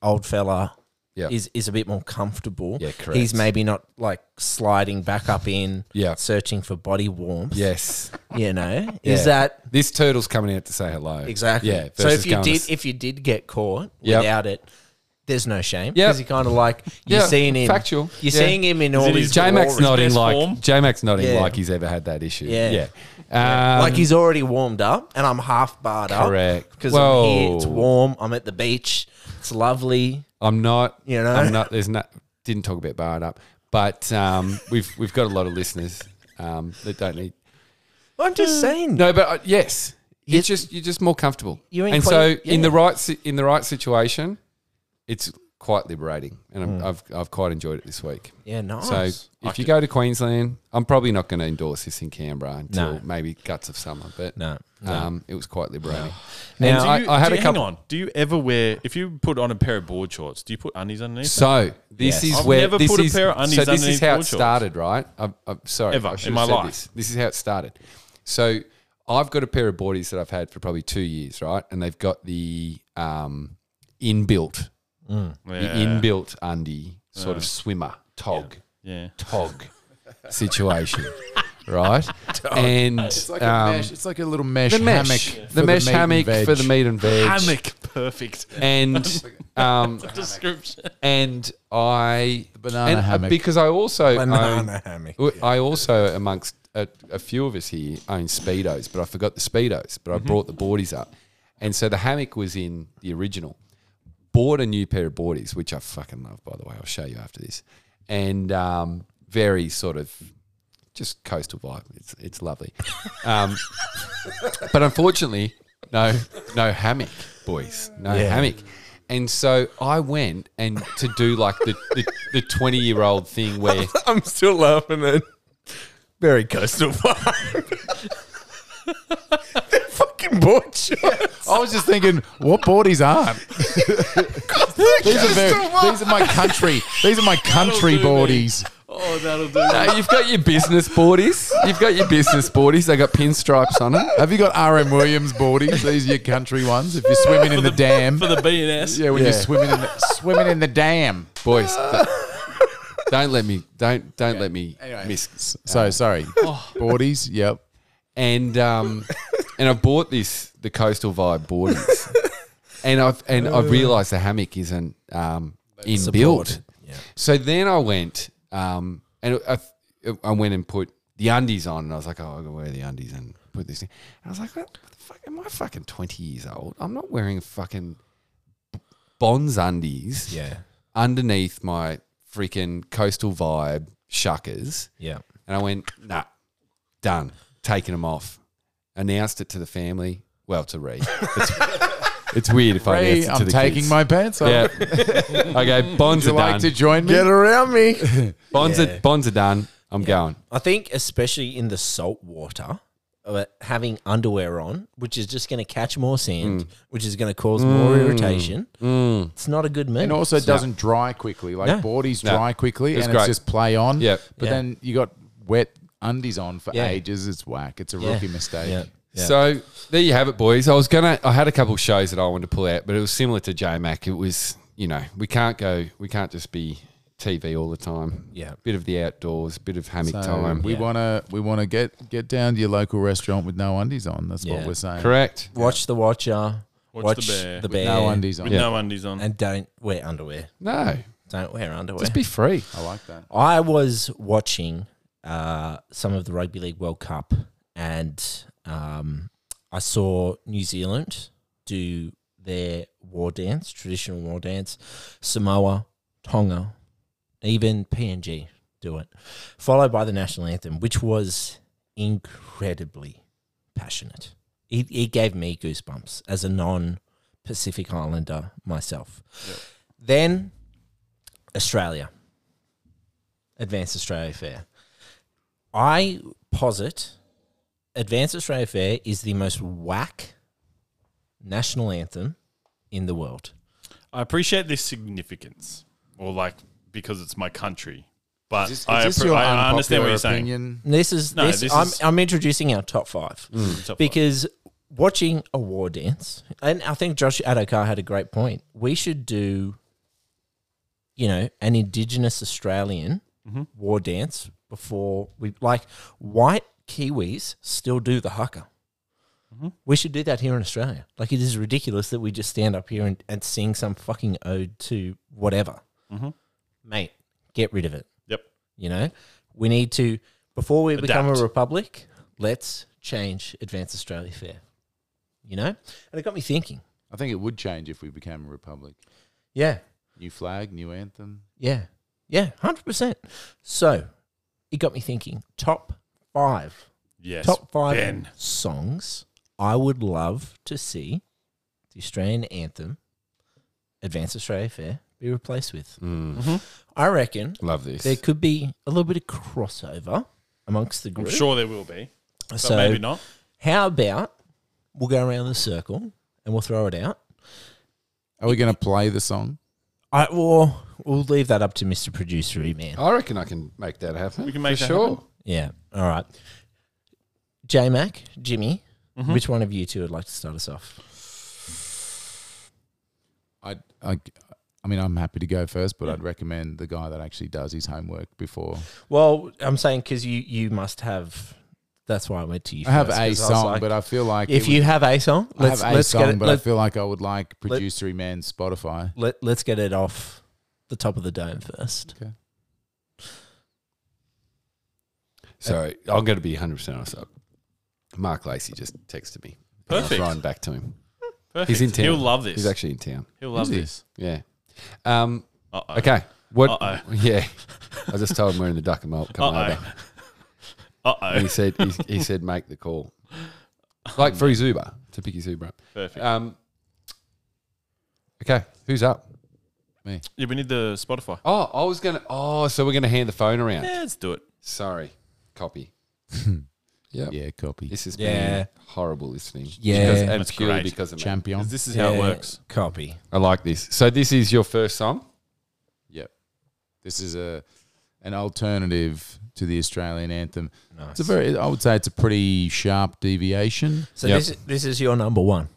Speaker 4: old fella
Speaker 2: Yeah.
Speaker 4: is is a bit more comfortable.
Speaker 2: Yeah, correct.
Speaker 4: He's maybe not like sliding back up in,
Speaker 2: Yeah.
Speaker 4: searching for body warmth.
Speaker 2: yes.
Speaker 4: You know,
Speaker 2: Yeah.
Speaker 4: is that
Speaker 2: This turtle's coming out to say hello.
Speaker 4: exactly?
Speaker 2: Yeah.
Speaker 4: So
Speaker 2: versus
Speaker 4: if you
Speaker 2: going to
Speaker 4: did,
Speaker 2: s-
Speaker 4: if you did get caught
Speaker 2: Yep.
Speaker 4: without it, there's no
Speaker 2: Yep.
Speaker 4: shame because you're kind of like you're
Speaker 2: Yeah,
Speaker 4: seeing him.
Speaker 2: factual.
Speaker 4: You're
Speaker 2: Yeah.
Speaker 4: seeing him in all
Speaker 3: it
Speaker 4: his
Speaker 3: his
Speaker 2: J Mac's
Speaker 3: His
Speaker 2: nodding
Speaker 3: best
Speaker 2: like
Speaker 3: form?
Speaker 2: J Mac's nodding
Speaker 4: Yeah.
Speaker 2: like he's ever had that issue.
Speaker 4: Yeah.
Speaker 2: Yeah, Um,
Speaker 4: like he's already warmed up and I'm half barred up.
Speaker 2: Correct.
Speaker 4: Because I'm here, it's
Speaker 2: Whoa.
Speaker 4: warm, I'm at the beach, it's lovely.
Speaker 2: I'm not.
Speaker 4: You know?
Speaker 2: I'm not. There's not. Didn't talk about barred up, but um, we've we've got a lot of listeners um, that don't need.
Speaker 4: I'm just saying.
Speaker 2: No, but uh, yes,
Speaker 4: You-
Speaker 2: it's just you're just more comfortable.
Speaker 4: You're in
Speaker 2: and
Speaker 4: quite-
Speaker 2: so in the
Speaker 4: yeah.
Speaker 2: right si- in the right situation, it's quite liberating, and I'm,
Speaker 4: Mm.
Speaker 2: I've I've quite enjoyed it this week.
Speaker 4: Yeah, nice.
Speaker 2: So if you go to Queensland, I'm probably not going to endorse this in Canberra until
Speaker 4: No.
Speaker 2: maybe guts of summer, but
Speaker 4: No,
Speaker 2: um, it was quite liberating.
Speaker 4: Now,
Speaker 2: I-
Speaker 3: do you,
Speaker 2: I had
Speaker 3: do
Speaker 2: a
Speaker 3: you-
Speaker 2: couple-
Speaker 3: Hang on. Do you ever wear if you put on a pair of board shorts? Do you put undies underneath? them?
Speaker 2: So this
Speaker 4: Yes.
Speaker 2: is
Speaker 3: I've
Speaker 2: where
Speaker 3: never
Speaker 2: this
Speaker 3: put a
Speaker 2: is,
Speaker 3: pair of undies
Speaker 2: so this
Speaker 3: underneath
Speaker 2: is how
Speaker 3: board
Speaker 2: it
Speaker 3: shorts.
Speaker 2: started, right? I'm, I'm sorry,
Speaker 3: Ever
Speaker 2: I should
Speaker 3: in
Speaker 2: have
Speaker 3: my
Speaker 2: said
Speaker 3: life.
Speaker 2: This. This is how it started. So I've got a pair of boardies that I've had for probably two years, right? And they've got the um, inbuilt, the
Speaker 3: Yeah.
Speaker 2: inbuilt undie sort of swimmer tog
Speaker 3: yeah.
Speaker 2: tog situation, right? And
Speaker 5: It's like, a mesh, it's like a little Um, mesh
Speaker 2: the
Speaker 5: hammock.
Speaker 2: mesh,
Speaker 5: for
Speaker 2: the mesh
Speaker 5: meat and
Speaker 2: hammock
Speaker 5: veg.
Speaker 2: for the meat and veg,
Speaker 3: Hammock. Perfect
Speaker 2: and um,
Speaker 3: description.
Speaker 2: and I
Speaker 5: banana
Speaker 2: and, uh,
Speaker 5: hammock.
Speaker 2: because I also own-
Speaker 4: Banana hammock.
Speaker 2: Well, I also, amongst a, a few of us here, own Speedos, but I forgot the Speedos, but
Speaker 5: Mm-hmm.
Speaker 2: I brought the boardies up. And so the hammock was in the original. Bought a new pair of boardies, which I fucking love, by the way. I'll show you after this. And um, very sort of just coastal vibe. It's, it's lovely. Um, but unfortunately, no, no hammock, boys. No hammock. And so I went and to do like the, the, the 20 year old thing where
Speaker 4: I'm still laughing at very coastal vibe. They're fucking board shorts.
Speaker 5: I was just thinking, what boardies aren't? these, are very, these are my country. These are my country boardies.
Speaker 3: Oh, that'll do. That.
Speaker 2: No, you've got your business boardies. You've got your business boardies. They got pinstripes on them.
Speaker 5: Hmm? Have you got RM Williams boardies? These are your country ones. If you're swimming in the dam,
Speaker 3: For the B and S.
Speaker 5: yeah, when
Speaker 2: Yeah.
Speaker 5: you're swimming in the, swimming in the dam.
Speaker 2: Boys, th- don't let me don't don't let me miss.
Speaker 5: So sorry, boardies. Yep.
Speaker 2: And um, and I bought this the coastal vibe boardies, and I've and I realised the hammock isn't um, inbuilt. So then I went um, and I, I went and put the undies on, and I was like, oh, I can wear the undies and put this. In. And I was like, what the fuck? Am I fucking twenty years old? I'm not wearing fucking bonds undies.
Speaker 4: Yeah,
Speaker 2: underneath my freaking coastal vibe shuckers.
Speaker 4: yeah.
Speaker 2: And I went, nah, done. Taking them off. Announced it to the family. Well, to Reed. It's- Oh, It's weird if I
Speaker 5: Ray,
Speaker 2: answer to
Speaker 5: I'm
Speaker 2: the
Speaker 5: taking
Speaker 2: kids.
Speaker 5: my pants off.
Speaker 2: Yeah. okay, bonds
Speaker 5: Would you
Speaker 2: are
Speaker 5: like
Speaker 2: done.
Speaker 5: to join me?
Speaker 6: Get around me.
Speaker 2: bonds
Speaker 4: Yeah.
Speaker 2: are bonds are done. I'm going.
Speaker 4: I think, especially in the salt water, uh, having underwear on, which is just going to catch more sand, which is going to cause more irritation. It's not a good move.
Speaker 5: and also it doesn't dry quickly. Like
Speaker 4: No.
Speaker 5: boardies
Speaker 2: No.
Speaker 5: dry quickly,
Speaker 2: It's
Speaker 5: and
Speaker 2: great.
Speaker 5: it's just play on.
Speaker 2: Yep.
Speaker 5: But
Speaker 4: Yeah.
Speaker 5: then you got wet undies on for
Speaker 4: Yeah.
Speaker 5: ages. It's whack. It's a
Speaker 4: Yeah.
Speaker 5: rookie mistake.
Speaker 4: yeah. yeah.
Speaker 2: So there you have it, boys. I was gonna. I had a couple of shows that I wanted to pull out, but it was similar to J Mac. It was you know we can't go. We can't just be TV all the time.
Speaker 4: Yeah.
Speaker 2: Bit of the outdoors, bit of hammock
Speaker 5: So
Speaker 2: time.
Speaker 5: we wanna we wanna get get down to your local restaurant with no undies on. That's
Speaker 4: Yeah.
Speaker 5: what we're saying.
Speaker 2: Correct.
Speaker 4: watch the watcher, watch,
Speaker 3: Watch the bear.
Speaker 4: the
Speaker 3: With
Speaker 4: bear,
Speaker 5: No undies on.
Speaker 3: With no undies on.
Speaker 4: and don't wear underwear.
Speaker 2: No,
Speaker 4: Don't wear underwear.
Speaker 2: just be free.
Speaker 5: I like that.
Speaker 4: I was watching uh, some of the Rugby League World Cup and um, I saw New Zealand do their war dance, traditional war dance, Samoa, Tonga, even PNG do it, followed by the national anthem, which was incredibly passionate. It, it gave me goosebumps as a non Pacific Islander myself. Then Australia. Advanced Australia Fair. I posit Advanced Australia Fair is the most whack national anthem in the world.
Speaker 3: I appreciate this significance, or like because it's my country. But
Speaker 5: Is this,
Speaker 3: I,
Speaker 5: is this
Speaker 3: appre-
Speaker 5: your
Speaker 3: I, I understand
Speaker 5: unpopular
Speaker 3: what you're saying.
Speaker 5: opinion?
Speaker 4: This is
Speaker 3: No,
Speaker 4: this,
Speaker 3: this
Speaker 4: I'm,
Speaker 3: is-
Speaker 4: I'm introducing our top five
Speaker 3: Top five.
Speaker 4: because watching a war dance, and I think Josh Adokar had a great point. We should do, you know, an Indigenous Australian war dance before we like white Kiwis still do the haka. We should do that here in Australia. Like it is ridiculous that we just stand up here and, and sing some fucking ode to whatever. Mate, get rid of it.
Speaker 3: Yep.
Speaker 4: You know, we need to before we become a
Speaker 3: Adapt.
Speaker 4: republic. Let's change Advance Australia Fair. You know, and it got me thinking.
Speaker 5: I think it would change if we became a republic.
Speaker 4: Yeah,
Speaker 5: New flag, new anthem.
Speaker 4: yeah, yeah, hundred percent. So it got me thinking. Top five,
Speaker 3: Yes.
Speaker 4: top five
Speaker 3: Ben.
Speaker 4: songs I would love to see the Australian anthem, Advance Australia Fair, be replaced with.
Speaker 3: Mm.
Speaker 4: I reckon
Speaker 2: Love this.
Speaker 4: there could be a little bit of crossover amongst the
Speaker 3: I'm
Speaker 4: group.
Speaker 3: sure there will be, but
Speaker 4: so
Speaker 3: maybe not.
Speaker 4: How about we'll go around the circle and we'll throw it out?
Speaker 5: Are we gonna play the song?
Speaker 4: I or we'll leave that up to Mr. Producer Man.
Speaker 2: I reckon I can make that happen.
Speaker 3: We can make
Speaker 2: for
Speaker 3: that
Speaker 2: sure.
Speaker 3: happen.
Speaker 4: Yeah. All right. J Mac, Jimmy, which one of you two would like to start us off?
Speaker 5: I, I, I mean, I'm happy to go first, but I'd recommend the guy that actually does his homework before.
Speaker 4: Well, I'm saying because you you must have. That's why I went to you.
Speaker 5: I have
Speaker 4: first,
Speaker 5: a
Speaker 4: 'cause was
Speaker 5: song,
Speaker 4: like,
Speaker 5: but I feel like
Speaker 4: if
Speaker 5: it would-
Speaker 4: you have a song,
Speaker 5: I
Speaker 4: let's
Speaker 5: have a
Speaker 4: let's
Speaker 5: song,
Speaker 4: get it.
Speaker 5: but I
Speaker 4: Let,
Speaker 5: feel like I would like producery man Spotify.
Speaker 4: let, let's get it off the top of the dome first.
Speaker 5: Okay.
Speaker 2: So I'm going to be 100 percent honest. Mark Lacey just texted me.
Speaker 3: Perfect.
Speaker 2: I'm back to him.
Speaker 3: Perfect.
Speaker 2: He's in town.
Speaker 3: He'll love this.
Speaker 2: He's actually in town.
Speaker 3: He'll love this.
Speaker 5: Who's
Speaker 2: Yeah. Um,
Speaker 3: Uh-oh.
Speaker 2: Okay. What?
Speaker 3: Uh-oh.
Speaker 2: Yeah. I just told him we're in the duck and malt. Come
Speaker 3: Uh-oh.
Speaker 2: over.
Speaker 3: Uh
Speaker 2: And
Speaker 3: oh.
Speaker 2: he said, he, he said, make the call. Like for his Uber, to pick his Uber up.
Speaker 3: Perfect.
Speaker 2: Um, okay. Who's up?
Speaker 3: Yeah, we need the Spotify.
Speaker 2: Oh, I was going to. Oh, so we're going to hand the phone around.
Speaker 3: Yeah, let's do it.
Speaker 2: Sorry. Copy. yeah.
Speaker 5: Yeah, copy.
Speaker 2: This has
Speaker 4: Yeah.
Speaker 2: been horrible listening.
Speaker 4: Yeah.
Speaker 2: Because, and
Speaker 3: That's
Speaker 2: purely
Speaker 3: great.
Speaker 2: because of me.
Speaker 5: Champion.
Speaker 3: 'Cause This is how it
Speaker 4: Yeah,
Speaker 3: works.
Speaker 4: Copy.
Speaker 2: I like this. So this is your first song?
Speaker 5: Yep. This is a an alternative to the Australian anthem. It's a very, I would say, it's a pretty sharp deviation.
Speaker 4: So
Speaker 2: Yep.
Speaker 4: this this is your number one.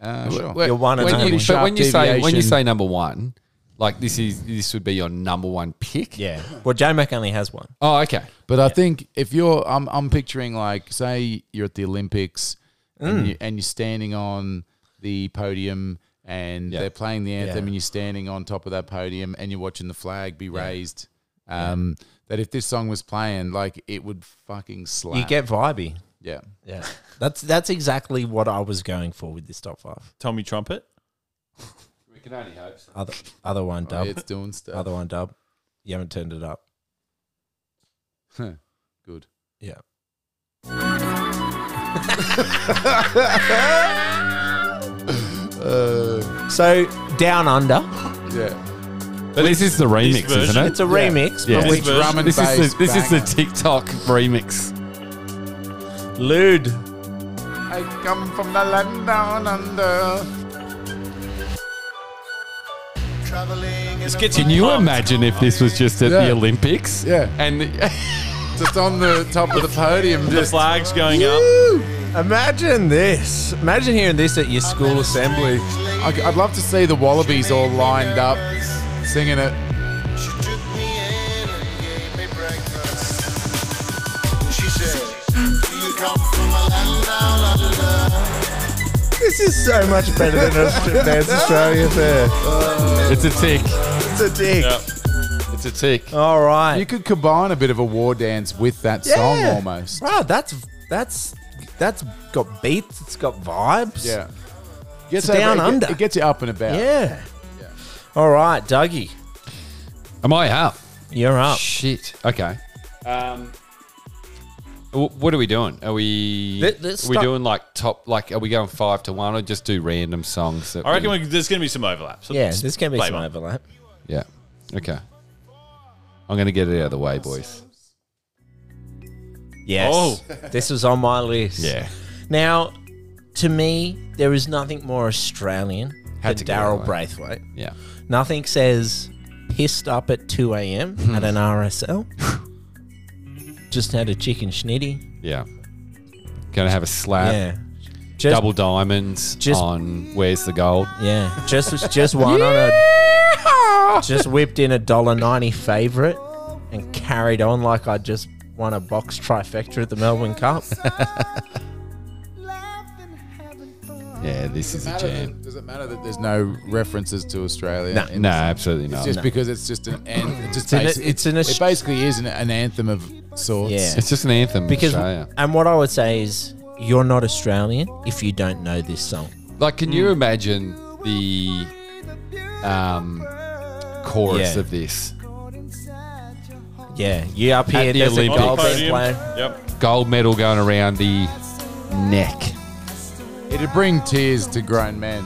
Speaker 5: Uh, sure.
Speaker 2: Well,
Speaker 4: You're one and
Speaker 2: when
Speaker 4: only.
Speaker 2: you, But
Speaker 5: Sharp
Speaker 2: when you say when you
Speaker 5: deviation.
Speaker 2: say number one, like this is this would be your number one pick.
Speaker 4: Yeah. Well, J Mac only has one.
Speaker 2: Oh, okay.
Speaker 5: But I think if you're, I'm, I'm picturing like, say you're at the Olympics
Speaker 2: Mm.
Speaker 5: and, you, and you're standing on the podium and
Speaker 2: Yeah.
Speaker 5: they're playing the anthem
Speaker 4: Yeah.
Speaker 5: and you're standing on top of that podium and you're watching the flag be raised. Um, That if this song was playing, like it would fucking slap.
Speaker 4: You get vibey.
Speaker 5: yeah.
Speaker 4: Yeah, that's that's exactly what I was going for with this top five.
Speaker 3: Tommy Trumpet.
Speaker 2: We can only hope. So.
Speaker 4: Other other one dub,
Speaker 5: It's doing stuff.
Speaker 4: other one dub. You haven't turned it up.
Speaker 5: Huh. Good.
Speaker 4: Yeah, So down under,
Speaker 5: yeah.
Speaker 2: But this is the remix,
Speaker 3: version-
Speaker 2: isn't it?
Speaker 4: it's a remix,
Speaker 2: Yeah.
Speaker 4: but
Speaker 2: This
Speaker 4: we
Speaker 3: version-
Speaker 5: Drum and
Speaker 2: This
Speaker 5: bass
Speaker 2: is the, this is the
Speaker 5: banger.
Speaker 2: TikTok remix.
Speaker 4: lewd.
Speaker 5: I come from the land down under.
Speaker 3: This gets
Speaker 2: Can you
Speaker 3: pumped.
Speaker 2: imagine if this was just at the
Speaker 5: Yeah.
Speaker 2: Olympics?
Speaker 5: Yeah.
Speaker 2: And
Speaker 5: Just on the top of the podium.
Speaker 3: The
Speaker 5: Just
Speaker 3: flags going up.
Speaker 4: Imagine this. Imagine hearing this at your school assembly.
Speaker 5: I- I'd love to see the wallabies all lined up, singing it.
Speaker 4: This is so much better than a strip dance Australia fair.
Speaker 2: it's a tick.
Speaker 4: It's a dick.
Speaker 3: Yeah.
Speaker 2: It's a tick.
Speaker 4: All right.
Speaker 5: You could combine a bit of a war dance with that song
Speaker 4: Yeah.
Speaker 5: almost.
Speaker 4: Bro, that's that's that's got beats. It's got vibes.
Speaker 5: Yeah. Gets
Speaker 4: It's down
Speaker 5: it,
Speaker 4: under.
Speaker 5: It gets you up and about.
Speaker 4: Yeah. All right, Dougie,
Speaker 2: Am I up?
Speaker 4: you're up.
Speaker 2: Shit. Okay. Um, wh- what are we doing? Are we
Speaker 4: Let- let's
Speaker 2: are we
Speaker 4: start-
Speaker 2: doing like top? Like, are we going five to one, or just do random songs? that
Speaker 3: I reckon we, there's going to be some overlap. So
Speaker 4: Yeah,
Speaker 3: let's
Speaker 4: there's gonna be
Speaker 3: play
Speaker 4: some
Speaker 3: one.
Speaker 4: overlap.
Speaker 2: yeah. Okay. I'm gonna get it out of the way, boys.
Speaker 4: Yes.
Speaker 3: Oh.
Speaker 4: this was on my list. Now, to me, there is nothing more Australian
Speaker 2: Had to
Speaker 4: than
Speaker 2: get out of
Speaker 4: Daryl
Speaker 2: the way.
Speaker 4: Braithwaite.
Speaker 2: Yeah.
Speaker 4: Nothing says pissed up at 2 a.m. at an RSL. Just had a chicken schnitty.
Speaker 2: Yeah. Gonna have a slap.
Speaker 4: yeah. Just,
Speaker 2: double diamonds
Speaker 4: just-
Speaker 2: on where's the gold?
Speaker 4: Yeah. Just just one on a just whipped in a dollar ninety favourite and carried on like I just won a box trifecta at the Melbourne Cup.
Speaker 2: Yeah, this is a
Speaker 5: Matter that-
Speaker 2: jam.
Speaker 5: Does it matter that there's no references to Australia?
Speaker 4: No.
Speaker 5: in
Speaker 2: No,
Speaker 5: this?
Speaker 2: absolutely
Speaker 5: It's
Speaker 2: not.
Speaker 5: just because it's just an anthem. It just
Speaker 4: It's an-
Speaker 5: basi-
Speaker 4: it's an Aus-
Speaker 5: it basically is an, an anthem of sorts.
Speaker 4: Yeah.
Speaker 2: It's just an anthem
Speaker 4: Because
Speaker 2: because Australia.
Speaker 4: and what I would say is you're not Australian if you don't know this song.
Speaker 2: Like, can you imagine the um, chorus
Speaker 4: Yeah.
Speaker 2: of this?
Speaker 4: Yeah. You up here
Speaker 2: the
Speaker 4: there's a
Speaker 2: Olympics.
Speaker 4: gold
Speaker 2: Olympic.
Speaker 4: being
Speaker 3: Podium.
Speaker 4: playing.
Speaker 3: Yep.
Speaker 2: Gold medal going around the neck.
Speaker 5: It'd bring tears to grown men.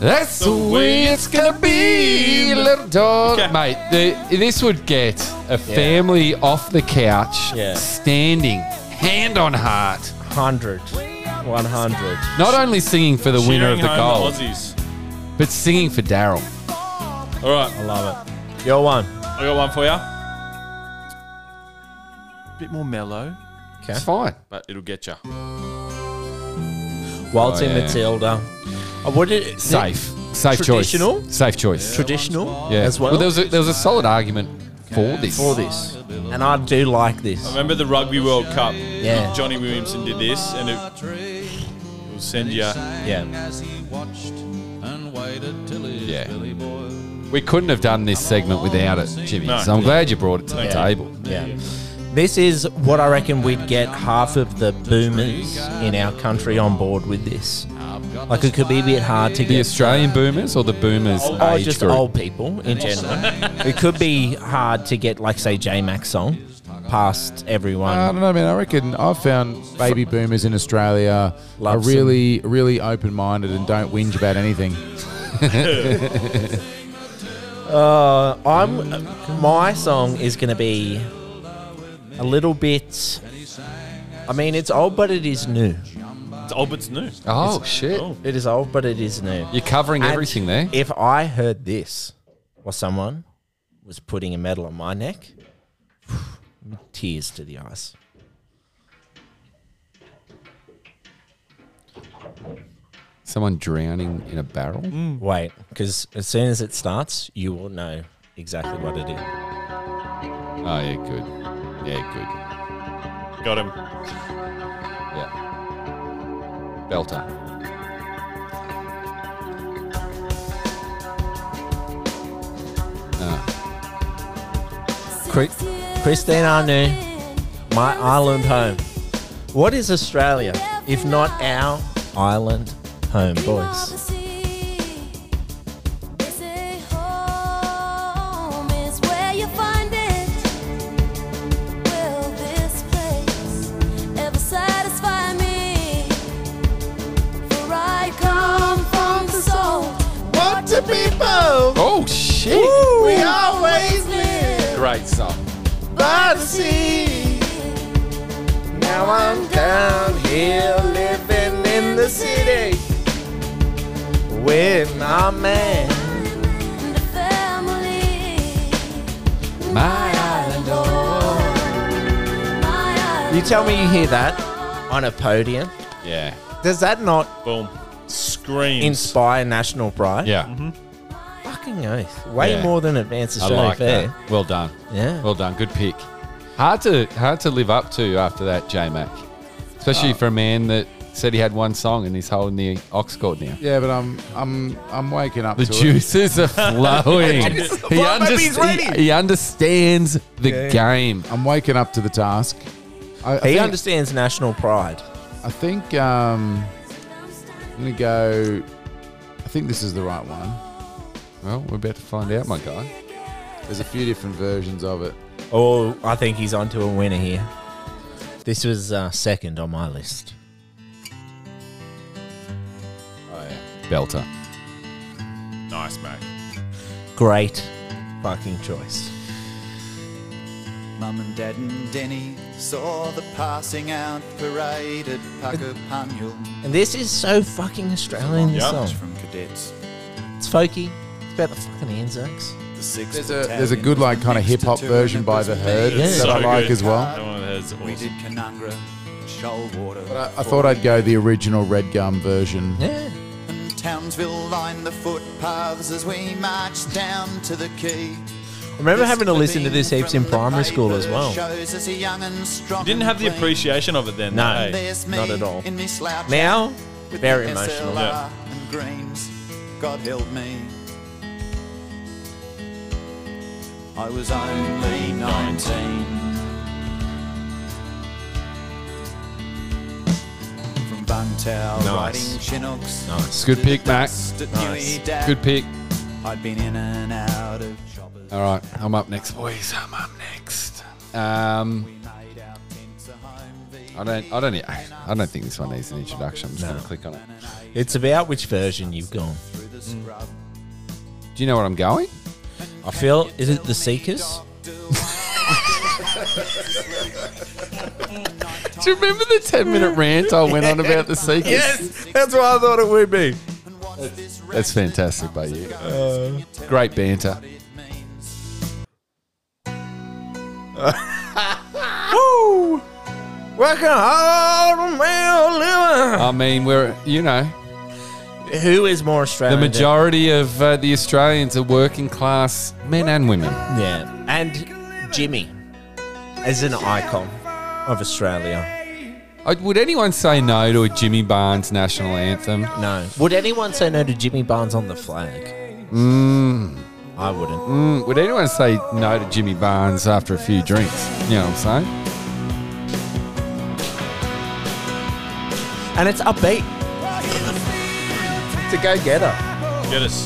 Speaker 2: That's the way it's gonna be, little dog. Mate, the, this would get a family off the couch,
Speaker 4: Yeah.
Speaker 2: standing, hand on heart,
Speaker 4: Hundred. One hundred.
Speaker 2: not only singing for the winner of
Speaker 3: Cheering
Speaker 2: the
Speaker 3: home
Speaker 2: gold,
Speaker 3: Aussies.
Speaker 2: but singing for Daryl.
Speaker 3: All right,
Speaker 4: I love it. You're one.
Speaker 3: I got one for you. Bit more mellow,
Speaker 4: Okay.
Speaker 2: It's fine.
Speaker 3: but it'll get you.
Speaker 4: Waltzing
Speaker 2: Oh, yeah.
Speaker 4: Matilda. I would Uh, it
Speaker 2: Safe. Safe
Speaker 4: Traditional?
Speaker 2: choice. Safe choice.
Speaker 4: traditional
Speaker 2: Yeah.
Speaker 4: as well.
Speaker 2: there was a, there was a solid argument for this.
Speaker 4: for this. And I do like this.
Speaker 3: Remember the Rugby World Cup?
Speaker 4: Yeah.
Speaker 3: Johnny Williamson did this, and it will send you.
Speaker 4: Yeah.
Speaker 2: Yeah. We couldn't have done this segment without it, Jimmy.
Speaker 3: No.
Speaker 2: So I'm glad you brought it to the
Speaker 4: Yeah.
Speaker 2: table.
Speaker 4: Yeah. This is what I reckon we'd get half of the boomers in our country on board with this. Like it could be a bit hard to
Speaker 2: The
Speaker 4: get
Speaker 2: Australian boomers or the boomers
Speaker 4: or
Speaker 2: age
Speaker 4: Oh, just
Speaker 2: group?
Speaker 4: old people in general. it could be hard to get like say J Max song past everyone.
Speaker 5: I don't know, man. I reckon I've found baby boomers in Australia are
Speaker 4: Loves
Speaker 5: really, really open-minded and don't whinge about anything.
Speaker 4: Uh, I'm my song is gonna be a little bit. I mean, it's old, but it is new.
Speaker 3: It's old, but it's new.
Speaker 2: Oh, shit.
Speaker 3: Oh.
Speaker 4: It is old, but it is new.
Speaker 2: You're covering
Speaker 4: And
Speaker 2: everything there.
Speaker 4: If I heard this, or someone was putting a medal on my neck, tears to the eyes.
Speaker 2: Someone drowning in a barrel.
Speaker 4: Wait, because as soon as it starts, you will know exactly what it is.
Speaker 2: Oh, yeah, good. Yeah,
Speaker 3: Got him.
Speaker 2: good. Yeah. Belter.
Speaker 4: Christine Arnoux, my island home. What is Australia if not our island home, boys?
Speaker 1: Satisfy me for
Speaker 4: love.
Speaker 2: Oh shit!
Speaker 4: We always live
Speaker 2: Great song.
Speaker 4: by the sea. Now I'm down here living in the city with my man.
Speaker 1: and a family.
Speaker 2: My
Speaker 1: My island.
Speaker 4: You tell me you hear that on a podium.
Speaker 2: yeah,
Speaker 4: Does that not
Speaker 3: Boom. Screams.
Speaker 4: inspire national pride?
Speaker 2: yeah.
Speaker 4: Fucking oath. Way
Speaker 2: Yeah.
Speaker 4: more than advanced
Speaker 2: I
Speaker 4: Australia
Speaker 2: like
Speaker 4: Fair.
Speaker 2: that. Well done.
Speaker 4: Yeah.
Speaker 2: Well done. Good pick. Hard to hard to live up to after that, J Mac. Especially for a man that said he had one song and he's holding the ox cord now.
Speaker 5: Yeah, but I'm I'm I'm waking up.
Speaker 2: The
Speaker 5: to it.
Speaker 2: juices are flowing. he,
Speaker 4: Well, maybe he's
Speaker 2: underst- he-
Speaker 4: ready.
Speaker 2: he understands the game.
Speaker 5: I'm waking up to the task. I, I
Speaker 4: He
Speaker 5: think,
Speaker 4: understands national pride.
Speaker 5: I think um, I'm gonna go. I think this is the right one.
Speaker 2: Well, we're about to find out, my guy.
Speaker 5: There's a few different versions of it.
Speaker 4: Oh, I think he's onto a winner here. This was uh, second on my list.
Speaker 2: Belter.
Speaker 3: nice, mate.
Speaker 4: Great fucking choice.
Speaker 6: Mum and Dad and Denny saw the passing out parade at Puckapunyul.
Speaker 4: And this is so fucking Australian this
Speaker 3: Yep.
Speaker 4: song.
Speaker 6: From cadets,
Speaker 4: It's folky. It's about the fucking Anzacs.
Speaker 6: the six
Speaker 5: There's a there's a good like kind of hip hop version by the Herd
Speaker 4: Yeah.
Speaker 5: that
Speaker 3: So
Speaker 5: I like
Speaker 3: good.
Speaker 5: as well.
Speaker 3: That one is
Speaker 6: We
Speaker 3: awesome.
Speaker 6: did Canungra, Shoalwater.
Speaker 5: But I, I thought I'd go the original Red Gum version.
Speaker 4: Yeah.
Speaker 6: And Townsville lined the footpaths as we marched down to the quay.
Speaker 4: I remember having to listen to this heaps in primary school as well.
Speaker 3: You didn't have the appreciation of it then.
Speaker 4: No.
Speaker 3: though, eh?
Speaker 4: Not at all. Now,
Speaker 6: Now,
Speaker 4: very emotional.
Speaker 3: Yeah.
Speaker 6: And greens, God help me. I was only 19. From
Speaker 4: Nice.
Speaker 6: Buntown, riding Chinooks.
Speaker 4: Nice.
Speaker 2: Good pick, Mac.
Speaker 6: Nice.
Speaker 2: Good pick.
Speaker 6: I'd been in and out of shoppers.
Speaker 2: All right, I'm up next, boys. I'm up next. Um,
Speaker 6: We made our tents a home v-
Speaker 2: I don't, I don't, I don't think this one needs an introduction. I'm just gonna click on it.
Speaker 4: It's about which version you've gone.
Speaker 6: through the scrub.
Speaker 2: Do you know where I'm going?
Speaker 4: I feel, is it the Seekers?
Speaker 2: Do you remember the 10 minute rant I went on about the Seekers?
Speaker 4: that's what I thought it would be.
Speaker 2: That's fantastic by you. Great banter.
Speaker 4: Woo! Working hard on my
Speaker 2: I mean, we're, you know,
Speaker 4: own living. Um, Who is more Australian?
Speaker 2: the
Speaker 4: than-
Speaker 2: majority of uh, the Australians are working class men and women.
Speaker 4: Yeah. And Jimmy as an icon of Australia.
Speaker 2: I, Uh, would anyone say no to a Jimmy Barnes national anthem?
Speaker 4: No. Would anyone say no to Jimmy Barnes on the flag? Mm. I wouldn't.
Speaker 2: Mm, would anyone say no to Jimmy Barnes after a few drinks? You know what I'm saying?
Speaker 4: And it's upbeat. it's a go getter.
Speaker 3: Get us.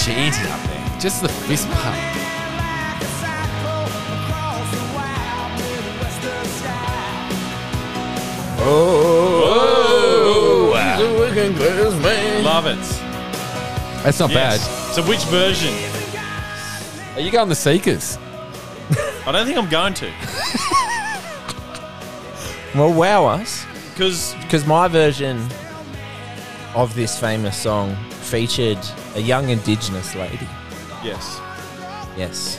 Speaker 2: Cheesy up there. Just the fist pump.
Speaker 4: Oh,
Speaker 3: Love it.
Speaker 2: That's not
Speaker 3: Yes. So which version?
Speaker 2: bad. Are you going the Seekers?
Speaker 3: I don't think I'm going to
Speaker 4: Well, wow us.
Speaker 3: because
Speaker 4: Because my version of this famous song featured a young indigenous lady.
Speaker 3: yes,
Speaker 4: Yes.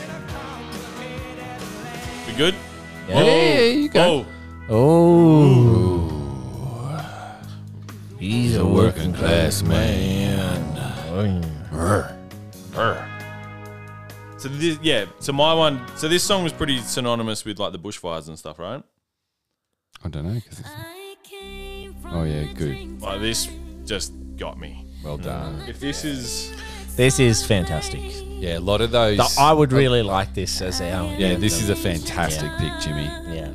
Speaker 3: we good.
Speaker 4: Yeah.
Speaker 2: Yeah, you go.
Speaker 3: Oh,
Speaker 4: Oh. He's a working class man.
Speaker 3: so this, yeah. So my one. So this song was pretty synonymous with like the bushfires and stuff, right?
Speaker 2: I don't know. 'cause it's-
Speaker 1: I came from
Speaker 2: Oh, yeah,
Speaker 1: a
Speaker 2: good.
Speaker 1: drink
Speaker 3: Like this just got me.
Speaker 2: Well done.
Speaker 3: If this is
Speaker 4: This is fantastic.
Speaker 2: Yeah, a lot of those.
Speaker 4: Th- I would really like this as our.
Speaker 2: yeah, this is a fantastic pick, Jimmy.
Speaker 4: Yeah.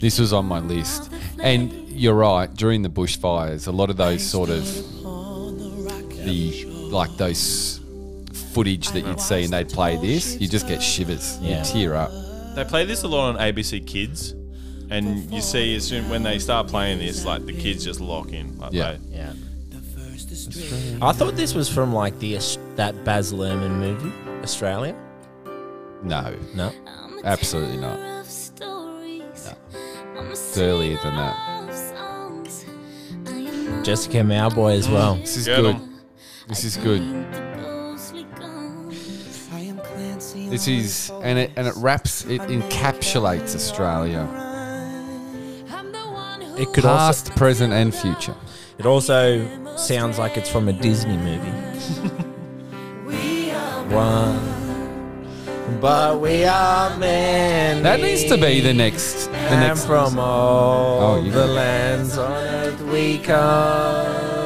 Speaker 2: This was on my list. And you're right, during the bushfires, a lot of those sort of the like those footage that you'd see and they'd play this, you just get shivers.
Speaker 4: Yeah.
Speaker 2: You tear up.
Speaker 3: they play this a lot on ABC Kids, and you see as soon when they start playing this, like the kids just lock in. Like
Speaker 2: Yeah.
Speaker 3: they,
Speaker 4: Yeah.
Speaker 2: Australia.
Speaker 4: I thought this was from like the Aus- that Baz Luhrmann movie, Australia.
Speaker 2: No,
Speaker 4: No,
Speaker 2: absolutely not.
Speaker 1: No.
Speaker 2: It's earlier than that.
Speaker 4: Jessica Mowboy as well.
Speaker 2: This is
Speaker 3: Get
Speaker 2: good.
Speaker 3: 'em.
Speaker 2: This is good. This is and it and it wraps it encapsulates Australia,
Speaker 4: It could also
Speaker 2: past, present, and future.
Speaker 4: it also sounds like it's from a Disney movie. One, but we are many.
Speaker 2: That needs to be the next. The
Speaker 4: and
Speaker 2: next.
Speaker 4: from all
Speaker 2: Oh, you
Speaker 4: the
Speaker 2: got it.
Speaker 4: lands on earth we come.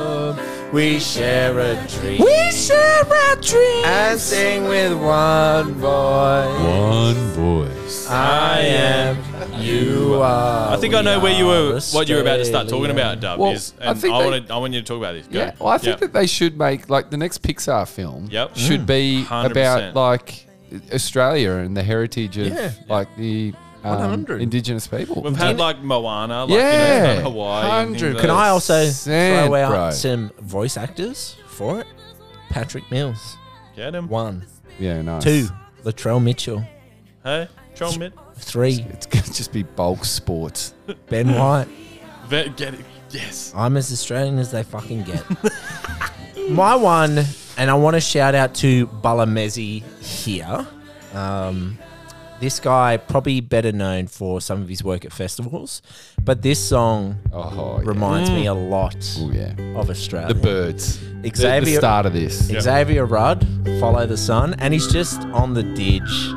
Speaker 4: We share a dream. We share a dream. And sing with one voice.
Speaker 2: One voice.
Speaker 4: I am. You are.
Speaker 3: I think I know where you were, what you were about to start talking about, Dub.
Speaker 2: Well,
Speaker 3: is,
Speaker 2: I
Speaker 3: and I,
Speaker 2: think they-
Speaker 3: want to, I want you to talk about this. Go.
Speaker 2: Yeah, well, I think
Speaker 3: Yep.
Speaker 2: that they should make like the next Pixar film.
Speaker 3: Yep.
Speaker 2: should
Speaker 3: Mm.
Speaker 2: be
Speaker 3: 100%.
Speaker 2: about like Australia and the heritage of
Speaker 4: Yeah.
Speaker 2: like the um,
Speaker 4: 100.
Speaker 2: indigenous people.
Speaker 3: We've had like Moana, like
Speaker 2: Yeah.
Speaker 3: you know, Hawaii. and things
Speaker 2: 100.
Speaker 3: like
Speaker 4: Can
Speaker 3: that.
Speaker 4: I also
Speaker 2: Sand,
Speaker 4: throw out
Speaker 2: bro.
Speaker 4: some voice actors for it? Patrick Mills,
Speaker 3: Get him.
Speaker 4: one.
Speaker 2: yeah, nice.
Speaker 4: Two, Latrell Mitchell.
Speaker 3: Hey, John Mitt.
Speaker 4: Three,
Speaker 2: It's gonna just be bulk sports.
Speaker 4: Ben White.
Speaker 3: Ve- Get it. Yes.
Speaker 4: I'm as Australian as they fucking get. My one, and I want to shout out to Balamezi here. Um, this guy probably better known for some of his work at festivals, but this song
Speaker 2: Oh, yeah.
Speaker 4: reminds me a lot
Speaker 2: Oh yeah,
Speaker 4: of
Speaker 2: the
Speaker 4: Australia.
Speaker 2: birds.
Speaker 4: Xavier,
Speaker 2: the start of this.
Speaker 4: Xavier Rudd, Follow the Sun, and he's just on the didge.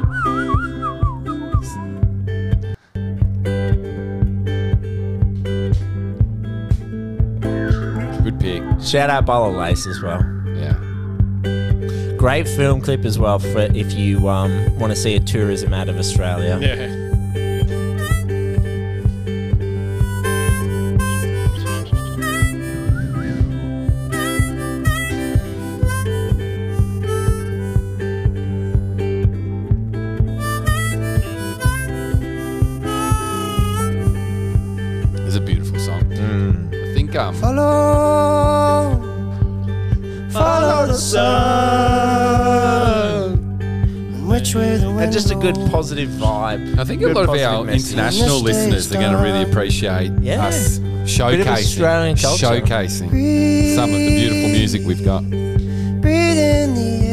Speaker 2: Good pick.
Speaker 4: Shout out Bala Lace as well.
Speaker 2: Yeah.
Speaker 4: Great film clip as well for if you um, want to see a tourism out of Australia.
Speaker 3: Yeah.
Speaker 2: It's a beautiful song. I think um
Speaker 4: Follow, follow the sun.
Speaker 6: Which way the
Speaker 4: And just a good positive vibe.
Speaker 2: I think a lot of our international listeners are going to really appreciate
Speaker 4: Yeah.
Speaker 2: us showcasing
Speaker 4: Australian culture.
Speaker 2: showcasing some of the beautiful music we've got.
Speaker 6: Breathe in the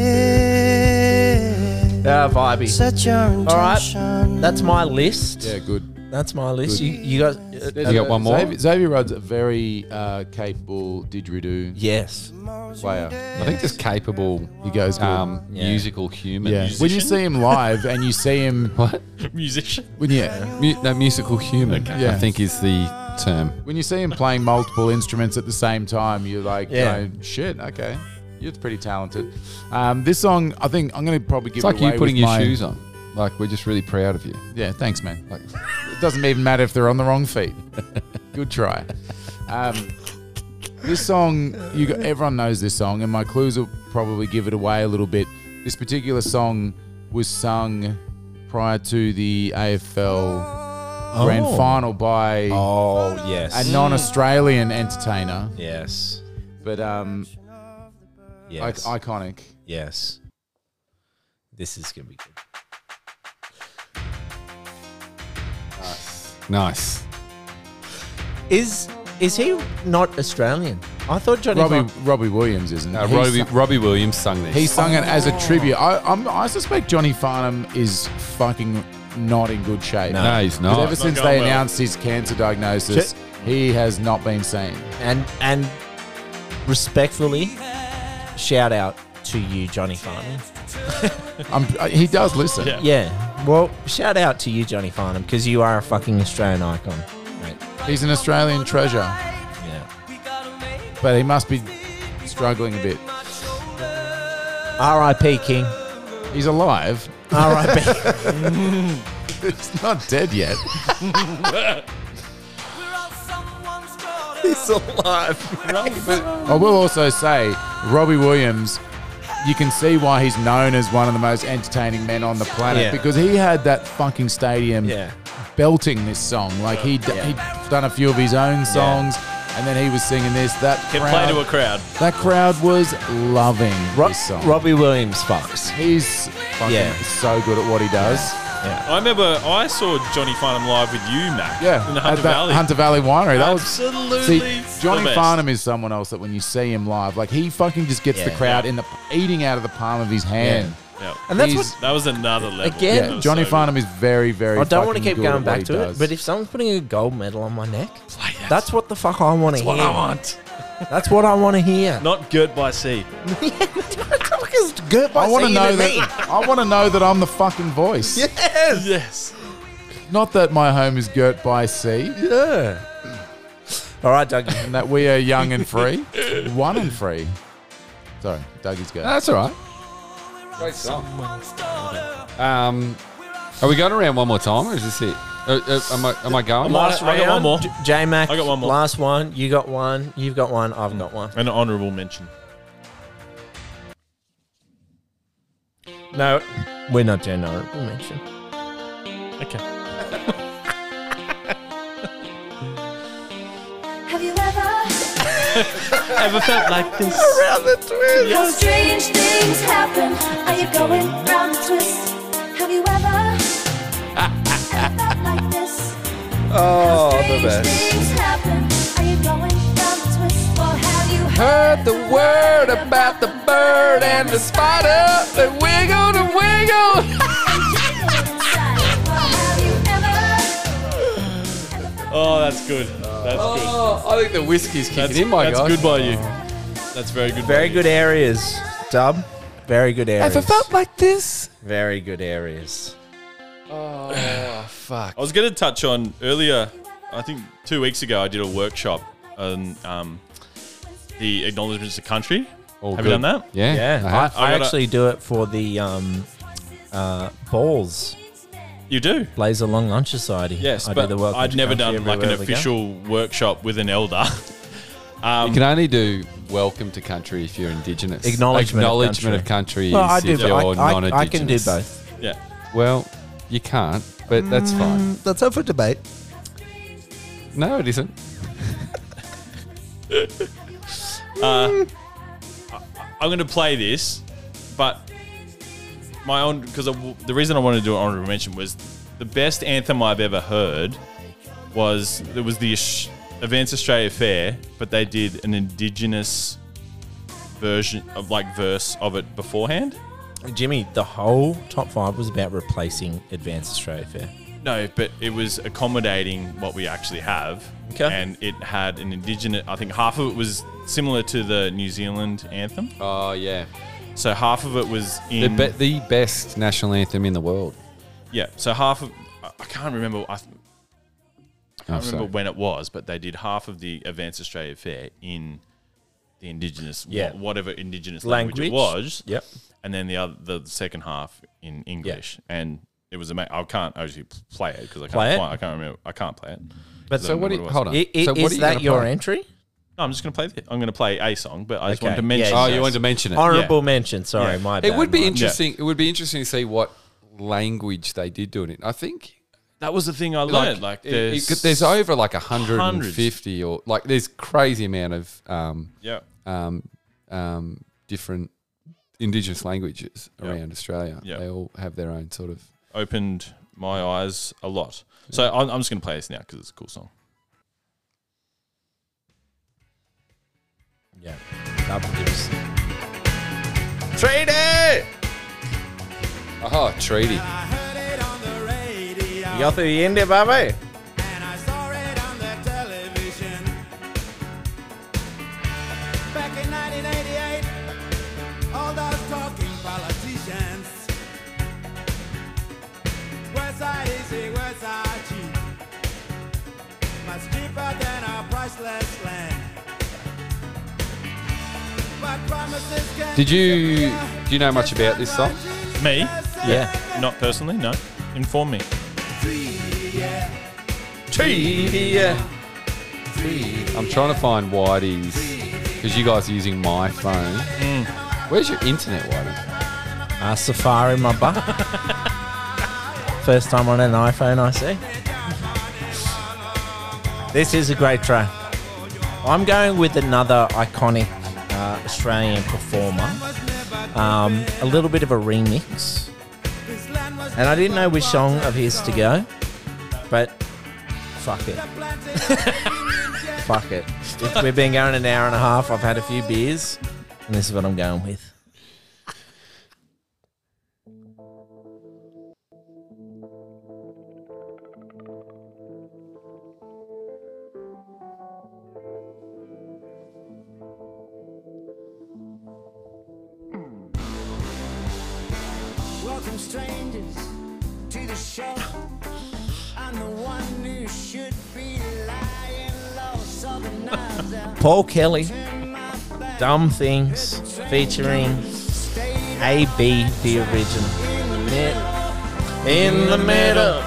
Speaker 6: air.
Speaker 4: Uh, vibey.
Speaker 6: Set your intention.
Speaker 4: All right, that's my list.
Speaker 5: Yeah, good.
Speaker 4: That's my list.
Speaker 5: Good.
Speaker 4: You, you got uh,
Speaker 5: You
Speaker 2: got one more?
Speaker 5: Xavier, Xavier Rudd's a very uh, capable didgeridoo
Speaker 4: yes.
Speaker 5: player.
Speaker 2: I think just capable
Speaker 5: He goes good.
Speaker 2: um,
Speaker 4: Yeah.
Speaker 2: musical human.
Speaker 5: yeah.
Speaker 2: Music-
Speaker 5: When you see him live and you see him,
Speaker 2: What?
Speaker 3: Musician.
Speaker 5: when, yeah,
Speaker 2: Mu- no, musical human. I
Speaker 5: Yeah.
Speaker 2: think is the term.
Speaker 5: when you see him playing multiple instruments at the same time, you're like,
Speaker 4: Yeah.
Speaker 5: yeah, shit, okay, you're pretty talented. Um, this song, I think I'm going to probably
Speaker 2: It's
Speaker 5: give it
Speaker 2: like you
Speaker 5: away
Speaker 2: putting
Speaker 5: with
Speaker 2: your
Speaker 5: my-
Speaker 2: shoes on. Like we're just really proud of you.
Speaker 5: Yeah, thanks, man.
Speaker 2: Like
Speaker 5: It doesn't even matter if they're on the wrong feet. Good try. Um, this song, you got, everyone knows this song, and my clues will probably give it away a little bit. This particular song was sung prior to the AFL grand
Speaker 4: Oh.
Speaker 5: final by
Speaker 4: Oh yes.
Speaker 5: a non-Australian entertainer,
Speaker 4: yes.
Speaker 5: but um, I-
Speaker 4: Yes.
Speaker 5: iconic.
Speaker 4: yes. This is gonna be good.
Speaker 2: nice.
Speaker 4: Is is he not Australian? I thought Johnny.
Speaker 5: Robbie
Speaker 4: Von-
Speaker 5: Robbie Williams isn't.
Speaker 2: Uh,
Speaker 5: He
Speaker 2: Robbie
Speaker 5: sung-
Speaker 2: Robbie Williams sung this.
Speaker 5: He sung it as a tribute. I, I'm, I suspect Johnny Farnham is fucking not in good shape.
Speaker 2: no, he's
Speaker 5: 'Cause
Speaker 2: not.
Speaker 5: ever since
Speaker 3: going
Speaker 5: they
Speaker 3: well.
Speaker 5: announced his cancer diagnosis, he has not been seen.
Speaker 4: and and respectfully, shout out to you, Johnny Farnham.
Speaker 5: I'm, uh, he does listen.
Speaker 3: Yeah.
Speaker 4: Yeah. Well, shout out to you, Johnny Farnham, because you are a fucking Australian icon. Right.
Speaker 5: He's an Australian treasure,
Speaker 4: Yeah.
Speaker 5: but he must be struggling a bit.
Speaker 4: R.I.P. King.
Speaker 5: He's alive.
Speaker 4: R.I.P.
Speaker 5: He's not dead yet.
Speaker 4: He's alive.
Speaker 5: I will also say, Robbie Williams, you can see why he's known as one of the most entertaining men on the planet
Speaker 4: Yeah.
Speaker 5: because he had that fucking stadium
Speaker 4: Yeah.
Speaker 5: belting this song. Like he d- he'd done a few of his own songs. And then he was singing this. That
Speaker 3: Can
Speaker 5: crowd,
Speaker 3: play to a crowd.
Speaker 5: that crowd was loving
Speaker 4: Ro-
Speaker 5: this song.
Speaker 4: Robbie Williams fucks.
Speaker 5: He's fucking
Speaker 4: Yeah.
Speaker 5: so good at what he does.
Speaker 3: I remember I saw Johnny Farnham live with you, Mac.
Speaker 5: Yeah,
Speaker 3: in the
Speaker 5: at
Speaker 3: Hunter
Speaker 5: that
Speaker 3: Valley.
Speaker 5: Hunter Valley Winery. That was
Speaker 3: Absolutely.
Speaker 5: See,
Speaker 3: the
Speaker 5: Johnny
Speaker 3: best.
Speaker 5: Farnham is someone else that when you see him live, like he fucking just gets the
Speaker 4: Yeah.
Speaker 5: crowd in the eating out of the palm of his hand.
Speaker 3: Yeah.
Speaker 4: And that's
Speaker 5: He's-
Speaker 4: what
Speaker 3: That was another level.
Speaker 4: Again,
Speaker 5: Yeah,
Speaker 3: That was
Speaker 5: Johnny
Speaker 3: so
Speaker 5: Farnham is very, very.
Speaker 4: I don't want to
Speaker 5: fucking
Speaker 4: keep
Speaker 5: good at
Speaker 4: going
Speaker 5: what
Speaker 4: back
Speaker 5: he
Speaker 4: to
Speaker 5: does.
Speaker 4: it, but if someone's putting a gold medal on my neck, that's what the fuck I want to hear.
Speaker 3: good. What I want.
Speaker 4: That's what I want to hear.
Speaker 3: Not Gert by Sea.
Speaker 5: I want to know
Speaker 4: me.
Speaker 5: that. I want to know that I'm the fucking voice.
Speaker 4: Yes.
Speaker 3: Yes.
Speaker 5: Not that my home is girt by sea,
Speaker 4: Yeah. All right, Doug.
Speaker 5: and that we are young and free, one and free. Sorry, Dougie's go.
Speaker 2: That's all right. Great song. Um, are we going around one more time, or is this it? Uh, uh, am I am I going?
Speaker 3: I'm on Last round. J-
Speaker 4: J Mac.
Speaker 3: I got one more.
Speaker 4: Last one. You got one. You've got one. I've got one.
Speaker 3: An honourable mention.
Speaker 4: No, we're not doing honorable mention.
Speaker 3: Okay.
Speaker 1: Have you ever?
Speaker 3: Ever felt like this?
Speaker 1: How strange things happen. Are you going round twists? Have you ever? ever felt like this? Oh, strange the best. things happen. Are you going round twists? Or have you
Speaker 2: Heard the word about the bird and the spider that wiggled and wiggled.
Speaker 1: heard inside? Or have you ever?
Speaker 3: Oh, that's good. That's good.
Speaker 2: Oh, I think the whiskey's kicking
Speaker 3: That's,
Speaker 2: in, my
Speaker 3: that's
Speaker 2: guy.
Speaker 3: good by you. That's very good.
Speaker 4: Very
Speaker 3: by
Speaker 4: good areas, Dub. Very good areas.
Speaker 2: Ever felt like this?
Speaker 4: Very good areas.
Speaker 2: Oh, fuck.
Speaker 3: I was going to touch on earlier. I think two weeks ago I did a workshop on um, the acknowledgements of country. Have you done that?
Speaker 2: Yeah.
Speaker 4: Yeah, I, I,
Speaker 3: I gotta-
Speaker 4: actually do it for the um, uh, balls
Speaker 3: You do.
Speaker 4: Laser Long Lunch Society.
Speaker 3: Yes,
Speaker 4: I do
Speaker 3: but
Speaker 4: the work
Speaker 3: I'd
Speaker 4: with
Speaker 3: never
Speaker 4: Junkie
Speaker 3: done like an
Speaker 4: everywhere we go.
Speaker 3: official workshop with an elder. Um,
Speaker 2: You can only do welcome to country if you're indigenous.
Speaker 4: Acknowledgement of
Speaker 2: Acknowledgement of country,
Speaker 4: Well, I do.
Speaker 2: is if you're
Speaker 4: but I, I,
Speaker 2: non-indigenous.
Speaker 4: I can do both.
Speaker 3: yeah.
Speaker 2: Well, you can't, but that's
Speaker 4: Mm.
Speaker 2: fine.
Speaker 4: That's up for debate.
Speaker 2: No, it isn't.
Speaker 3: I'm going to play this, but my own because the reason I wanted to do an honorable mention was the best anthem I've ever heard was it was the Ash- Events Australia Fair, but they did an Indigenous version of like verse of it beforehand.
Speaker 4: Jimmy, the whole top five was about replacing Advanced Australia Fair.
Speaker 3: No, but it was accommodating what we actually have.
Speaker 4: Okay.
Speaker 3: And it had an indigenous, I think half of it was similar to the New Zealand anthem.
Speaker 2: Oh, yeah.
Speaker 3: So half of it was
Speaker 2: The,
Speaker 3: in.
Speaker 2: be- the best national anthem in the world.
Speaker 3: yeah. So half of. I I can't remember. I, th-
Speaker 2: Oh,
Speaker 3: I can't remember
Speaker 2: sorry.
Speaker 3: when it was, but they did half of the Advanced Australia Fair in the indigenous,
Speaker 4: Yeah.
Speaker 3: wha- whatever indigenous language,
Speaker 4: Language.
Speaker 3: it was.
Speaker 4: Yep.
Speaker 3: And then the other, the second half in English. And it was amazing. I can't actually play it because I can't
Speaker 4: Play it?
Speaker 3: find- I can't remember. I can't play it.
Speaker 4: But
Speaker 3: 'cause I
Speaker 2: So
Speaker 3: don't
Speaker 2: what? Do
Speaker 3: remember
Speaker 2: you,
Speaker 3: it was.
Speaker 2: hold on.
Speaker 4: I- i-
Speaker 2: so what
Speaker 4: is
Speaker 2: are you
Speaker 4: that
Speaker 2: gonna
Speaker 4: your
Speaker 2: play?
Speaker 4: entry?
Speaker 3: No, I'm just going to play. The, I'm going to play a song, but I just
Speaker 4: Okay.
Speaker 3: wanted to mention.
Speaker 4: Yeah,
Speaker 2: Oh,
Speaker 4: yes.
Speaker 2: you wanted to mention it.
Speaker 4: Honorable mention. Sorry,
Speaker 3: Yeah.
Speaker 4: my bad.
Speaker 2: It would be
Speaker 4: my-
Speaker 2: interesting. It would be interesting to see what language they did do it in. I think
Speaker 3: that was the thing I
Speaker 2: like,
Speaker 3: learned. Like,
Speaker 2: it- it-
Speaker 3: there's,
Speaker 2: there's, over like 150 or like there's crazy amount of um,
Speaker 3: yeah,
Speaker 2: um, um, different indigenous languages
Speaker 3: Yeah.
Speaker 2: around Australia.
Speaker 3: Yeah.
Speaker 2: They all have their own sort of.
Speaker 3: opened my eyes a lot. So I'm, I'm just going to play this now because it's a cool song.
Speaker 4: Yeah. That gives-
Speaker 2: Oh, treaty.
Speaker 4: You got through the end there, baby.
Speaker 7: Back in 1988, all those talking politicians. Words are easy, words are cheap. Much cheaper than our priceless land. But promises can
Speaker 2: Did you do you know much about this song?
Speaker 3: Me?
Speaker 4: Yeah.
Speaker 3: Not personally, no. Inform me.
Speaker 2: I'm trying to find Whitey's because you guys are using my phone.
Speaker 4: Mm.
Speaker 2: Where's your internet, Whitey?
Speaker 4: Uh, safari, my butt. First time on an iPhone, I see. This is a great track. I'm going with another iconic uh, Australian performer. Um, a little bit of a remix. And I didn't know which song of his to go, but fuck it. fuck it. If we've been going an hour and a half. I've had a few beers, and this is what I'm going with.
Speaker 7: Welcome strangers to the show. I'm the one who should be lying low, so the knives out
Speaker 4: Paul Kelly,
Speaker 7: in my back.
Speaker 4: Dumb Things, featuring AB, the original. In the middle,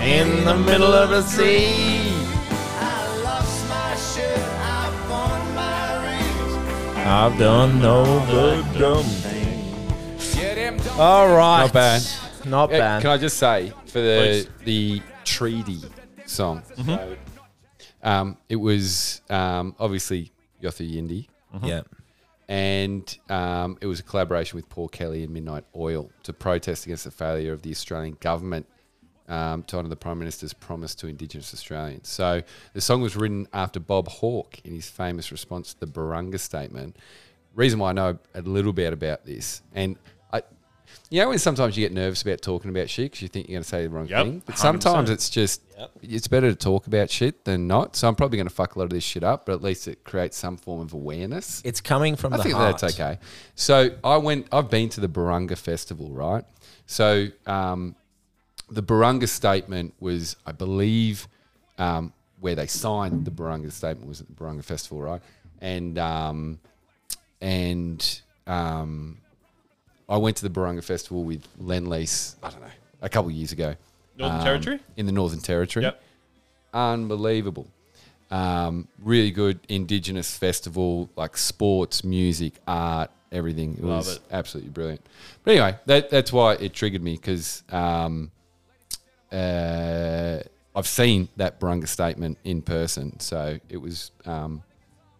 Speaker 4: in the middle of the sea.
Speaker 7: I lost my shirt, I found my rings.
Speaker 4: I've done no good dumb thing. All right.
Speaker 2: Not bad.
Speaker 4: Not
Speaker 2: Yeah,
Speaker 4: bad.
Speaker 2: Can I just say for the the treaty song?
Speaker 4: Mm-hmm.
Speaker 2: so, um, it was um, obviously Yothu Yindi,
Speaker 4: yeah.
Speaker 2: and um, it was a collaboration with Paul Kelly and Midnight Oil to protest against the failure of the Australian government um, to honour the Prime Minister's promise to Indigenous Australians. So the song was written after Bob Hawke in his famous response to the Barunga Statement. Reason why I know a little bit about this, and I, you know, when sometimes you get nervous about talking about shit because you think you're going to say the wrong
Speaker 3: Yep,
Speaker 2: thing, but
Speaker 3: 100%.
Speaker 2: sometimes it's just it's better to talk about shit than not. So I'm probably going to fuck a lot of this shit up, but at least it creates some form of awareness.
Speaker 4: It's coming from
Speaker 2: I
Speaker 4: the
Speaker 2: think
Speaker 4: heart.
Speaker 2: that's okay. So I went. I've been to the Barunga Festival, right? So um, the Barunga Statement was, I believe, um, where they signed the Barunga Statement was at the Barunga Festival, right? And um, and um, I went to the Barunga Festival with Len Lease. I don't know a couple years ago.
Speaker 3: Northern
Speaker 2: um,
Speaker 3: Territory?
Speaker 2: in the Northern Territory
Speaker 3: Yep.
Speaker 2: unbelievable. Um, really good Indigenous festival, like sports, music, art, everything. It
Speaker 3: Love
Speaker 2: was
Speaker 3: it.
Speaker 2: absolutely brilliant. But anyway, that, that's why it triggered me because um, uh, I've seen that Barunga statement in person, so it was um,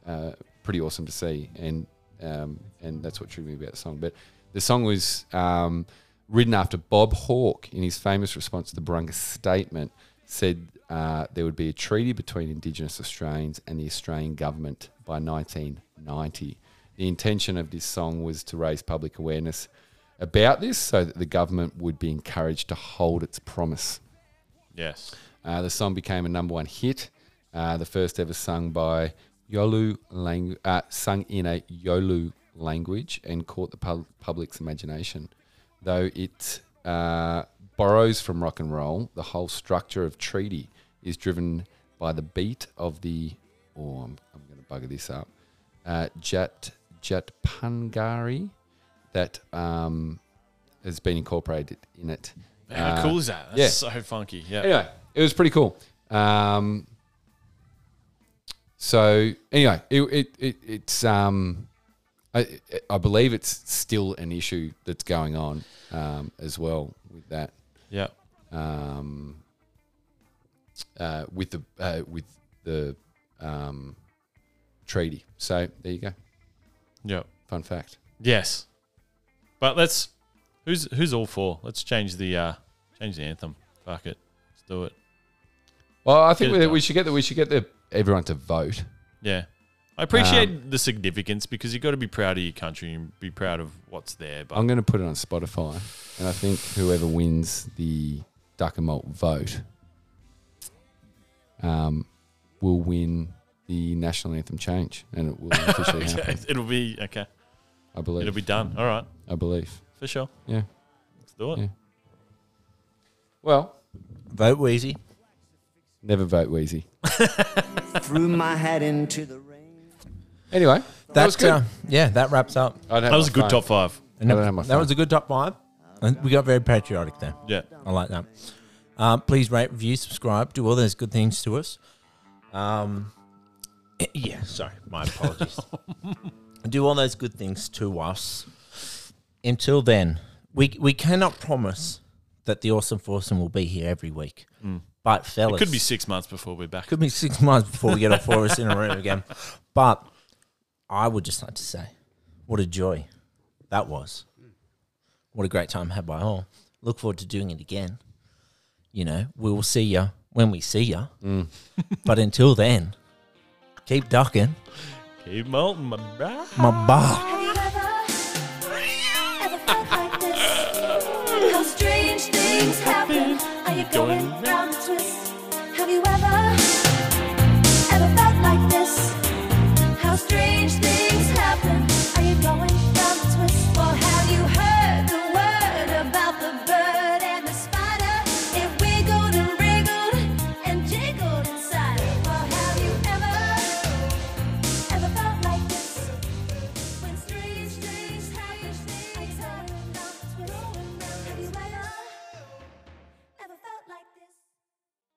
Speaker 2: uh, pretty awesome to see, and um, and that's what triggered me about the song. But the song was um, written after Bob Hawke, in his famous response to the Barunga statement, said uh, there would be a treaty between Indigenous Australians and the Australian government by 1990. The intention of this song was to raise public awareness about this, so that the government would be encouraged to hold its promise.
Speaker 3: Yes.
Speaker 2: Uh, the song became a number one hit, uh, the first ever sung by Yolu lang- uh, sung in a Yolu language, and caught the pub- public's imagination. Though it uh, borrows from rock and roll, the whole structure of treaty is driven by the beat of the. Oh, I'm, I'm going to bugger this up. Uh, Jat Jatpangari that um, has been incorporated in it.
Speaker 3: How
Speaker 2: Uh,
Speaker 3: cool is that? That's
Speaker 2: yeah.
Speaker 3: so funky. Yeah.
Speaker 2: anyway, it was pretty cool. Um, so anyway, it, it, it it's um, I I believe it's still an issue that's going on um, as well with that
Speaker 3: Yeah.
Speaker 2: um, uh, with the uh, with the um, treaty. So there you go.
Speaker 3: Yeah.
Speaker 2: Fun fact.
Speaker 3: Yes. But let's who's who's all for? Let's change the uh change the anthem. Fuck it. Let's do it.
Speaker 2: Well, I think
Speaker 3: Get it
Speaker 2: we, we
Speaker 3: done.
Speaker 2: should get the, we should get the everyone to vote.
Speaker 3: Yeah. I appreciate the significance because you've got to be proud of your country and be proud of what's there. But
Speaker 2: I'm going to put it on Spotify, and I think whoever wins the Duck and Malt vote um, will win the national anthem change, and it will officially happen.
Speaker 3: it'll be okay.
Speaker 2: I believe.
Speaker 3: It'll be done. All right.
Speaker 2: I believe.
Speaker 3: For sure.
Speaker 2: Yeah.
Speaker 3: Let's do it.
Speaker 2: Yeah. Well,
Speaker 4: Vote Wheezy.
Speaker 2: never vote Wheezy.
Speaker 7: Threw my hat into the rain.
Speaker 2: Anyway, that,
Speaker 4: That's
Speaker 2: was good.
Speaker 4: uh, yeah, that wraps up.
Speaker 2: I don't have
Speaker 3: That was
Speaker 2: my
Speaker 3: a good
Speaker 2: phone.
Speaker 3: top five.
Speaker 4: And
Speaker 2: I don't have my
Speaker 4: that was a good top five. And we got very patriotic there.
Speaker 3: Yeah.
Speaker 4: I like that. Um, please rate, review, subscribe, do all those good things to us. Um, eh, yeah, sorry, my apologies. do all those good things to us. Until then, we we cannot promise that the awesome foursome will be here every week, But fellas,
Speaker 3: Mm. It could be six months before we're back.
Speaker 4: could be six months before we get all four of us in a room again. But I would just like to say, what a joy that was. What a great time had by all. Look forward to doing it again. You know, we will see ya when we see ya. but until then, keep ducking.
Speaker 3: Keep molting, my bra.
Speaker 4: My bar.
Speaker 1: Have you ever, ever felt like this? How strange things happen. Are you going round?